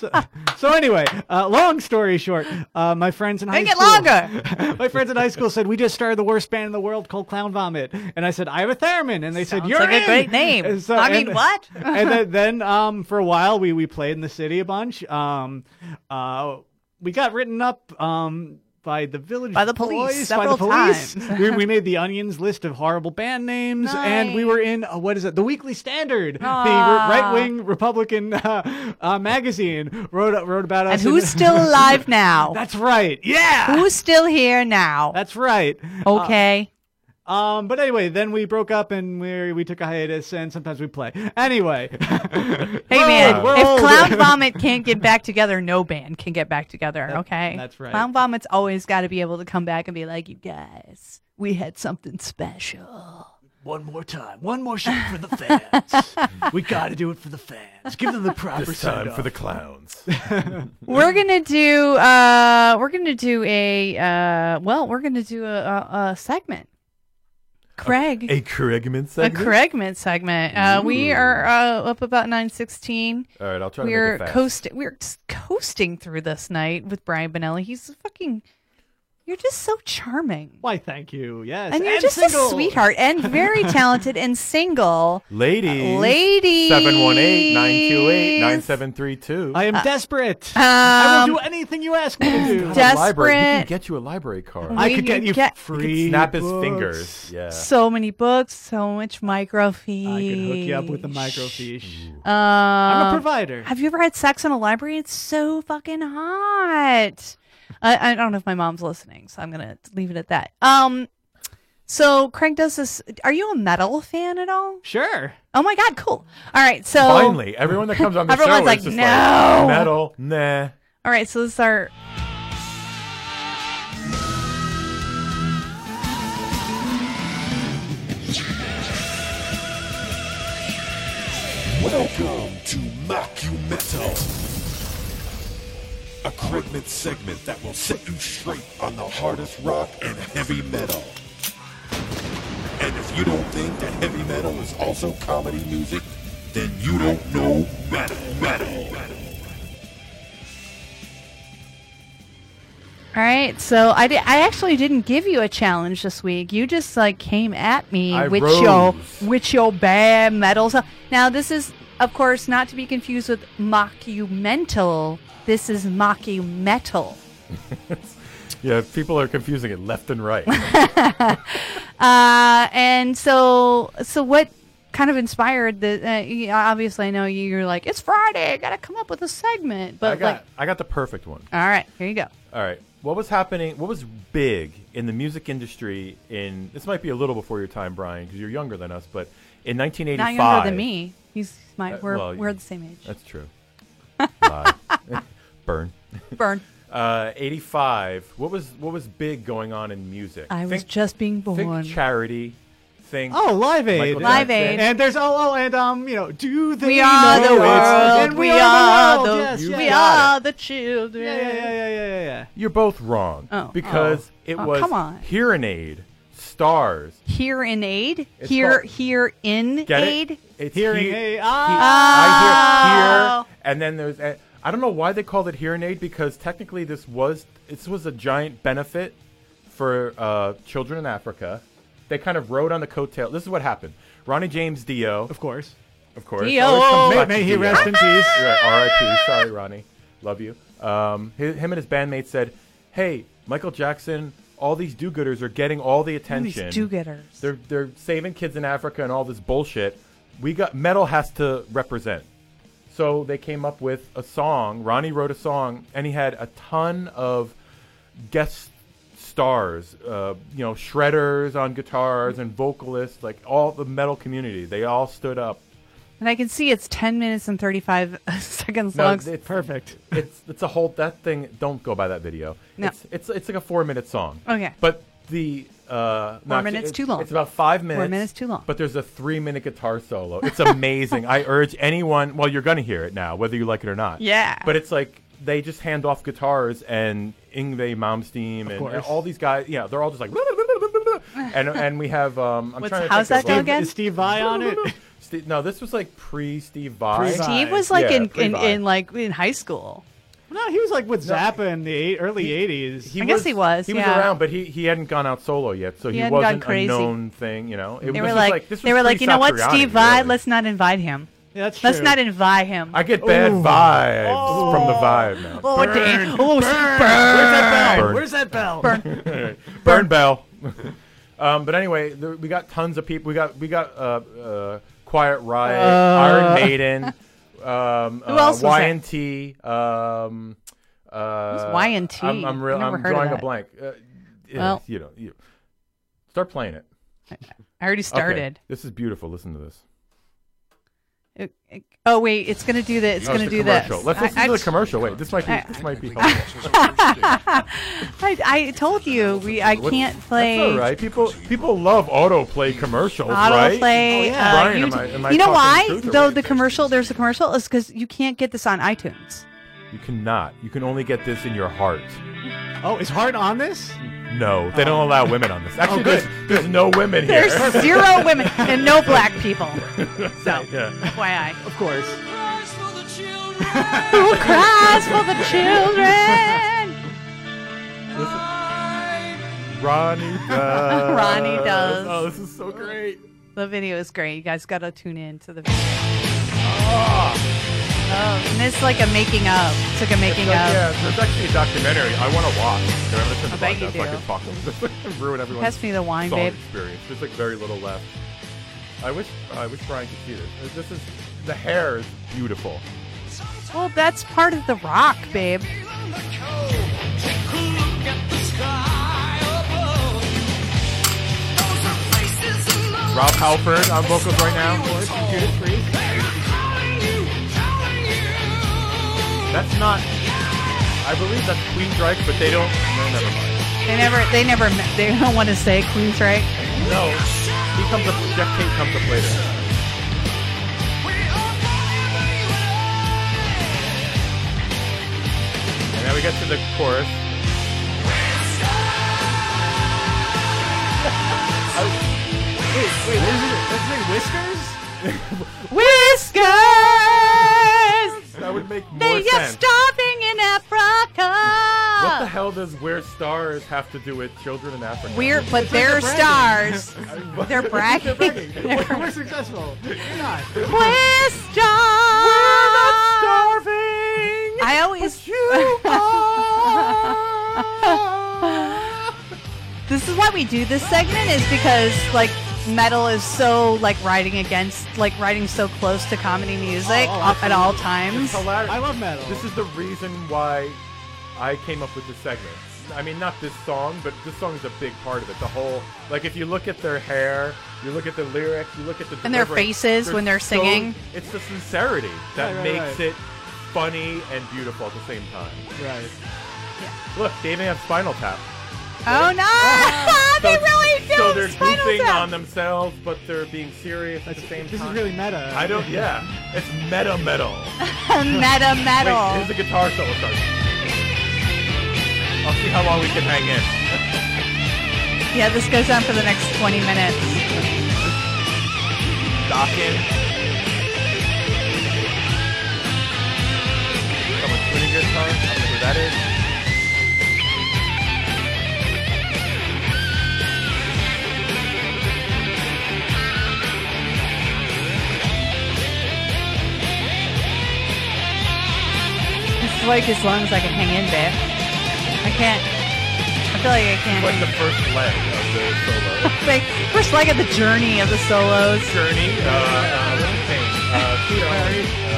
Speaker 9: so, so anyway, uh, long story short, uh, my friends in
Speaker 5: Make
Speaker 9: high
Speaker 5: it
Speaker 9: school, my friends in high school said we just started the worst band in the world called Clown Vomit, and I said I have a theremin, and they said
Speaker 5: Sounds
Speaker 9: you're
Speaker 5: like a
Speaker 9: in!"
Speaker 5: great name.
Speaker 9: And so-
Speaker 5: I mean,
Speaker 9: and-
Speaker 5: what?
Speaker 9: and then, then um, for a while, we we played in the city a bunch. Um, uh, we got written up. Um, by the village
Speaker 5: By the police
Speaker 9: boys, by the
Speaker 5: several
Speaker 9: police.
Speaker 5: times.
Speaker 9: we, we made the Onions list of horrible band names, and we were in uh, what is it? The Weekly Standard, the
Speaker 5: Aw.
Speaker 9: right wing Republican uh, uh, magazine wrote wrote about us.
Speaker 5: And
Speaker 9: in-
Speaker 5: who's still alive now?
Speaker 9: That's right. Yeah.
Speaker 5: Who's still here now?
Speaker 9: That's right.
Speaker 5: Okay.
Speaker 9: Um, but anyway, then we broke up and we we took a hiatus, and sometimes we play. Anyway,
Speaker 5: Hey
Speaker 9: We're
Speaker 5: man,
Speaker 9: old, we're
Speaker 5: if
Speaker 9: old.
Speaker 5: Clown Vomit can't get back together, no band can get back together. okay,
Speaker 9: that's right.
Speaker 5: Clown Vomit's always got to be able to come back and be like, "You guys, we had something special."
Speaker 9: one more time, one more shot for the fans. we got to do it for the fans. Give them the proper
Speaker 10: This time for
Speaker 9: send-off.
Speaker 10: the clowns.
Speaker 5: we're gonna do uh, we're gonna do a uh, well, we're gonna do a, a, a segment. Craig,
Speaker 10: A Krigman
Speaker 5: a
Speaker 10: segment.
Speaker 5: Craigment segment. Uh, we
Speaker 10: Ooh.
Speaker 5: are uh, up about nine sixteen.
Speaker 10: All right, I'll try to make
Speaker 5: We're
Speaker 10: it fast.
Speaker 5: coast. We're s- coasting through this night with Brian Benelli. He's fucking. You're just so charming.
Speaker 9: Why, thank you. Yes,
Speaker 5: and you're just
Speaker 9: single.
Speaker 5: a sweetheart and very talented and single.
Speaker 10: Ladies.
Speaker 5: Uh, Ladies.
Speaker 10: 718 928 9732.
Speaker 9: I am
Speaker 5: Uh,
Speaker 9: desperate.
Speaker 5: um,
Speaker 9: I will do anything you ask me to do.
Speaker 10: A library. He can
Speaker 5: desperate.
Speaker 10: get you a library card.
Speaker 9: I
Speaker 5: We
Speaker 9: could get
Speaker 5: can
Speaker 9: you
Speaker 5: get-
Speaker 10: He
Speaker 9: free.
Speaker 10: could snap his
Speaker 9: books.
Speaker 10: fingers. Yeah.
Speaker 5: So many books, so much microfiche.
Speaker 9: I could hook you up with a microfiche.
Speaker 5: Um, I'm
Speaker 9: a provider.
Speaker 5: Have you ever had sex in a library? It's so fucking hot. I, I don't know if my mom's listening, so I'm gonna leave it at that. Um, so Craig does this. Are you a metal fan at all?
Speaker 9: Sure.
Speaker 5: Oh my god, cool. All right, so
Speaker 10: Finally, everyone that comes on the
Speaker 5: Everyone's
Speaker 10: show
Speaker 5: like,
Speaker 10: is just
Speaker 5: "No."
Speaker 10: like, metal, nah.
Speaker 5: All right, so this is our.
Speaker 12: Welcome to Mockumental, a Krigman segment that will set you straight on the hardest rock and heavy metal. And if you don't think that heavy metal is also comedy music, then you don't know metal. metal.
Speaker 5: All right, so I did, I actually didn't give you a challenge this week. You just like came at me
Speaker 10: I
Speaker 5: with
Speaker 10: rose.
Speaker 5: your with your bad metal. So now this is, of course, not to be confused with mockumental. This is mockumetal.
Speaker 10: Yeah, people are confusing it left and right.
Speaker 5: Uh, and so so what kind of inspired the? Uh, y- obviously, I know you- you're like it's Friday. I gotta come up with a segment, but
Speaker 10: I got,
Speaker 5: like,
Speaker 10: I got the perfect one.
Speaker 5: all right, here you go.
Speaker 10: All right. What was happening? What was big in the music industry in this might be a little before your time, Brian, because you're younger than us, but in 1985.
Speaker 5: Now younger than me. He's my
Speaker 10: Uh,
Speaker 5: we're
Speaker 10: well,
Speaker 5: we're
Speaker 10: you-
Speaker 5: the same age.
Speaker 10: That's true. Lie. Burn.
Speaker 5: Burn.
Speaker 10: Uh, 85. What was what was big going on in music?
Speaker 5: I was
Speaker 10: Think-
Speaker 5: just being born.
Speaker 10: Think charity. Think
Speaker 9: Oh, Live Aid.
Speaker 10: Michael
Speaker 5: Live
Speaker 10: Jackson.
Speaker 5: Aid.
Speaker 9: And there's oh oh and um you know do they
Speaker 5: We are
Speaker 9: know
Speaker 5: the
Speaker 9: it's-
Speaker 5: world.
Speaker 9: and
Speaker 5: We are
Speaker 9: world.
Speaker 5: the
Speaker 9: Yes, yes.
Speaker 5: we are the children.
Speaker 9: yeah yeah yeah yeah yeah yeah, yeah.
Speaker 10: You're both wrong.
Speaker 5: Oh.
Speaker 10: Because
Speaker 5: Oh.
Speaker 10: it
Speaker 5: Oh,
Speaker 10: was
Speaker 5: come on.
Speaker 10: Hearing Aid, Stars.
Speaker 5: Here in aid.
Speaker 10: It's
Speaker 5: here
Speaker 10: called-
Speaker 5: here in
Speaker 10: Get
Speaker 5: aid.
Speaker 10: it? It's
Speaker 9: Hearing
Speaker 10: he-
Speaker 9: aid.
Speaker 10: he-
Speaker 5: Ah.
Speaker 10: I hear here, and then there's. a- I don't know why they called it hearing aid because technically this was this was a giant benefit for uh, children in Africa. They kind of rode on the coattail. This is what happened. Ronnie James Dio,
Speaker 9: Of course.
Speaker 10: of course.
Speaker 5: Dio.
Speaker 10: Always comes
Speaker 9: May,
Speaker 10: back
Speaker 9: may
Speaker 10: to
Speaker 9: he
Speaker 10: Dio.
Speaker 9: rest in peace.
Speaker 10: You're right, R.I.P. Sorry, Ronnie. Love you. Um, hi- him and his bandmates said, "Hey, Michael Jackson, all these do-gooders are getting all the attention.
Speaker 5: These do-getters.
Speaker 10: They're they're saving kids in Africa and all this bullshit. We got metal has to represent. So they came up with a song. Ronnie wrote a song, and he had a ton of guest stars. Uh, you know, shredders on guitars and vocalists, like all the metal community. They all stood up
Speaker 5: And I can see it's 10 minutes and 35 seconds
Speaker 10: No,
Speaker 5: long.
Speaker 10: it's perfect. It's it's a whole that thing. Don't go by that video.
Speaker 5: No.
Speaker 10: It's, it's it's like a four minute song.
Speaker 5: Okay.
Speaker 10: But the uh,
Speaker 5: Four minutes
Speaker 10: it's-
Speaker 5: too long.
Speaker 10: It's about five minutes.
Speaker 5: minutes too long.
Speaker 10: But there's a three minute guitar solo. It's amazing. I urge anyone. Well, you're gonna hear it now, whether you like it or not.
Speaker 5: Yeah.
Speaker 10: But it's like they just hand off guitars and Ingve Malmsteen and,
Speaker 9: course.
Speaker 10: all these guys. Yeah, they're all just like. and and we have um. I'm
Speaker 5: What's-
Speaker 10: trying to
Speaker 5: how's
Speaker 10: think
Speaker 5: that go
Speaker 10: of-
Speaker 5: again?
Speaker 9: Is Steve Vai on it?
Speaker 10: Steve, no, this was like pre Steve Vai.
Speaker 5: Steve was like
Speaker 10: Yeah,
Speaker 5: in, in,
Speaker 10: pre-Vai.
Speaker 5: in like in high school.
Speaker 9: No, he was like with Zappa in the eight, early '80s.
Speaker 5: I guess he was,
Speaker 10: He
Speaker 5: yeah.
Speaker 10: was around, but he, he hadn't gone out solo yet, so
Speaker 5: He
Speaker 10: he,
Speaker 5: hadn't gone
Speaker 10: wasn't
Speaker 5: crazy.
Speaker 10: a known thing. You know, It
Speaker 5: they
Speaker 10: was
Speaker 5: were
Speaker 10: just
Speaker 5: like,
Speaker 10: this
Speaker 5: they
Speaker 10: was
Speaker 5: were like, you know what,
Speaker 10: pre-Satriani,
Speaker 5: Steve Vai,
Speaker 10: really.
Speaker 5: let's not invite him.
Speaker 9: that's
Speaker 5: let's
Speaker 9: true.
Speaker 5: not invite him.
Speaker 10: I get bad vibes from the vibe now.
Speaker 5: Oh, damn. Oh, burn.
Speaker 10: Burn.
Speaker 9: Where's that bell?
Speaker 5: Burn.
Speaker 10: Burn, Bell. um, but anyway, there, we got tons of people. We got we got uh, uh, Quiet Riot,
Speaker 5: Uh.
Speaker 10: Iron Maiden, um,
Speaker 5: Who
Speaker 10: uh,
Speaker 5: else was that?
Speaker 10: YNT. Um, uh,
Speaker 5: YNT?
Speaker 10: I'm, I'm, real,
Speaker 5: I've never
Speaker 10: I'm
Speaker 5: heard of
Speaker 10: drawing a
Speaker 5: that.
Speaker 10: blank. Uh, yeah,
Speaker 5: Well.
Speaker 10: you know, you start playing it.
Speaker 5: I already
Speaker 10: Okay,
Speaker 5: started.
Speaker 10: This is beautiful. Listen to this.
Speaker 5: It- it- oh wait, it's gonna do that. It's
Speaker 10: Oh,
Speaker 5: gonna
Speaker 10: the
Speaker 5: do that.
Speaker 10: commercial. Let's listen to the commercial. Wait, this might be this might be helpful.
Speaker 5: I, I told you we I
Speaker 10: What-
Speaker 5: can't play.
Speaker 10: That's all right. People people love autoplay commercials, right? Oh,
Speaker 5: Autoplay. uh,
Speaker 10: Brian,
Speaker 5: you,
Speaker 10: am I, am I
Speaker 5: you know
Speaker 10: talking
Speaker 5: why?
Speaker 10: the truth or
Speaker 5: Though
Speaker 10: what?
Speaker 5: the commercial, there's a commercial, is because you can't get this on iTunes.
Speaker 10: You cannot. You can only get this in your heart.
Speaker 9: Oh, is Hart on this?
Speaker 10: No, they
Speaker 5: Oh.
Speaker 10: don't allow women on this. Actually,
Speaker 9: Oh, good.
Speaker 10: there's, there's no women here.
Speaker 5: There's zero women and no black people. So,
Speaker 10: Yeah.
Speaker 5: FYI.
Speaker 9: Of course.
Speaker 5: Who cries for the children?
Speaker 10: Ronnie does.
Speaker 5: Ronnie does.
Speaker 10: Oh, this is so great.
Speaker 5: The video is great. You guys gotta tune in to the video. Oh, and it's like a making of. It's like a
Speaker 10: It's
Speaker 5: making
Speaker 10: like,
Speaker 5: of.
Speaker 10: yeah, there's actually a documentary I want to watch. Can I listen to
Speaker 5: I bet you
Speaker 10: podcasts so I
Speaker 5: do.
Speaker 10: can talk to them. Ruin everyone's
Speaker 5: Pass me the wine,
Speaker 10: song
Speaker 5: babe.
Speaker 10: experience. There's like very little left. I wish I wish Brian could see this. This is the hair is beautiful.
Speaker 5: Well, that's part of the rock, babe.
Speaker 10: Rob Halford on vocals right now. That's not. I believe that's Queen Drake, but they don't. No, never mind.
Speaker 5: They never, they never, they don't want to say Queen's right.
Speaker 10: No, he comes up. Jeff Tate comes up later. And now we get to the chorus.
Speaker 9: Wait, wait, what is it? That's like whiskers?
Speaker 5: Whiskers!
Speaker 10: That would make more
Speaker 5: They are
Speaker 10: sense.
Speaker 5: starving in
Speaker 10: What the
Speaker 5: Africa!
Speaker 10: hell does "We're Stars" have to do with children in Africa?
Speaker 5: We're, but they're stars. They're bragging.
Speaker 9: We're, we're successful. You're not.
Speaker 5: We're stars!
Speaker 10: starving.
Speaker 5: I always. this is why we do this segment is because like metal is so like riding against like riding so close to comedy music
Speaker 9: Oh, oh,
Speaker 5: up at all
Speaker 10: It's
Speaker 5: times.
Speaker 10: hilarious.
Speaker 9: I love metal.
Speaker 10: This is the reason why I came up with this segment. I mean, not this song, but this song is a big part of it. The whole, like, if you look at their hair, you look at the lyrics, you look at the
Speaker 5: And their
Speaker 10: delivery,
Speaker 5: faces when they're
Speaker 10: so-
Speaker 5: singing.
Speaker 10: it's the sincerity
Speaker 9: Right,
Speaker 10: that
Speaker 9: right,
Speaker 10: makes
Speaker 9: right.
Speaker 10: it funny and beautiful at the same time.
Speaker 9: right.
Speaker 10: Look, they even have Spinal Tap.
Speaker 5: Oh no! they really do.
Speaker 10: Ah. So they're
Speaker 5: Spinal
Speaker 10: goofing
Speaker 5: Tap.
Speaker 10: on themselves, but they're being serious at the same
Speaker 9: This
Speaker 10: time.
Speaker 9: is really meta.
Speaker 10: I don't. Yeah, it's meta metal.
Speaker 5: meta metal.
Speaker 10: Wait, here's the guitar solo start. I'll see how long we can hang in.
Speaker 5: yeah, this goes on for the next 20 minutes.
Speaker 10: Dock in. Someone tuning guitar. I don't know who that is.
Speaker 5: This is like as long as I can hang in, babe. I can't. I feel like I
Speaker 10: It's
Speaker 5: can't.
Speaker 10: like the first leg of the solo
Speaker 5: like first leg of the journey of the solos.
Speaker 10: journey. Uh, uh, what's his name? Uh, Tito. Uh,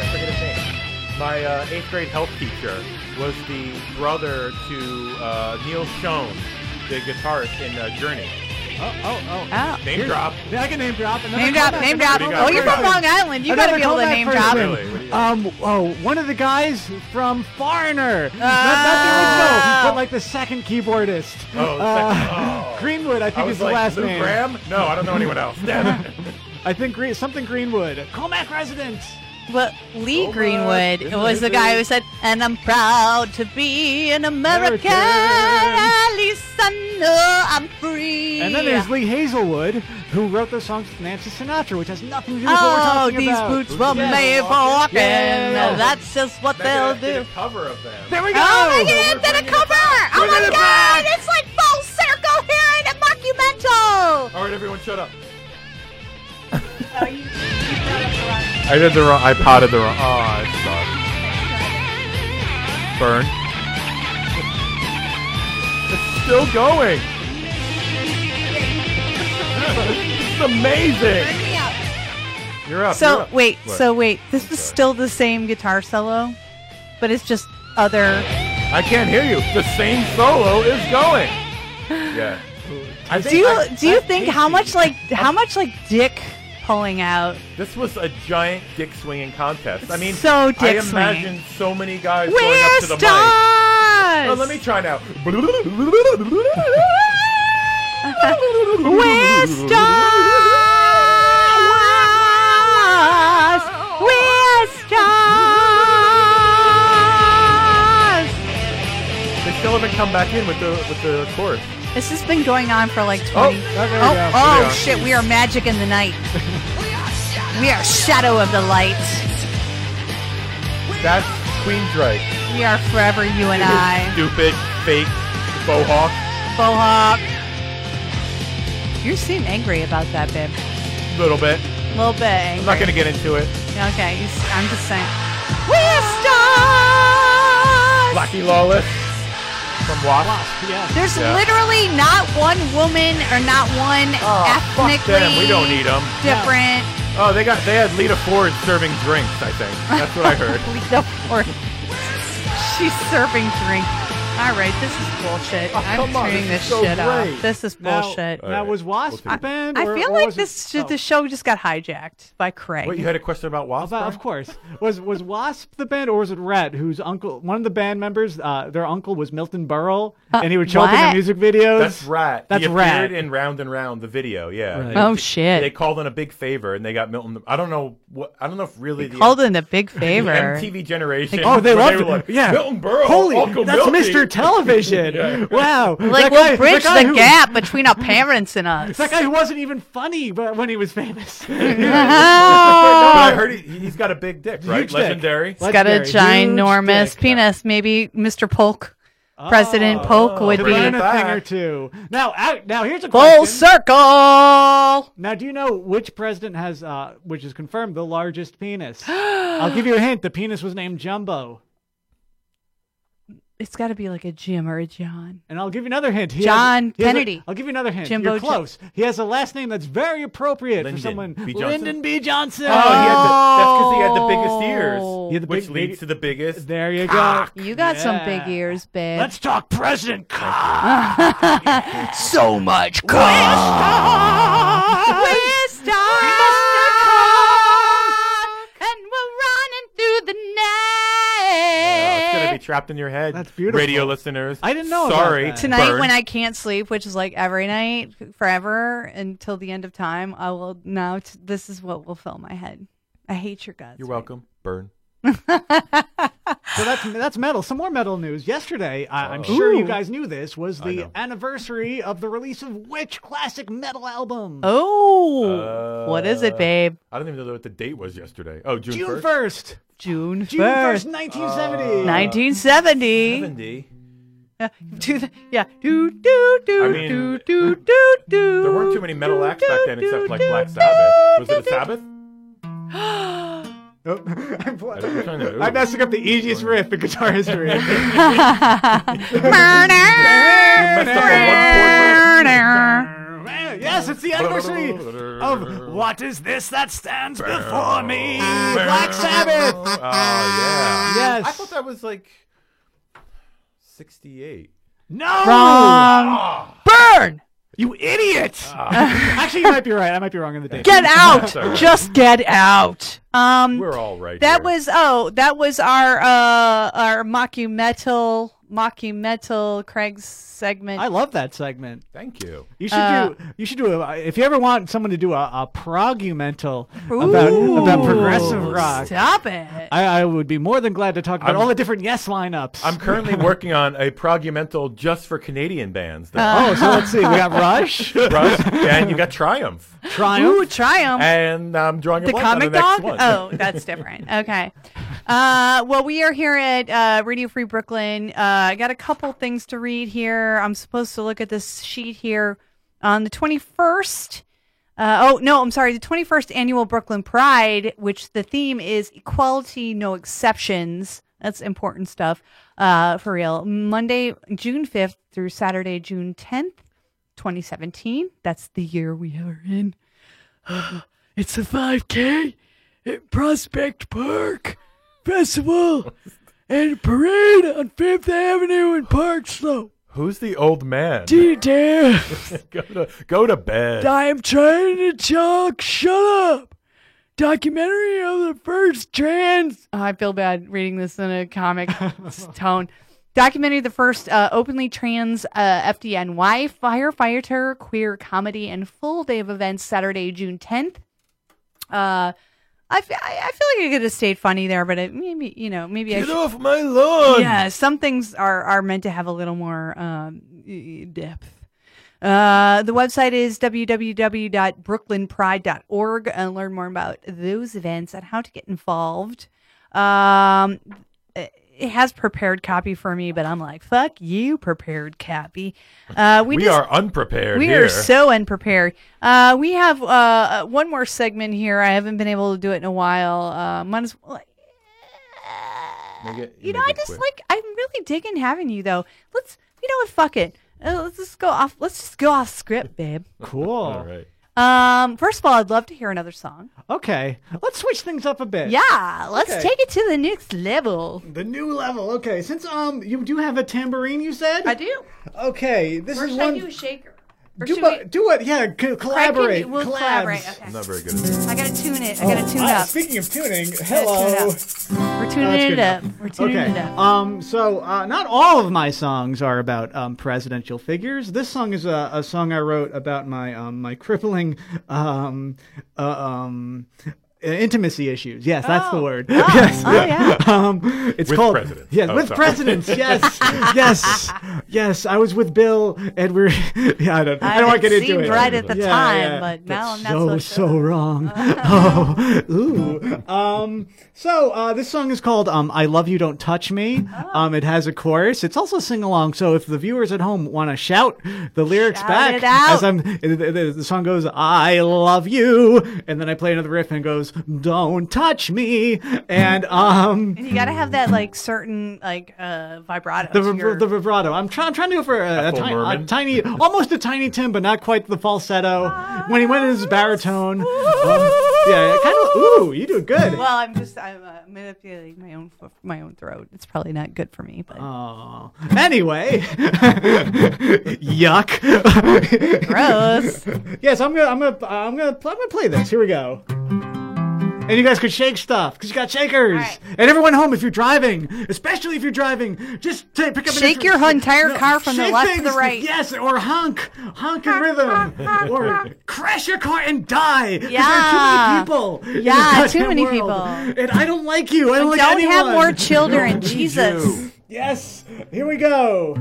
Speaker 10: I forget his name. My uh, eighth grade health teacher was the brother to uh, Neil Schoen, the guitarist in uh, Journey.
Speaker 9: Oh, oh, oh.
Speaker 5: Oh.
Speaker 10: Name drop.
Speaker 9: Yeah, I can name drop. Another
Speaker 5: Name drop,
Speaker 9: callback,
Speaker 5: name
Speaker 9: another
Speaker 5: drop.
Speaker 9: callback
Speaker 5: Oh, you're from
Speaker 9: person.
Speaker 5: Long Island. You gotta
Speaker 9: Another
Speaker 5: be able to
Speaker 9: callback
Speaker 5: name
Speaker 9: person.
Speaker 5: drop.
Speaker 9: Um, oh, one of the guys from Foreigner. not, not the
Speaker 5: Oh.
Speaker 9: original, but like the second keyboardist.
Speaker 10: Oh, the
Speaker 9: Uh,
Speaker 10: second- oh.
Speaker 9: Greenwood, I think
Speaker 10: I was
Speaker 9: is the
Speaker 10: like,
Speaker 9: last
Speaker 10: Lou
Speaker 9: name.
Speaker 10: Graham? No, I don't know anyone else. Damn it.
Speaker 9: I think Green, something Greenwood. Comac resident.
Speaker 5: Well,
Speaker 9: Oh
Speaker 5: Lee Greenwood
Speaker 9: Greenwood.
Speaker 5: was the guy who said, "And I'm proud to be an American.
Speaker 9: American.
Speaker 5: At least I know I'm free."
Speaker 9: And then there's Lee Hazelwood, who wrote those songs with Nancy Sinatra, which has nothing to do with what we're
Speaker 5: Oh,
Speaker 9: talking
Speaker 5: these
Speaker 9: about.
Speaker 5: boots were
Speaker 9: Yeah.
Speaker 5: made for walking.
Speaker 9: Yeah, yeah, yeah.
Speaker 5: That's just what
Speaker 10: Megadeth
Speaker 5: they'll
Speaker 10: did
Speaker 5: do.
Speaker 10: a cover of them.
Speaker 5: There we
Speaker 9: go.
Speaker 5: Oh, Megadeth
Speaker 10: We're
Speaker 5: did a
Speaker 10: bringing it
Speaker 5: cover.
Speaker 10: back.
Speaker 5: Oh
Speaker 10: Bringing
Speaker 5: my
Speaker 10: it
Speaker 5: God!
Speaker 10: back.
Speaker 5: It's like full circle here in a monumental.
Speaker 10: All right, everyone, shut up. I did the wrong. I potted the wrong. Oh, it sucks. Burn. It's still going. It's amazing. You're up.
Speaker 5: So
Speaker 10: you're up.
Speaker 5: wait,
Speaker 10: What?
Speaker 5: so wait. This is still the same guitar solo, but it's just other.
Speaker 10: I can't hear you. The same solo is going. Yeah. I
Speaker 5: do you
Speaker 10: I-
Speaker 5: do you
Speaker 10: I
Speaker 5: think
Speaker 10: hate
Speaker 5: how
Speaker 10: you.
Speaker 5: much like how much like dick pulling out?
Speaker 10: This was a giant dick swinging contest. I mean,
Speaker 5: So
Speaker 10: I
Speaker 5: dick swinging.
Speaker 10: imagine so many guys going
Speaker 5: We're
Speaker 10: up to the mic.
Speaker 5: stars.
Speaker 10: Oh, let me try now.
Speaker 5: We're stars. We're stars.
Speaker 10: They still haven't come back in with the with the chorus.
Speaker 5: This has been going on for like
Speaker 10: Oh,
Speaker 5: 20.
Speaker 10: there we
Speaker 5: oh,
Speaker 10: go.
Speaker 5: oh,
Speaker 10: There we are.
Speaker 5: shit, we are magic in the night. we are shadow of the light.
Speaker 10: That's Queen Drake.
Speaker 5: We are forever you and I.
Speaker 10: Stupid, fake, bohawk.
Speaker 5: Bohawk. You seem angry about that, babe.
Speaker 10: Little bit.
Speaker 5: A little bit angry.
Speaker 10: I'm not gonna get into it.
Speaker 5: Okay, you, s- I'm just saying. We're stars!
Speaker 10: Blackie Lawless from WASP.
Speaker 5: There's
Speaker 10: Yeah.
Speaker 5: literally not one woman or not one
Speaker 9: Oh,
Speaker 10: Fuck
Speaker 5: ethnically
Speaker 10: them. We don't need them.
Speaker 5: different.
Speaker 10: Oh, they got they had Lita Ford serving drinks. I think that's what I heard.
Speaker 5: Lita Ford. She's serving drink. All right, this is bullshit. I'm
Speaker 9: Oh, Come on,
Speaker 5: turning
Speaker 9: this
Speaker 5: this
Speaker 9: is so
Speaker 5: shit
Speaker 9: great.
Speaker 5: off. This is
Speaker 9: Now-
Speaker 5: bullshit.
Speaker 9: That was Wasp
Speaker 10: We'll take it.
Speaker 9: band.
Speaker 5: I
Speaker 9: or-
Speaker 5: feel
Speaker 9: or
Speaker 5: like
Speaker 9: was it-
Speaker 5: this
Speaker 9: oh.
Speaker 5: the show just got hijacked by Craig.
Speaker 10: Wait, you had a question about WASP?
Speaker 9: Well, of course. Was was Wasp the band or was it Red? Whose uncle, one of the band members, uh, their uncle was Milton Berle,
Speaker 5: Uh,
Speaker 9: and he would show up in
Speaker 5: what?
Speaker 9: their music videos.
Speaker 10: That's rat.
Speaker 9: That's
Speaker 10: he
Speaker 9: Rat.
Speaker 10: appeared in Round and Round, the video. Yeah.
Speaker 9: Right.
Speaker 10: They-
Speaker 5: Oh, shit.
Speaker 10: They called in a big favor, and they got Milton. I don't know what. I don't know if really the
Speaker 5: Called in a big
Speaker 10: the
Speaker 5: favor.
Speaker 10: MTV generation.
Speaker 9: oh, they
Speaker 10: where
Speaker 9: loved
Speaker 10: were
Speaker 9: it.
Speaker 10: like,
Speaker 9: yeah,
Speaker 10: Milton Berle.
Speaker 9: Holy,
Speaker 10: Uncle
Speaker 9: that's
Speaker 10: Milty.
Speaker 9: Mr. Television.
Speaker 10: Yeah.
Speaker 9: Wow.
Speaker 5: like
Speaker 9: That
Speaker 5: we'll
Speaker 9: guy- that
Speaker 5: bridge
Speaker 9: guy
Speaker 5: the
Speaker 9: who-
Speaker 5: gap between our parents and us.
Speaker 9: That guy who wasn't even funny, but when he was famous.
Speaker 10: No, but I heard he, he's got a big dick, right?
Speaker 9: Huge dick.
Speaker 10: Legendary.
Speaker 5: He's got a
Speaker 9: Legendary, huge
Speaker 5: ginormous
Speaker 9: dick.
Speaker 5: penis. Maybe Mr. Polk, President Polk, would
Speaker 10: bring
Speaker 5: be
Speaker 9: Learn a thing or two. Now, out, now here's a
Speaker 5: full
Speaker 9: question.
Speaker 5: circle.
Speaker 9: Now, do you know which president has, uh, which is confirmed, the largest penis? I'll give you a hint. The penis was named Jumbo.
Speaker 5: It's got to be like a Jim or a John.
Speaker 9: And I'll give you another hint. He
Speaker 5: John
Speaker 9: has- he has a-
Speaker 5: Kennedy.
Speaker 9: I'll give you another hint.
Speaker 5: Jimbo
Speaker 9: You're
Speaker 5: Jo-
Speaker 9: close. he has a last name that's very appropriate
Speaker 10: Lyndon
Speaker 9: for someone.
Speaker 10: B. Johnson?
Speaker 9: Lyndon B. Johnson.
Speaker 10: Oh, he had the, that's because he had the biggest ears,
Speaker 9: He had the
Speaker 10: which
Speaker 9: big-
Speaker 10: leads to the biggest.
Speaker 9: There you go.
Speaker 5: You got some
Speaker 9: Yeah.
Speaker 5: big ears, babe.
Speaker 9: Let's talk president cock.
Speaker 8: So much
Speaker 5: Wisdom. And we're running through the
Speaker 10: Oh,
Speaker 5: night.
Speaker 10: it's gonna be trapped in your head.
Speaker 9: That's beautiful.
Speaker 10: Radio listeners,
Speaker 9: I didn't know about
Speaker 10: Sorry,
Speaker 9: that.
Speaker 5: Tonight,
Speaker 10: Burn.
Speaker 5: when I can't sleep, which is like every night forever until the end of time, I will now. T- this is what will fill my head. I hate your guts.
Speaker 10: you're welcome, burn.
Speaker 9: So that's that's metal. Some more metal news. Yesterday, I, I'm
Speaker 10: Uh-oh.
Speaker 9: sure you
Speaker 5: Ooh.
Speaker 9: guys knew this was
Speaker 10: Oh. I
Speaker 9: the
Speaker 10: know.
Speaker 9: anniversary of the release of which classic metal album?
Speaker 5: Oh, what is it,
Speaker 10: Uh,
Speaker 5: babe?
Speaker 10: I don't even know what the date was yesterday. Oh, June,
Speaker 9: June
Speaker 10: 1st?
Speaker 9: first.
Speaker 5: June
Speaker 9: June first,
Speaker 5: first, Oh.
Speaker 9: 1970.
Speaker 5: 1970.
Speaker 10: 70.
Speaker 5: Yeah, do the- yeah, do do do
Speaker 10: I mean, uh,
Speaker 5: do do do do.
Speaker 10: There weren't too many metal
Speaker 5: do,
Speaker 10: acts back then
Speaker 5: do,
Speaker 10: except like
Speaker 5: do,
Speaker 10: Black
Speaker 5: do,
Speaker 10: Sabbath. Was
Speaker 5: do,
Speaker 10: it a
Speaker 5: do.
Speaker 10: Sabbath?
Speaker 9: Oh, I'm, pl-
Speaker 10: I'm trying to-
Speaker 9: I'm messing up the easiest riff in guitar history.
Speaker 10: Messed up on one chord
Speaker 9: yes, it's the anniversary of
Speaker 10: Oh,
Speaker 9: what is this that stands before me?
Speaker 10: list.
Speaker 9: Black Sabbath.
Speaker 10: Oh, yeah.
Speaker 9: Yes.
Speaker 10: I thought that was like 68.
Speaker 9: No.
Speaker 5: Wrong. Burn.
Speaker 9: You idiot!
Speaker 10: Ah.
Speaker 9: Actually, you might be right. I might be wrong in the day.
Speaker 5: Get out! Just get out. Um,
Speaker 9: We're all right
Speaker 5: That
Speaker 9: here.
Speaker 5: was oh, that was our uh our mockumental mockumental Craig's segment.
Speaker 9: I love that segment.
Speaker 10: Thank you.
Speaker 9: You should
Speaker 5: Uh,
Speaker 9: do. You should do. A, if you ever want someone to do a, a progumental about about progressive rock,
Speaker 5: Stop it.
Speaker 9: I, I would be more than glad to talk about
Speaker 10: I'm-
Speaker 9: all the different yes lineups.
Speaker 10: I'm currently working on a progumental just for Canadian bands. though.
Speaker 5: Uh.
Speaker 9: oh, so let's see. We got Rush,
Speaker 10: Rush, and you got Triumph.
Speaker 9: Triumph.
Speaker 5: Ooh, Triumph.
Speaker 10: And I'm drawing
Speaker 5: Um,
Speaker 10: a
Speaker 5: the
Speaker 10: blank on
Speaker 5: comic
Speaker 10: the next
Speaker 5: dog?
Speaker 10: one.
Speaker 5: Oh, that's different. Okay. Uh, well, we are here at uh, Radio Free Brooklyn. Uh, I got a couple things to read here. I'm supposed to look at this sheet here on the 21st. Uh, oh, no, I'm sorry. The 21st Annual Brooklyn Pride, which the theme is Equality, No Exceptions. That's important stuff uh, for real. Monday, June 5th through Saturday, June 10th, 2017. That's the year we are in.
Speaker 13: it's a 5K at Prospect Park Festival and parade on Fifth Avenue and Park Slope.
Speaker 10: Who's the old man?
Speaker 13: Gee, dear.
Speaker 10: go, to, go to bed.
Speaker 13: I am trying to talk. Shut up. Documentary of the first trans.
Speaker 5: Oh, I feel bad reading this in a comic s- tone. Documentary the first uh, openly trans uh, FDNY firefighter queer comedy and full day of events Saturday, June 10th. Uh, I, f- I I feel like I could have stayed funny there, but it, maybe you know maybe I
Speaker 10: Get
Speaker 5: should-
Speaker 10: off my lawn.
Speaker 5: Yeah, some things are are meant to have a little more um, e- depth. Uh, the website is www.brooklynpride.org and uh, learn more about those events and how to get involved. Um, it it has prepared copy for me, but I'm like, fuck you, prepared copy. Uh, we
Speaker 10: We
Speaker 5: just-
Speaker 10: are unprepared
Speaker 5: We
Speaker 10: here.
Speaker 5: are so unprepared. Uh, we have uh, one more segment here. I haven't been able to do it in a while. Uh, might as well,
Speaker 10: Make it-
Speaker 5: you know, I
Speaker 10: make it
Speaker 5: just
Speaker 10: quick.
Speaker 5: like I'm really digging having you though. Let's you know what? Fuck it. Uh, let's just go off. Let's just go off script, babe.
Speaker 9: Cool. All
Speaker 10: right.
Speaker 5: Um, first of all, I'd love to hear another song.
Speaker 9: Okay, let's switch things up a bit.
Speaker 5: Yeah, let's
Speaker 9: Okay.
Speaker 5: take it to the next level.
Speaker 9: The new level. Okay, since um you do have a tambourine, you said. I
Speaker 5: do.
Speaker 9: Okay, this
Speaker 5: First,
Speaker 9: is
Speaker 5: I
Speaker 9: one.
Speaker 5: do a shaker. Or
Speaker 9: do
Speaker 5: should
Speaker 9: bo- do it. Yeah, co- collaborate.
Speaker 5: we'll
Speaker 9: collabs.
Speaker 5: collaborate, okay. I'm
Speaker 10: not very good at this.
Speaker 5: I gotta tune it. I
Speaker 9: Oh,
Speaker 5: gotta tune
Speaker 9: ah,
Speaker 5: up.
Speaker 9: Speaking of tuning,
Speaker 5: tune it
Speaker 9: hello.
Speaker 5: up. We're tuning
Speaker 9: Oh, that's
Speaker 5: it
Speaker 9: good
Speaker 5: up.
Speaker 9: enough.
Speaker 5: We're tuning
Speaker 9: okay.
Speaker 5: it up.
Speaker 9: Um, so uh, not all of my songs are about um, presidential figures. This song is a, a song I wrote about my um, my crippling um, uh, um, uh, intimacy issues. Yes, that's the word. yes.
Speaker 5: Oh, yeah.
Speaker 9: Um, it's
Speaker 10: With
Speaker 9: called
Speaker 10: presidents.
Speaker 9: Yes,
Speaker 10: Oh,
Speaker 9: with
Speaker 10: sorry.
Speaker 9: presidents. Yes, yes, yes. I was with Bill, and we're. yeah, I don't. I, don't want to
Speaker 5: it
Speaker 9: get into
Speaker 5: seemed
Speaker 9: it.
Speaker 5: right at the
Speaker 9: Yeah,
Speaker 5: time,
Speaker 9: yeah.
Speaker 5: but now I'm not
Speaker 9: so
Speaker 5: so
Speaker 9: so wrong.
Speaker 5: Ah.
Speaker 9: oh, ooh. Um, so uh, this song is called um, "I Love You, Don't Touch Me."
Speaker 5: Oh.
Speaker 9: Um, it has a chorus. It's also sing along. So if the viewers at home want to shout the lyrics
Speaker 5: Shout
Speaker 9: back,
Speaker 5: it out.
Speaker 9: as I'm, the, the- the song goes, "I love you," and then I play another riff and it goes, "Don't touch me," and um.
Speaker 5: And you gotta have that like certain like uh vibrato.
Speaker 9: The,
Speaker 5: to
Speaker 9: vib-
Speaker 5: your-
Speaker 9: the vibrato. I'm, try- I'm trying to go for a, a
Speaker 10: Ethel
Speaker 9: tiny, a
Speaker 10: Merman.
Speaker 9: tiny, almost a tiny tim, but not quite the falsetto. When he went in his baritone, um, yeah, kind of. Ooh, you do good.
Speaker 5: Well, I'm just I'm uh, manipulating my own my own throat. It's probably not good for me, but
Speaker 9: Oh. Anyway, yuck.
Speaker 5: Gross.
Speaker 9: yes, I'm gonna, I'm gonna, I'm gonna, pl- I'm gonna play this. Here we go. And you guys could shake stuff because you got shakers. And everyone home, if you're driving, especially if you're driving, just ta- pick up. an
Speaker 5: Shake
Speaker 9: instrument-
Speaker 5: your whole entire car from the
Speaker 9: shake
Speaker 5: left to the
Speaker 9: things,
Speaker 5: right.
Speaker 9: Yes, or honk, honk in rhythm, or crash your car and die. 'cause
Speaker 5: Yeah.
Speaker 9: there are too many people. in
Speaker 5: Yeah,
Speaker 9: this
Speaker 5: too
Speaker 9: goddamn
Speaker 5: many
Speaker 9: world.
Speaker 5: people.
Speaker 9: And I don't like you. I don't
Speaker 5: And
Speaker 9: like
Speaker 5: don't
Speaker 9: anyone.
Speaker 5: have more children,
Speaker 9: We
Speaker 5: Jesus.
Speaker 9: do. Yes, here we go.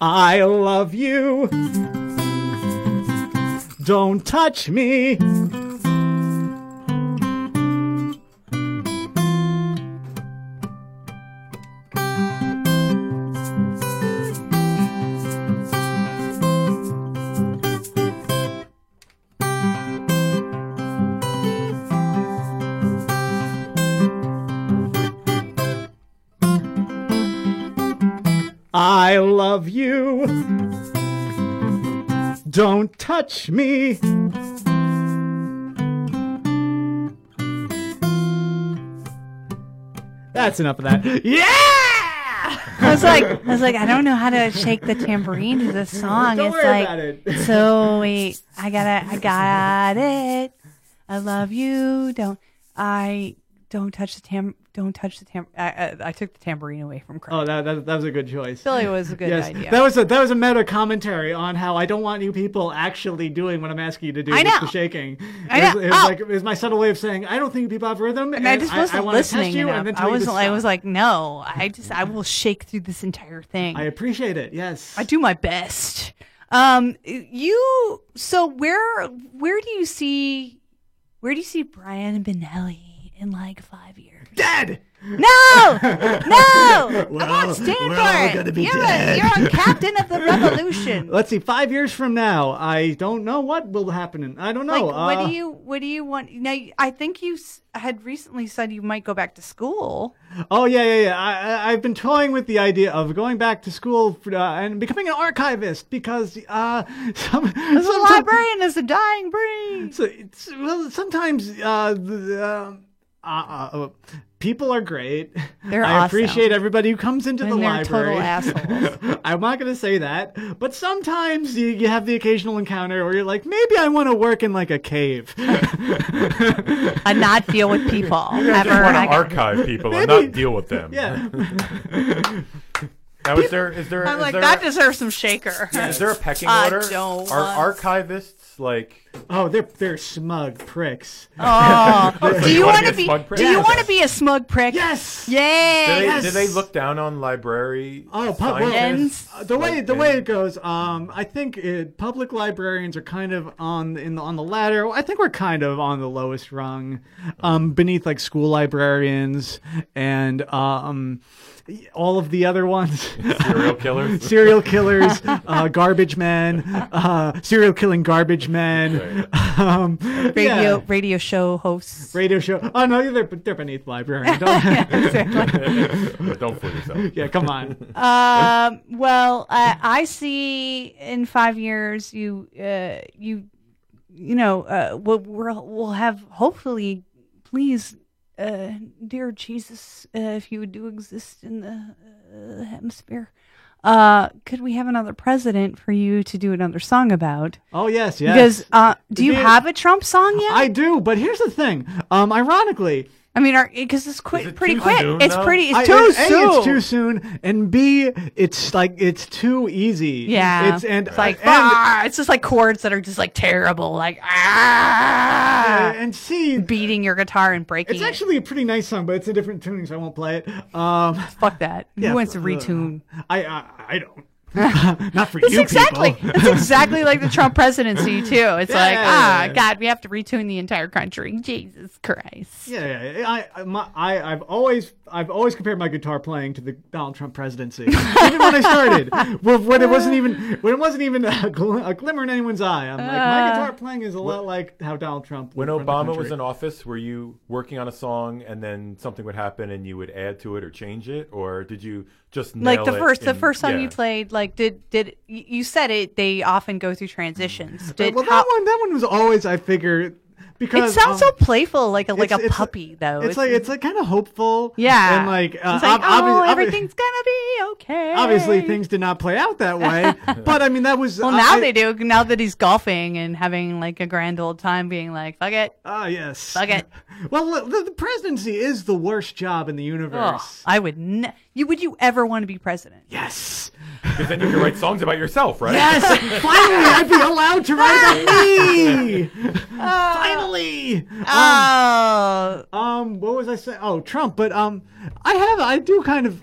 Speaker 9: I love you. Don't touch me. I love you. Don't touch me. That's enough of that. Yeah!
Speaker 5: I was like, I was like, I don't know how to shake the tambourine to this song.
Speaker 9: Don't
Speaker 5: it's like
Speaker 9: worry about it.
Speaker 5: so wait, I gotta, I got it. I love you. Don't I? Don't touch the tam. Don't touch the tam. I, I, I took the tambourine away from Craig.
Speaker 9: Oh, that, that, that was a good choice.
Speaker 5: Philly was a good
Speaker 9: yes.
Speaker 5: idea.
Speaker 9: That was a that was a meta commentary on how I don't want you people actually doing what I'm asking you to do.
Speaker 5: I
Speaker 9: just the
Speaker 5: know.
Speaker 9: shaking.
Speaker 5: I
Speaker 9: It was,
Speaker 5: know.
Speaker 9: it was
Speaker 5: Oh.
Speaker 9: like it was my subtle way of saying I don't think you people have rhythm.
Speaker 5: and I just wasn't
Speaker 9: wanna test
Speaker 5: listening
Speaker 9: you and
Speaker 5: enough.
Speaker 9: then tell
Speaker 5: I
Speaker 9: you to
Speaker 5: was, I
Speaker 9: stop.
Speaker 5: was like, no, I just, I will shake through this entire thing. I
Speaker 9: appreciate it. Yes,
Speaker 5: I do my best. Um, you. So where, where do you see, where do you see Brian Benelli in like five years?
Speaker 9: Dead.
Speaker 5: No, no.
Speaker 9: Well,
Speaker 5: I won't stand
Speaker 9: we're
Speaker 5: for
Speaker 9: all
Speaker 5: it.
Speaker 9: gonna be
Speaker 5: you're, A,
Speaker 9: dead.
Speaker 5: you're a captain of the revolution.
Speaker 9: Let's see. Five years from now, I don't know what will happen. in- I don't know.
Speaker 5: Like, what
Speaker 9: Uh,
Speaker 5: do you, what do you want? Now, I think you s- had recently said you might go back to school.
Speaker 9: Oh yeah, yeah, yeah. I, I- I've been toying with the idea of going back to school for, uh, and becoming an archivist because uh, some,
Speaker 5: The
Speaker 9: sometimes-
Speaker 5: librarian is a dying breed.
Speaker 9: So it's, well, sometimes uh, the, um, uh, uh, uh, people are great.
Speaker 5: They're
Speaker 9: I
Speaker 5: awesome.
Speaker 9: appreciate everybody who comes into the
Speaker 5: And they're
Speaker 9: library.
Speaker 5: total
Speaker 9: assholes. I'm not going to say that, but sometimes you, you have the occasional encounter where you're like, maybe I want to work in like a cave.
Speaker 5: I not deal with people
Speaker 10: Maybe I just
Speaker 5: ever.
Speaker 10: want to
Speaker 5: I-
Speaker 10: archive people and
Speaker 9: Maybe-
Speaker 10: not deal with them.
Speaker 9: yeah.
Speaker 10: Now, is there is there
Speaker 5: I'm
Speaker 10: is
Speaker 5: like
Speaker 10: there,
Speaker 5: that deserves some shaker.
Speaker 10: yeah, is there a pecking
Speaker 5: I
Speaker 10: order?
Speaker 5: don't
Speaker 10: Are
Speaker 5: want-
Speaker 10: archivists like?
Speaker 9: Oh, they're they're smug pricks.
Speaker 5: Oh, do you want
Speaker 10: wanna be
Speaker 5: to
Speaker 10: a
Speaker 5: be?
Speaker 10: smug prick?
Speaker 5: Do you
Speaker 10: Yes.
Speaker 5: want to be a smug prick?
Speaker 9: Yes.
Speaker 5: Yeah.
Speaker 10: Do they,
Speaker 9: Yes.
Speaker 10: do they look down on library?
Speaker 9: Oh, pub- well,
Speaker 10: scientists?
Speaker 9: uh, the way
Speaker 10: Like,
Speaker 9: the way it goes, um, I think it, public librarians are kind of on the- in the, on the ladder. I think we're kind of on the lowest rung, um, beneath like school librarians and um, all of the other ones.
Speaker 10: Serial killers?
Speaker 9: serial killers, uh, garbage men, uh, serial killing garbage men, um,
Speaker 5: Radio
Speaker 9: yeah.
Speaker 5: radio show hosts.
Speaker 9: radio show. Oh no, they're they're beneath librarian. Don't,
Speaker 10: But don't fool yourself.
Speaker 9: yeah, come on.
Speaker 5: Um. Well, uh, I see in five years you uh you you know uh we'll we'll, we'll have hopefully please uh dear Jesus uh, if you do exist in the uh, hemisphere uh could we have another president for you to do another song about?
Speaker 9: Oh yes, yes.
Speaker 5: Because uh, do you
Speaker 9: Be-
Speaker 5: have a Trump song yet?
Speaker 9: I do, but here's the thing. Um, ironically,
Speaker 5: I mean, because it's quick, pretty
Speaker 9: too
Speaker 5: quick.
Speaker 9: soon,
Speaker 5: it's
Speaker 9: though?
Speaker 5: pretty. It's
Speaker 9: I-
Speaker 5: too
Speaker 9: A,
Speaker 5: soon.
Speaker 9: It's too soon, and B, it's like it's too easy.
Speaker 5: Yeah,
Speaker 9: it's and uh,
Speaker 5: it's like
Speaker 9: and,
Speaker 5: "Ah," it's just like chords that are just like terrible, like ah,
Speaker 9: uh, and see
Speaker 5: beating your guitar and breaking.
Speaker 9: it's
Speaker 5: it.
Speaker 9: actually a pretty nice song, but it's a different tuning, so I won't play it. Um, uh,
Speaker 5: fuck that. Who wants to retune?
Speaker 9: I I, I don't. Not for
Speaker 5: That's
Speaker 9: you
Speaker 5: exactly.
Speaker 9: people.
Speaker 5: That's exactly like the Trump presidency too. It's like ah,
Speaker 9: Yeah.
Speaker 5: God, we have to retune the entire country. Jesus Christ.
Speaker 9: Yeah, yeah, yeah. I, I, my, I, I've always, I've always compared my guitar playing to the Donald Trump presidency. even when I started, when, when it wasn't even, when it wasn't even a, gl- a glimmer in anyone's eye, I'm like, my
Speaker 10: Uh.
Speaker 9: guitar playing is a lot like how Donald Trump.
Speaker 10: When
Speaker 9: lived around the
Speaker 10: Obama was
Speaker 9: country.
Speaker 10: in office, were you working on a song and then something would happen and you would add to it or change it, or did you just
Speaker 5: like
Speaker 10: nail
Speaker 5: the
Speaker 10: it
Speaker 5: first, the
Speaker 10: and-
Speaker 5: first song
Speaker 10: yeah.
Speaker 5: you played, like did did you you said it? They often go through transitions. Did
Speaker 9: Mm. well, that
Speaker 5: how-
Speaker 9: one, that one was always, I figure, because
Speaker 5: it sounds
Speaker 9: um,
Speaker 5: so playful, like a like
Speaker 9: it's-
Speaker 5: a
Speaker 9: it's-
Speaker 5: puppy though.
Speaker 9: It's like it's like kind of hopeful.
Speaker 5: Yeah.
Speaker 9: and like, uh,
Speaker 5: It's like,
Speaker 9: ob- obvi-
Speaker 5: oh,
Speaker 9: obvi-
Speaker 5: everything's gonna be okay.
Speaker 9: Obviously, things did not play out that way, but I mean, that was.
Speaker 5: Well, now
Speaker 9: I-
Speaker 5: they do. Now that he's golfing and having like a grand old time, being like, "Fuck it,
Speaker 9: Ah, yes.
Speaker 5: fuck it."
Speaker 9: Well, look, the, the presidency is the worst job in the universe.
Speaker 5: Ugh, Oh, I would. Ne- you would you ever want to be president?
Speaker 9: Yes.
Speaker 10: Because then you can write songs about yourself, right?
Speaker 9: Yes, finally, I'd be allowed to write about me.
Speaker 5: Ah.
Speaker 9: finally.
Speaker 5: Um, Oh.
Speaker 9: Um, what was I saying? Oh, Trump. But um, I have, I do kind of.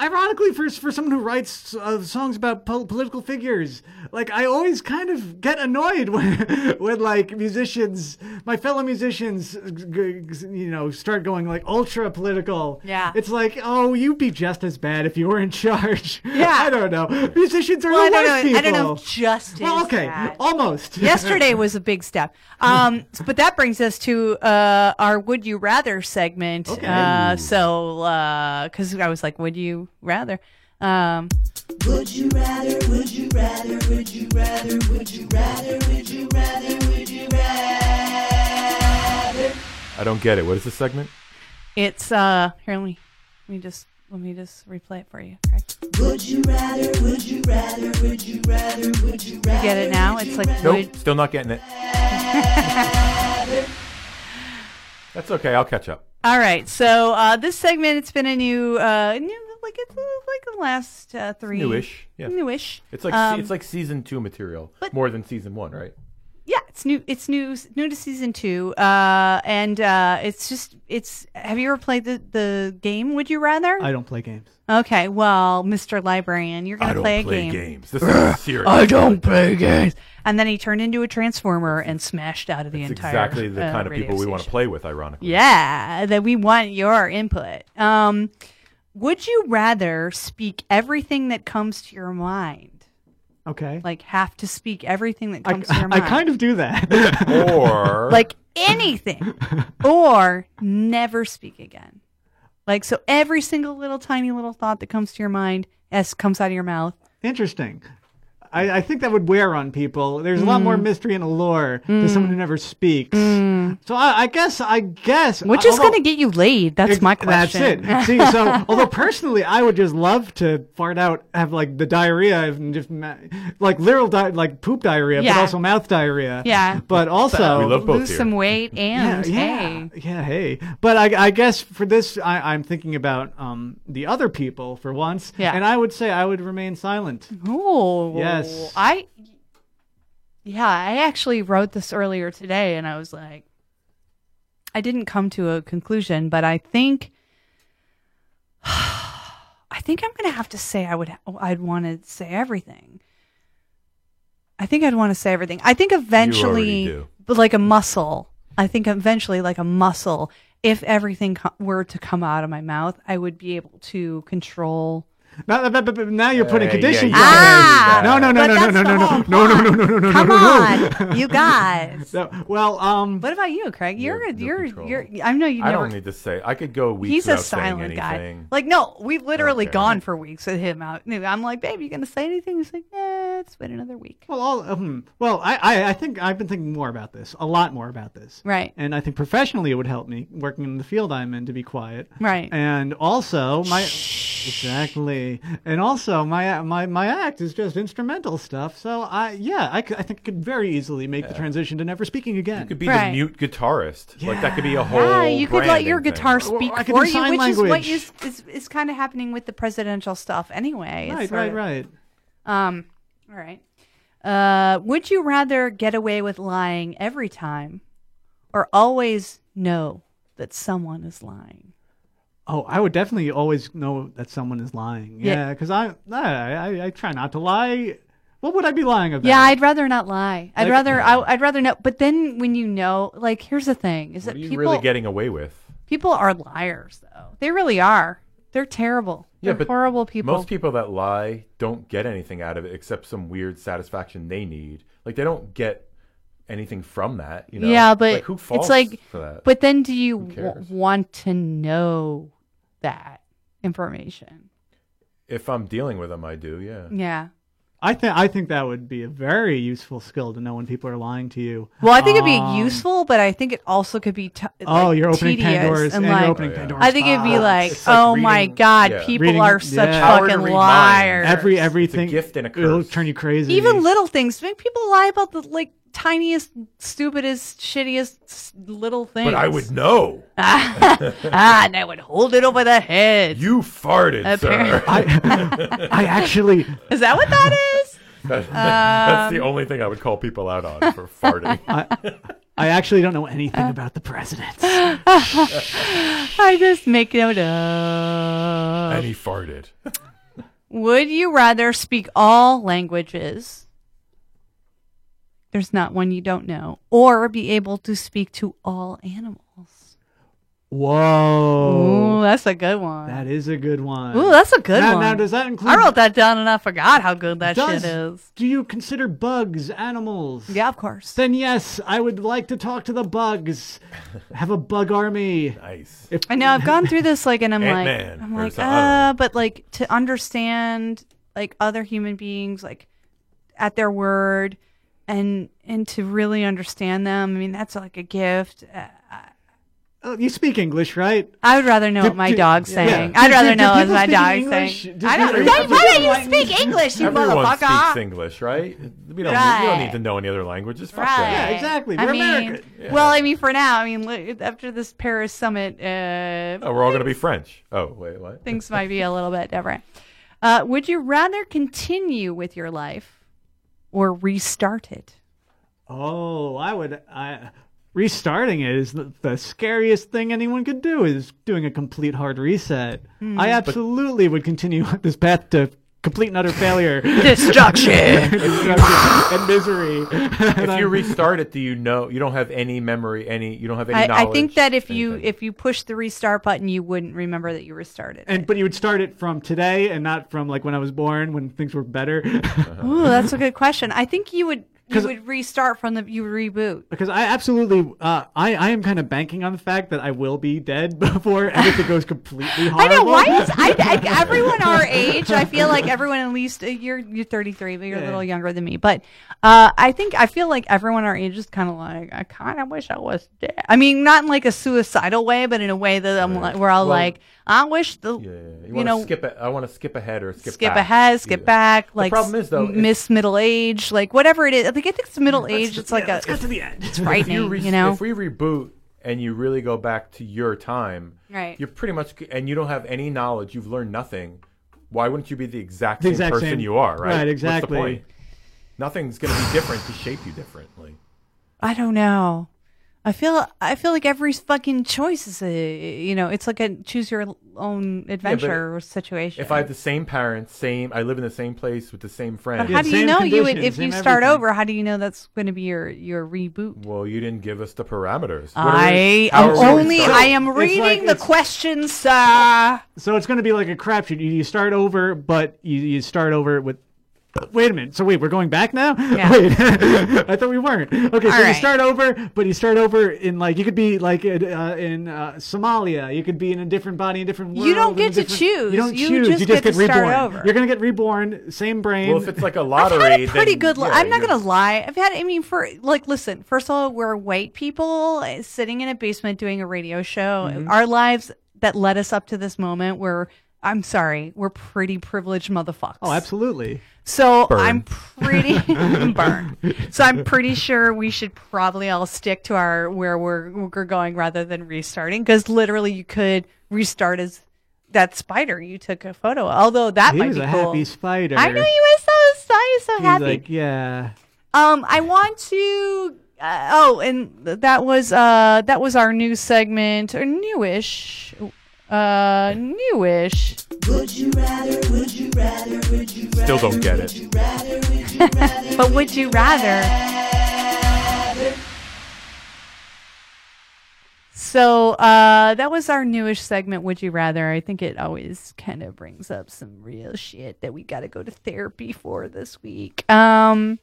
Speaker 9: Ironically, for for someone who writes uh, songs about pol- political figures, like I always kind of get annoyed when when like musicians, my fellow musicians, g- g- you know, start going like ultra political.
Speaker 5: Yeah.
Speaker 9: it's like, oh, you'd be just as bad if you were in charge. Yeah, I don't know. Musicians are
Speaker 5: Well, I
Speaker 9: the
Speaker 5: don't
Speaker 9: worst
Speaker 5: know.
Speaker 9: people.
Speaker 5: I don't know if just
Speaker 9: Well,
Speaker 5: is
Speaker 9: okay,
Speaker 5: bad.
Speaker 9: almost.
Speaker 5: Yesterday was a big step. Um, but that brings us to uh, our "Would You uh, Rather" segment. Uh, so, because I was like, "Would you rather?" Um,
Speaker 3: Would you rather, would you rather, would you rather, would you rather, would you rather, would you rather?
Speaker 10: I don't get it. What is this segment?
Speaker 5: it's uh, here. Let me, let me just let me just replay it for you. Craig.
Speaker 3: Would you rather, would you rather, would you rather, would you rather?
Speaker 5: You get it now? It's like
Speaker 10: Nope.
Speaker 5: would-
Speaker 10: Still not getting it. That's okay. I'll catch up.
Speaker 5: All right, so uh, this segment it's been a new, uh, new like it's uh, like the last uh, three
Speaker 10: Newish. Yeah.
Speaker 5: newish.
Speaker 10: It's like
Speaker 5: Um,
Speaker 10: it's like season two material,
Speaker 5: but-
Speaker 10: more than season one, right?
Speaker 5: yeah, it's new. It's new. New to season two, uh, and uh, it's just it's. Have you ever played the the game? Would you rather?
Speaker 9: I don't play games.
Speaker 5: Okay, well, Mr. Librarian, you're gonna
Speaker 9: I don't
Speaker 5: play a
Speaker 9: play
Speaker 5: game.
Speaker 9: games. This is serious.
Speaker 13: I don't play games.
Speaker 5: And then he turned into a transformer and smashed out of the
Speaker 10: It's
Speaker 5: entire.
Speaker 10: exactly the
Speaker 5: uh,
Speaker 10: kind of
Speaker 5: radio
Speaker 10: people we want to
Speaker 5: station.
Speaker 10: play with, ironically.
Speaker 5: Yeah, that we want your input. Um, would you rather speak everything that comes to your mind?
Speaker 9: Okay.
Speaker 5: Like have to speak everything that
Speaker 9: I,
Speaker 5: comes to your
Speaker 9: I
Speaker 5: mind.
Speaker 9: kind of do that.
Speaker 10: or
Speaker 5: like anything, or never speak again. Like so, every single little tiny little thought that comes to your mind as comes out of your mouth.
Speaker 9: Interesting. I, I think that would wear on people. There's a lot more
Speaker 5: Mm.
Speaker 9: mystery and allure to someone who never speaks. So I, I guess, I guess,
Speaker 5: Which is gonna get you laid. That's my question.
Speaker 9: That's it. See, so although personally, I would just love to fart out, have like the diarrhea, and just ma- like literal di- like poop diarrhea, but
Speaker 5: Yeah.
Speaker 9: also mouth diarrhea.
Speaker 5: Yeah.
Speaker 9: But also,
Speaker 5: lose some weight and
Speaker 9: Yeah, yeah.
Speaker 5: hey,
Speaker 9: yeah, hey. But I, I guess for this, I, I'm thinking about um, the other people for once.
Speaker 5: Yeah.
Speaker 9: And I would say I would remain silent.
Speaker 5: Oh,
Speaker 9: Yes.
Speaker 5: I, yeah, I actually wrote this earlier today, and I was like, I didn't come to a conclusion, but I think, I think I'm gonna have to say I would, I'd want to say everything. I think I'd want to say everything. I think eventually,
Speaker 10: do.
Speaker 5: but like a muscle. I think eventually, like a muscle. If everything co- were to come out of my mouth, I would be able to control.
Speaker 9: Now, but- but- but now you're putting
Speaker 5: Hey, yeah,
Speaker 9: conditions
Speaker 5: you
Speaker 9: on
Speaker 5: can't
Speaker 9: it. No, no, no,
Speaker 5: Ah, But
Speaker 9: no, no,
Speaker 5: that's the
Speaker 9: no, no, no,
Speaker 5: whole
Speaker 9: no, no, no, no, no, no,
Speaker 5: Come
Speaker 9: no, no.
Speaker 5: on, you guys.
Speaker 9: well, um,
Speaker 5: what about you, Craig? You're a, you're you're. I know you
Speaker 10: I
Speaker 5: never.
Speaker 10: don't need to say. I could go weeks
Speaker 5: he's a
Speaker 10: without saying
Speaker 5: silent guy.
Speaker 10: anything.
Speaker 5: Like no, we've literally
Speaker 10: Okay.
Speaker 5: gone for weeks with him out. No, I'm like, babe, you gonna say anything? He's like, yeah, it's been another week.
Speaker 9: Well, all um, well, I, I, I think I've been thinking more about this, a lot more about this.
Speaker 5: Right.
Speaker 9: And I think professionally it would help me working in the field I'm in to be quiet.
Speaker 5: Right.
Speaker 9: And also my exactly, and also my my my act is just instrumental stuff. So I yeah, I, c- I think I could very easily make the transition to never speaking again. You
Speaker 10: could be the mute guitarist. Like that could be a whole.
Speaker 5: Yeah, Ah, you could let your
Speaker 10: branding
Speaker 5: guitar
Speaker 10: thing.
Speaker 5: speak
Speaker 9: I could
Speaker 5: for
Speaker 9: do
Speaker 5: you,
Speaker 9: sign
Speaker 5: which
Speaker 9: language.
Speaker 5: is what is is, is kind of happening with the presidential stuff anyway. It's
Speaker 9: Right,
Speaker 5: sort
Speaker 9: right,
Speaker 5: of-
Speaker 9: right.
Speaker 5: Um, all right. Uh, would you rather get away with lying every time, or always know that someone is lying?
Speaker 9: Oh, I would definitely always know that someone is lying.
Speaker 5: Yeah.
Speaker 9: Yeah, because I, I I I try not to lie. What would I be lying about?
Speaker 5: Yeah, I'd rather not lie. I'd
Speaker 9: Like-
Speaker 5: rather I, I'd rather know. But then when you know, like, here's the thing: is
Speaker 10: What are
Speaker 5: that
Speaker 10: you
Speaker 5: people
Speaker 10: really getting away with?
Speaker 5: people are liars, though. They really are. They're terrible. They're horrible people.
Speaker 10: Most people that lie don't get anything out of it except some weird satisfaction they need. Like they don't get anything from that. You know?
Speaker 5: yeah, but
Speaker 10: like, who falls
Speaker 5: it's like.
Speaker 10: for that?
Speaker 5: But then, do you
Speaker 10: Who
Speaker 5: w-
Speaker 10: cares?
Speaker 5: want to know that information?
Speaker 10: if I'm dealing with them, I do. Yeah.
Speaker 5: Yeah.
Speaker 9: I think I think that would be a very useful skill to know when people are lying to you.
Speaker 5: Well, I think it'd
Speaker 9: Um,
Speaker 5: be useful, but I think it also could be t-
Speaker 9: Oh,
Speaker 5: like,
Speaker 9: you're opening
Speaker 5: tedious and
Speaker 9: Pandora's and you're
Speaker 5: like-
Speaker 9: opening Pandora's
Speaker 5: I think it'd be
Speaker 9: box.
Speaker 5: like, oh my god, people
Speaker 9: Reading-
Speaker 5: are such
Speaker 9: yeah.
Speaker 5: fucking liars.
Speaker 9: Every everything gift
Speaker 10: and a curse.
Speaker 9: It'll turn you crazy.
Speaker 5: Even little things. Make people lie about the like tiniest, stupidest, shittiest s- little things.
Speaker 10: But I would know.
Speaker 5: ah, and I would hold it over the head.
Speaker 10: You farted, sir.
Speaker 5: Apparently.
Speaker 10: I,
Speaker 9: I actually.
Speaker 5: Is that what that is?
Speaker 10: that's the
Speaker 5: Um,
Speaker 10: only thing I would call people out on for farting.
Speaker 9: I actually don't know anything
Speaker 5: Uh.
Speaker 9: about the president.
Speaker 5: I just make note of.
Speaker 10: and he farted.
Speaker 5: Would you rather speak all languages? There's not one you don't know, or be able to speak to all animals.
Speaker 9: Whoa.
Speaker 5: Ooh, that's a good one.
Speaker 9: Oh. That is a good one.
Speaker 5: Ooh, that's a good
Speaker 9: now,
Speaker 5: one.
Speaker 9: Now, does that include?
Speaker 5: I wrote that down and I forgot how good that
Speaker 9: Does-
Speaker 5: shit is.
Speaker 9: Do you consider bugs animals?
Speaker 5: Yeah, of course.
Speaker 9: Then yes, I would like to talk to the bugs. Have a bug army.
Speaker 10: Nice.
Speaker 5: I know I've gone through this like, and I'm like,
Speaker 9: Ant-Man
Speaker 5: I'm like,
Speaker 9: versus
Speaker 5: uh, but like to understand like other human beings like at their word, and and to really understand them. I mean, that's like a gift. Uh,
Speaker 9: Oh, you speak English, right?
Speaker 5: I would rather know
Speaker 9: Do-
Speaker 5: what my
Speaker 9: do-
Speaker 5: dog's
Speaker 9: yeah.
Speaker 5: saying.
Speaker 9: Yeah.
Speaker 5: I'd
Speaker 9: Do-
Speaker 5: rather
Speaker 9: do- do
Speaker 5: know what
Speaker 9: people
Speaker 5: my
Speaker 9: speak
Speaker 5: dog's
Speaker 9: English?
Speaker 5: saying.
Speaker 9: Do
Speaker 5: I don't.
Speaker 9: people-
Speaker 5: Why
Speaker 9: do
Speaker 5: why don't
Speaker 9: people
Speaker 5: you speak English, you
Speaker 10: Everyone
Speaker 5: motherfucker?
Speaker 10: speaks English, right? We don't, we
Speaker 5: Right.
Speaker 10: don't need to know any other languages. Fuck
Speaker 5: Right.
Speaker 10: that.
Speaker 9: exactly.
Speaker 5: I
Speaker 9: We're
Speaker 5: mean,
Speaker 9: American.
Speaker 10: Yeah.
Speaker 5: Well, I mean, for now, I mean, look, after this Paris summit, uh,
Speaker 10: Oh, we're all going to be French. Oh, wait, what?
Speaker 5: things might be a little bit different. Uh, would you rather continue with your life or restart it?
Speaker 9: Oh, I would. I restarting it is the, the scariest thing anyone could do. Is doing a complete hard reset.
Speaker 5: Hmm.
Speaker 9: I
Speaker 5: But-
Speaker 9: absolutely would continue on this path to complete and utter failure,
Speaker 5: Destruction.
Speaker 9: Destruction and misery. And
Speaker 10: if you
Speaker 9: I'm-
Speaker 10: restart it, do you know? You don't have any memory, any. You don't have any
Speaker 5: I, I
Speaker 10: knowledge.
Speaker 5: think that if you if you push the restart button, you wouldn't remember that you restarted.
Speaker 9: and but you would start it from today and not from like when I was born when things were better.
Speaker 5: Ooh, that's a good question. I think you would you would restart from the you would reboot.
Speaker 9: because I absolutely, uh, I, I am kind of banking on the fact that I will be dead before everything goes completely
Speaker 5: I
Speaker 9: horrible.
Speaker 5: know why is I, I everyone our age. I feel like everyone at least uh, you're you're 33, but you're a
Speaker 9: Yeah.
Speaker 5: little younger than me. But uh, I think I feel like everyone our age is kind of like I kind of wish I was dead. I mean, not in like a suicidal way, but in a way that I'm like we're all
Speaker 10: Well-
Speaker 5: like I wish the
Speaker 10: you,
Speaker 5: you,
Speaker 10: want
Speaker 5: know
Speaker 10: to skip. A, I want to skip ahead or skip.
Speaker 5: skip
Speaker 10: back.
Speaker 5: ahead, skip back. Like
Speaker 10: problem is, though,
Speaker 5: m-
Speaker 10: if-
Speaker 5: miss middle age, like whatever it is. I think I think it's middle age. It's like a
Speaker 9: let's get to the end.
Speaker 5: It's frightening,
Speaker 10: If
Speaker 5: you,
Speaker 10: you, re-
Speaker 5: know.
Speaker 10: if we reboot and you really go back to your time,
Speaker 5: Right.
Speaker 10: You're pretty much, and you don't have any knowledge. You've learned nothing. Why wouldn't you be the exact
Speaker 9: The
Speaker 10: same
Speaker 9: exact
Speaker 10: person
Speaker 9: same-
Speaker 10: you are?
Speaker 9: right,
Speaker 10: Right. What's the
Speaker 9: exactly.
Speaker 10: point? Nothing's going to be different to shape you differently.
Speaker 5: I don't know. I feel I feel like every fucking choice is a you know it's like a choose your own
Speaker 10: Yeah, but
Speaker 5: adventure situation.
Speaker 10: If I had the same parents, same, I live in the same place with the same friends.
Speaker 5: but how do you know you would if you start over? How do you know that's going to be your your reboot?
Speaker 10: Well, you didn't give us the parameters. What are
Speaker 5: I
Speaker 10: we- how
Speaker 5: am
Speaker 10: are we gonna
Speaker 5: only
Speaker 10: start?
Speaker 5: I am
Speaker 9: It's
Speaker 5: reading
Speaker 9: like-
Speaker 5: the questions, sir.
Speaker 9: So it's going to be like a crapshoot. You, you start over, but you, you start over with. but Wait a minute. So wait, we're going back now?
Speaker 5: Yeah.
Speaker 9: Wait, I thought we weren't. Okay, so
Speaker 5: All
Speaker 9: you
Speaker 5: right.
Speaker 9: start over, but you start over in like you could be like in, uh, in uh, Somalia. You could be in a different body, a different world.
Speaker 5: You don't
Speaker 9: in a
Speaker 5: get to
Speaker 9: different-
Speaker 5: choose.
Speaker 9: You don't
Speaker 5: You
Speaker 9: choose.
Speaker 5: just
Speaker 9: you just
Speaker 5: get
Speaker 9: get,
Speaker 5: to start
Speaker 9: reborn.
Speaker 5: over.
Speaker 9: You're gonna get reborn, same brain.
Speaker 10: Well, if it's like a
Speaker 5: I've
Speaker 10: lottery,
Speaker 5: had a pretty
Speaker 10: then,
Speaker 5: good. Li-
Speaker 10: yeah,
Speaker 5: I'm not
Speaker 10: you're-
Speaker 5: gonna lie. I've had. I mean, for like, listen. First of all, we're white people uh, sitting in a basement doing a radio show.
Speaker 9: Mm-hmm.
Speaker 14: Mhm.
Speaker 5: Our lives that led us up to this moment were. I'm sorry, we're pretty privileged motherfuckers.
Speaker 9: oh, absolutely.
Speaker 5: So
Speaker 9: Burn.
Speaker 5: I'm pretty burn. So I'm pretty sure we should probably all stick to our where we're we're going rather than restarting because literally you could restart as that spider you took a photo. of. Although that
Speaker 9: he
Speaker 5: might
Speaker 9: was
Speaker 5: be
Speaker 9: a
Speaker 5: cool.
Speaker 9: happy spider.
Speaker 5: I know you were so so you're so
Speaker 9: He's
Speaker 5: happy.
Speaker 9: like, yeah.
Speaker 5: Um, I want to. Uh, oh, and th- that was uh that was our new segment or newish, uh newish.
Speaker 15: Would you rather, would you rather, would you rather?
Speaker 10: Still don't get it.
Speaker 5: but would you rather? So uh, that was our newish segment. Would you rather? I think it always kind of brings up some real shit that we got to go to therapy for this week. Um,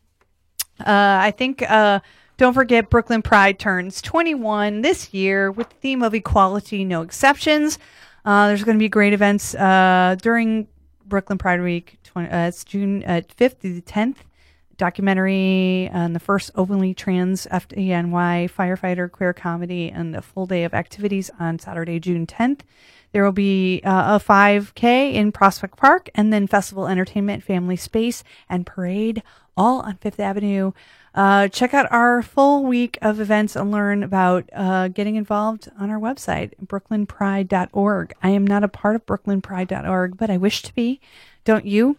Speaker 5: uh, I think uh, don't forget Brooklyn Pride turns 21 this year with the theme of equality, no exceptions. Uh, there's going to be great events uh, during Brooklyn Pride Week. 20, uh, it's June uh, 5th through the 10th. Documentary on the first openly trans FDNY firefighter queer comedy and a full day of activities on Saturday, June 10th. There will be uh, a 5K in Prospect Park and then festival entertainment, family space, and parade all on Fifth Avenue. Uh, check out our full week of events and learn about uh, getting involved on our website, brooklynpride.org. I am not a part of brooklynpride.org, but I wish to be. Don't you?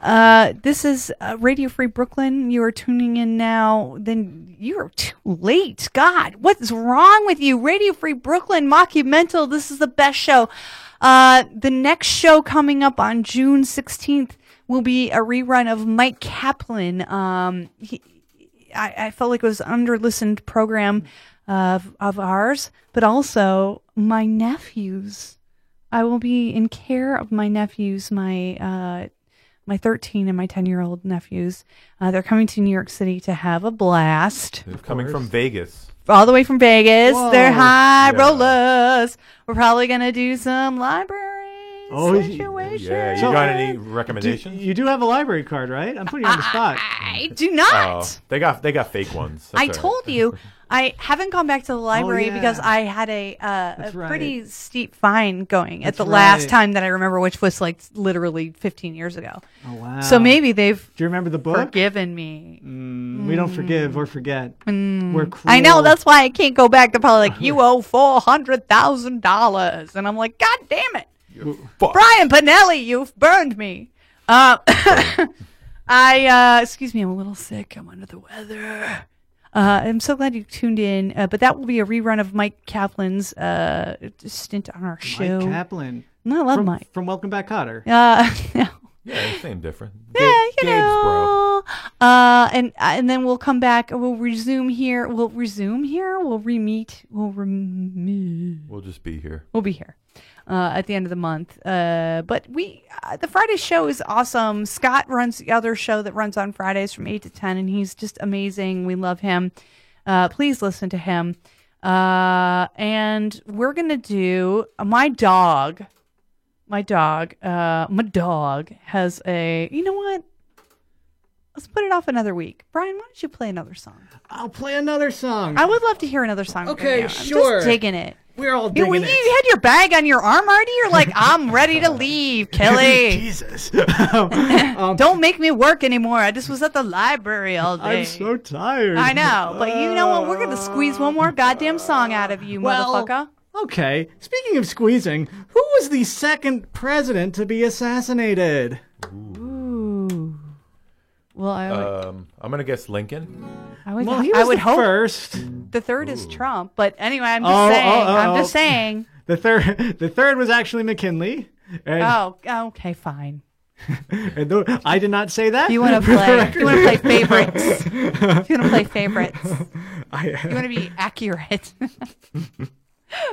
Speaker 5: Uh, this is uh, Radio Free Brooklyn. You are tuning in now. Then you are too late. God, what's wrong with you? Radio Free Brooklyn, Mockumental. This is the best show. Uh, the next show coming up on June 16th will be a rerun of Mike Kaplan. Um, he, I, I felt like it was an under listened program. of of ours, but also my nephews. I will be in care of my nephews, my uh, my 13 and my 10 year old nephews. Uh, they're coming to New York City to have a blast.
Speaker 10: Coming from Vegas.
Speaker 5: All the way from Vegas. They're
Speaker 10: Whoa.
Speaker 5: high
Speaker 10: Yeah.
Speaker 5: rollers. We're probably going to do some library.
Speaker 9: Oh,
Speaker 10: Yeah, you got any recommendations?
Speaker 9: you do have a library card, right? I'm putting you on the spot.
Speaker 5: I do not.
Speaker 10: Oh, they got they got fake ones. That's
Speaker 5: I
Speaker 10: all right.
Speaker 5: told you I haven't gone back to the library
Speaker 9: Oh, yeah.
Speaker 5: because I had a, uh, a
Speaker 9: right.
Speaker 5: pretty steep fine going at
Speaker 9: That's
Speaker 5: the last
Speaker 9: right.
Speaker 5: time that I remember, which was like literally 15 years ago.
Speaker 9: Oh, wow.
Speaker 5: So maybe they've
Speaker 9: Do you remember the book?
Speaker 5: forgiven me.
Speaker 9: Mm, we don't forgive or forget.
Speaker 5: Mm.
Speaker 9: We're cruel.
Speaker 5: I know that's why I can't go back. They're probably like, "You owe four hundred thousand dollars," and I'm like, "God damn it, Brian Pinelli, you've burned me." Uh, I uh, excuse me, I'm a little sick. I'm under the weather. Uh, I'm so glad you tuned in. Uh, but that will be a rerun of Mike Kaplan's uh, stint on our show.
Speaker 9: Mike Kaplan.
Speaker 5: No, I love
Speaker 9: from,
Speaker 5: Mike.
Speaker 9: From Welcome Back, Cotter.
Speaker 5: Uh, no.
Speaker 10: Yeah, same different.
Speaker 5: Yeah, you
Speaker 10: Gabe's
Speaker 5: know. Uh, and and then we'll come back. We'll resume here. We'll resume here. We'll re-meet. We'll re-
Speaker 10: We'll just be here.
Speaker 5: We'll be here uh, at the end of the month. Uh, but we uh, the Friday show is awesome. Scott runs the other show that runs on Fridays from eight to ten, and he's just amazing. We love him. Uh, please listen to him. Uh, and we're gonna do uh, my dog. My dog. Uh, my dog has a. You know what? Let's put it off another week. Brian, why don't you play another song?
Speaker 9: I'll play another song.
Speaker 5: I would love to hear another song. from
Speaker 9: Okay,
Speaker 5: you. I'm
Speaker 9: sure.
Speaker 5: just digging it.
Speaker 9: We're all
Speaker 5: You, when
Speaker 9: digging it.
Speaker 5: you had your bag on your arm already, you're like, I'm ready to leave, Kelly.
Speaker 9: Jesus.
Speaker 5: Don't make me work anymore. I just was at the library all day.
Speaker 9: I'm so tired.
Speaker 5: I know, but you know what? We're gonna squeeze one more goddamn song out of you,
Speaker 9: Well-
Speaker 5: motherfucker.
Speaker 9: Uh, Okay. Speaking of squeezing, who was the second president to be assassinated?
Speaker 5: Ooh. Well, I would,
Speaker 9: Uh,
Speaker 10: Um, I'm gonna guess Lincoln.
Speaker 5: I would,
Speaker 9: well, he
Speaker 5: I
Speaker 9: was
Speaker 5: would
Speaker 9: the
Speaker 5: hope
Speaker 9: first.
Speaker 5: the third is Trump. But anyway, I'm just
Speaker 9: Oh, oh,
Speaker 5: saying.
Speaker 9: oh,
Speaker 5: I'm just
Speaker 9: oh.
Speaker 5: saying.
Speaker 9: The third. The third was actually McKinley. And,
Speaker 5: Oh, okay, fine.
Speaker 9: and though- I did not say that.
Speaker 5: You want to
Speaker 9: for the
Speaker 5: play?
Speaker 9: record.
Speaker 5: You want to play favorites? You want to play favorites?
Speaker 9: I-
Speaker 5: You want to be accurate?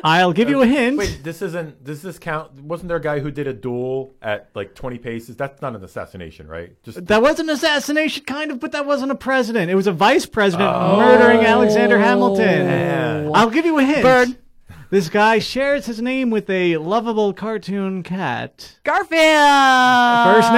Speaker 9: I'll give you a hint.
Speaker 10: Wait, this isn't. Does this count? Wasn't there a guy who did a duel at like 20 paces? That's not an assassination, right? Just
Speaker 9: That was an assassination, kind of, but that wasn't a president. It was a vice president murdering Alexander Hamilton.
Speaker 10: Yeah.
Speaker 9: I'll give you a hint.
Speaker 10: Bird.
Speaker 9: This guy shares his name with a lovable cartoon cat.
Speaker 5: Garfield.
Speaker 9: First
Speaker 5: Uh,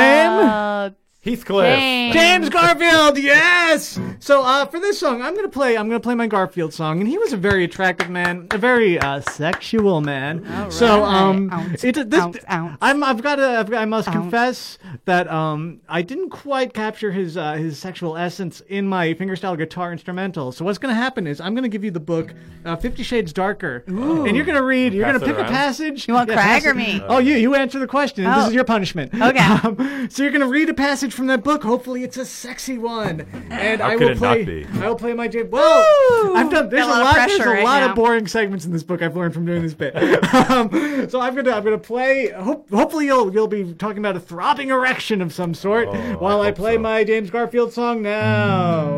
Speaker 9: name?
Speaker 10: Heathcliff.
Speaker 9: James, Garfield. Yes. So uh, for this song, I'm gonna play. I'm gonna play my Garfield song, and he was a very attractive man, a very uh, sexual man. So um, it, this, I'm, I've got to. I've, I must confess that um, I didn't quite capture his uh, his sexual essence in my fingerstyle guitar instrumental. So what's gonna happen is I'm gonna give you the book uh, Fifty Shades Darker, and you're gonna read. You're
Speaker 10: Pass
Speaker 9: gonna
Speaker 10: it
Speaker 9: pick a
Speaker 10: around?
Speaker 9: passage.
Speaker 5: You want
Speaker 9: pass
Speaker 5: Craig or
Speaker 9: it-
Speaker 5: me?
Speaker 9: Oh, you. You answer the question. and
Speaker 5: Oh.
Speaker 9: This is your punishment.
Speaker 5: Okay.
Speaker 9: Um, so you're gonna read a passage from that book. Hopefully, it's a sexy one, and
Speaker 10: How
Speaker 9: I
Speaker 10: could
Speaker 9: will
Speaker 10: it not
Speaker 9: play.
Speaker 10: be?
Speaker 9: I will play my J. Well, I've done. There's a
Speaker 5: Got a lot of
Speaker 9: lot. There's a
Speaker 5: pressure right
Speaker 9: lot
Speaker 5: now.
Speaker 9: of boring segments in this book. I've learned from doing this bit. um, so I'm gonna I'm gonna play. Hope, hopefully, you'll you'll be talking about a throbbing erection of some sort
Speaker 10: Oh,
Speaker 9: while I, play my James Garfield song now.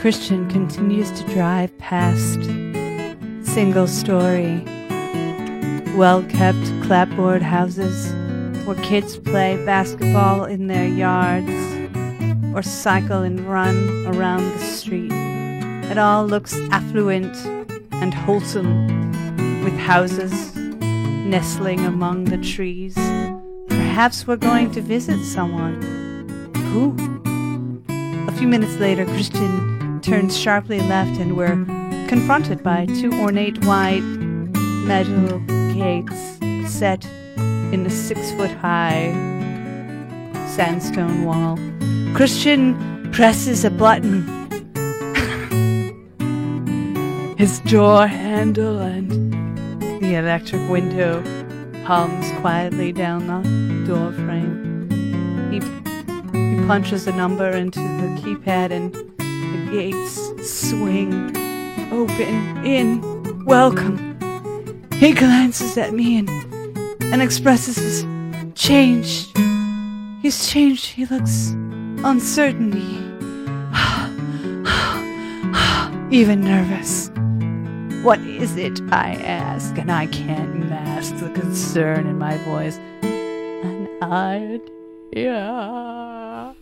Speaker 5: Christian continues to drive past. Single story. Well kept clapboard houses where kids play basketball in their yards or cycle and run around the street. It all looks affluent and wholesome with houses nestling among the trees. Perhaps we're going to visit someone. Who? A few minutes later, Christian turns sharply left and we're confronted by two ornate white metal gates set in a six foot high sandstone wall. Christian presses a button. His door handle and the electric window hums quietly down the door frame. He, he punches a number into the keypad and the gates swing open in welcome. He glances at me and, and expresses his changed. He's changed. He looks uncertain. He- Even nervous. What is it? I ask, and I can't mask the concern in my voice. An idea.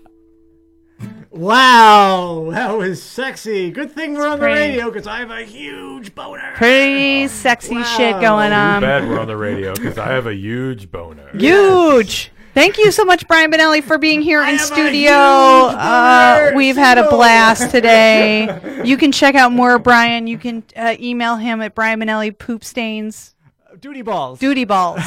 Speaker 9: Wow, that was sexy. Good thing we're on the
Speaker 5: pretty.
Speaker 9: radio because I have a huge boner.
Speaker 5: Pretty sexy shit going
Speaker 10: Too
Speaker 5: on.
Speaker 10: bad we're on the radio because I have a huge boner.
Speaker 5: Huge. Thank you so much, Brian Benelli, for being here in studio. Uh, we've had a blast today. you can check out more of Brian. You can uh, email him at Brian Benelli Poop Stains.
Speaker 9: Duty balls.
Speaker 5: Duty balls.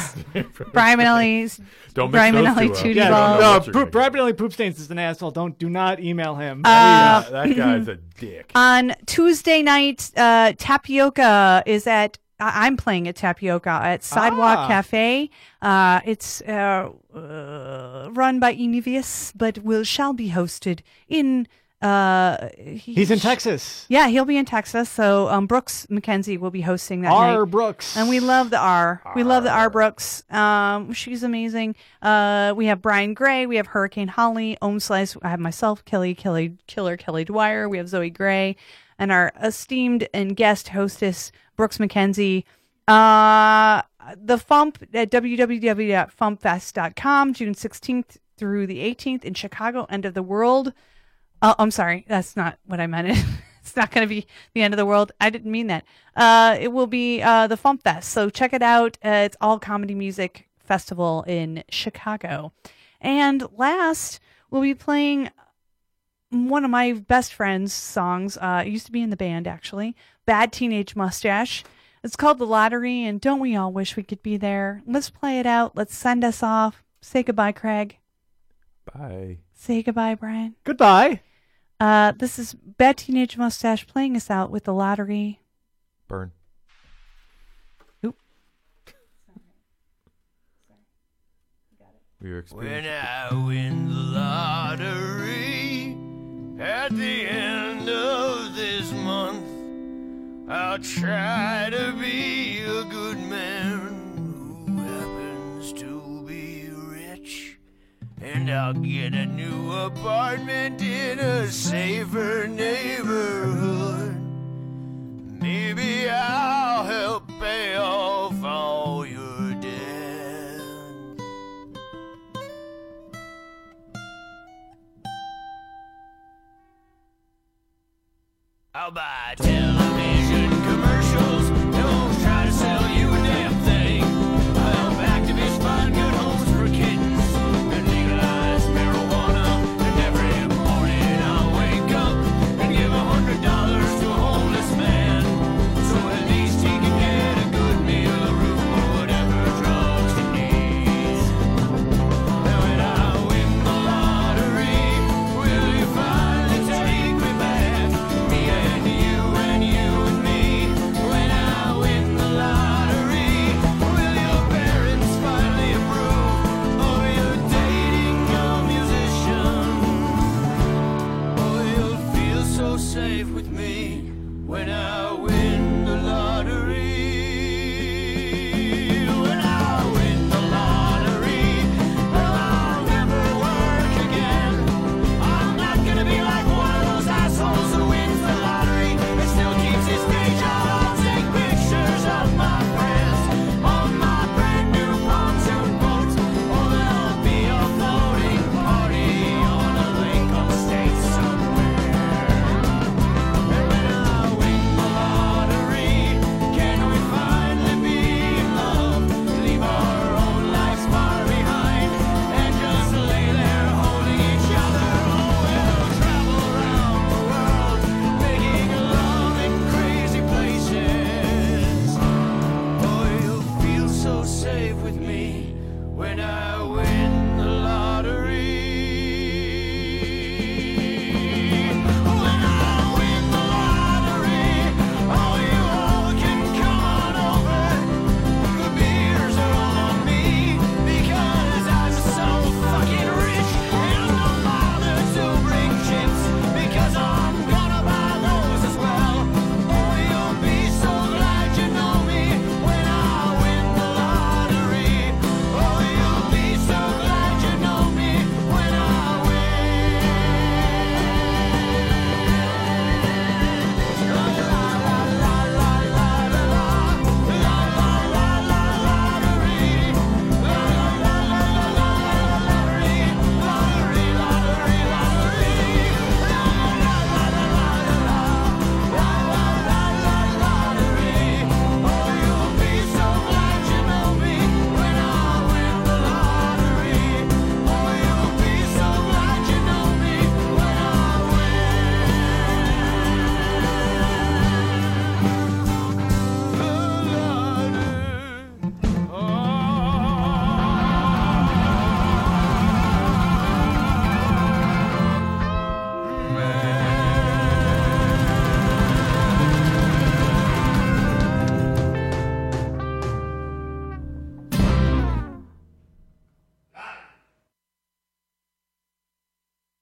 Speaker 5: Brian Benelli's
Speaker 10: Don't mix
Speaker 5: Brian
Speaker 10: those
Speaker 5: Benelli
Speaker 10: two up.
Speaker 5: Tootie
Speaker 10: Yeah,
Speaker 5: Balls.
Speaker 9: No, poop, Brad Benelli poop stains is an asshole. Don't do not email him.
Speaker 5: Uh,
Speaker 10: Yeah, that guy's a dick.
Speaker 5: On Tuesday night, uh, Tapioca is at. I- I'm playing at Tapioca at Sidewalk
Speaker 14: Ah.
Speaker 5: Cafe. Uh, it's uh, uh, run by Univius, but will shall be hosted in. Uh, he-
Speaker 9: He's in Texas.
Speaker 5: Yeah, he'll be in Texas. So um, Brooks McKenzie will be hosting that
Speaker 9: R.
Speaker 5: night.
Speaker 9: Brooks.
Speaker 5: And we love the R. We love the R. Brooks. Um, she's amazing. Uh, we have Brian Gray. We have Hurricane Holly, Om Slice. I have myself, Kelly, Kelly, Killer, Kelly Dwyer. We have Zoe Gray. And our esteemed and guest hostess, Brooks McKenzie. Uh, the Fump at www.fumpfest.com, June 16th through the 18th in Chicago, End of the World. Oh, I'm sorry. That's not what I meant. it's not going to be the end of the world. I didn't mean that. Uh, it will be uh, the Fump Fest. So check it out. Uh, it's all comedy music festival in Chicago. And last, we'll be playing one of my best friend's songs. Uh, it used to be in the band, actually. Bad Teenage Mustache. It's called The Lottery, and don't we all wish we could be there? Let's play it out. Let's send us off. Say goodbye, Craig.
Speaker 10: Bye.
Speaker 5: Say goodbye, Brian.
Speaker 9: Goodbye.
Speaker 5: Uh, this is Bad Teenage Mustache playing us out with the lottery.
Speaker 10: Burn. We were
Speaker 16: When
Speaker 10: experiencing.
Speaker 16: I win the lottery at the end of this month, I'll try to be a good man who happens to be rich. And I'll get a new apartment in a safer neighborhood. Maybe I'll help pay off all your debt. I'll buy television.
Speaker 1: Oh,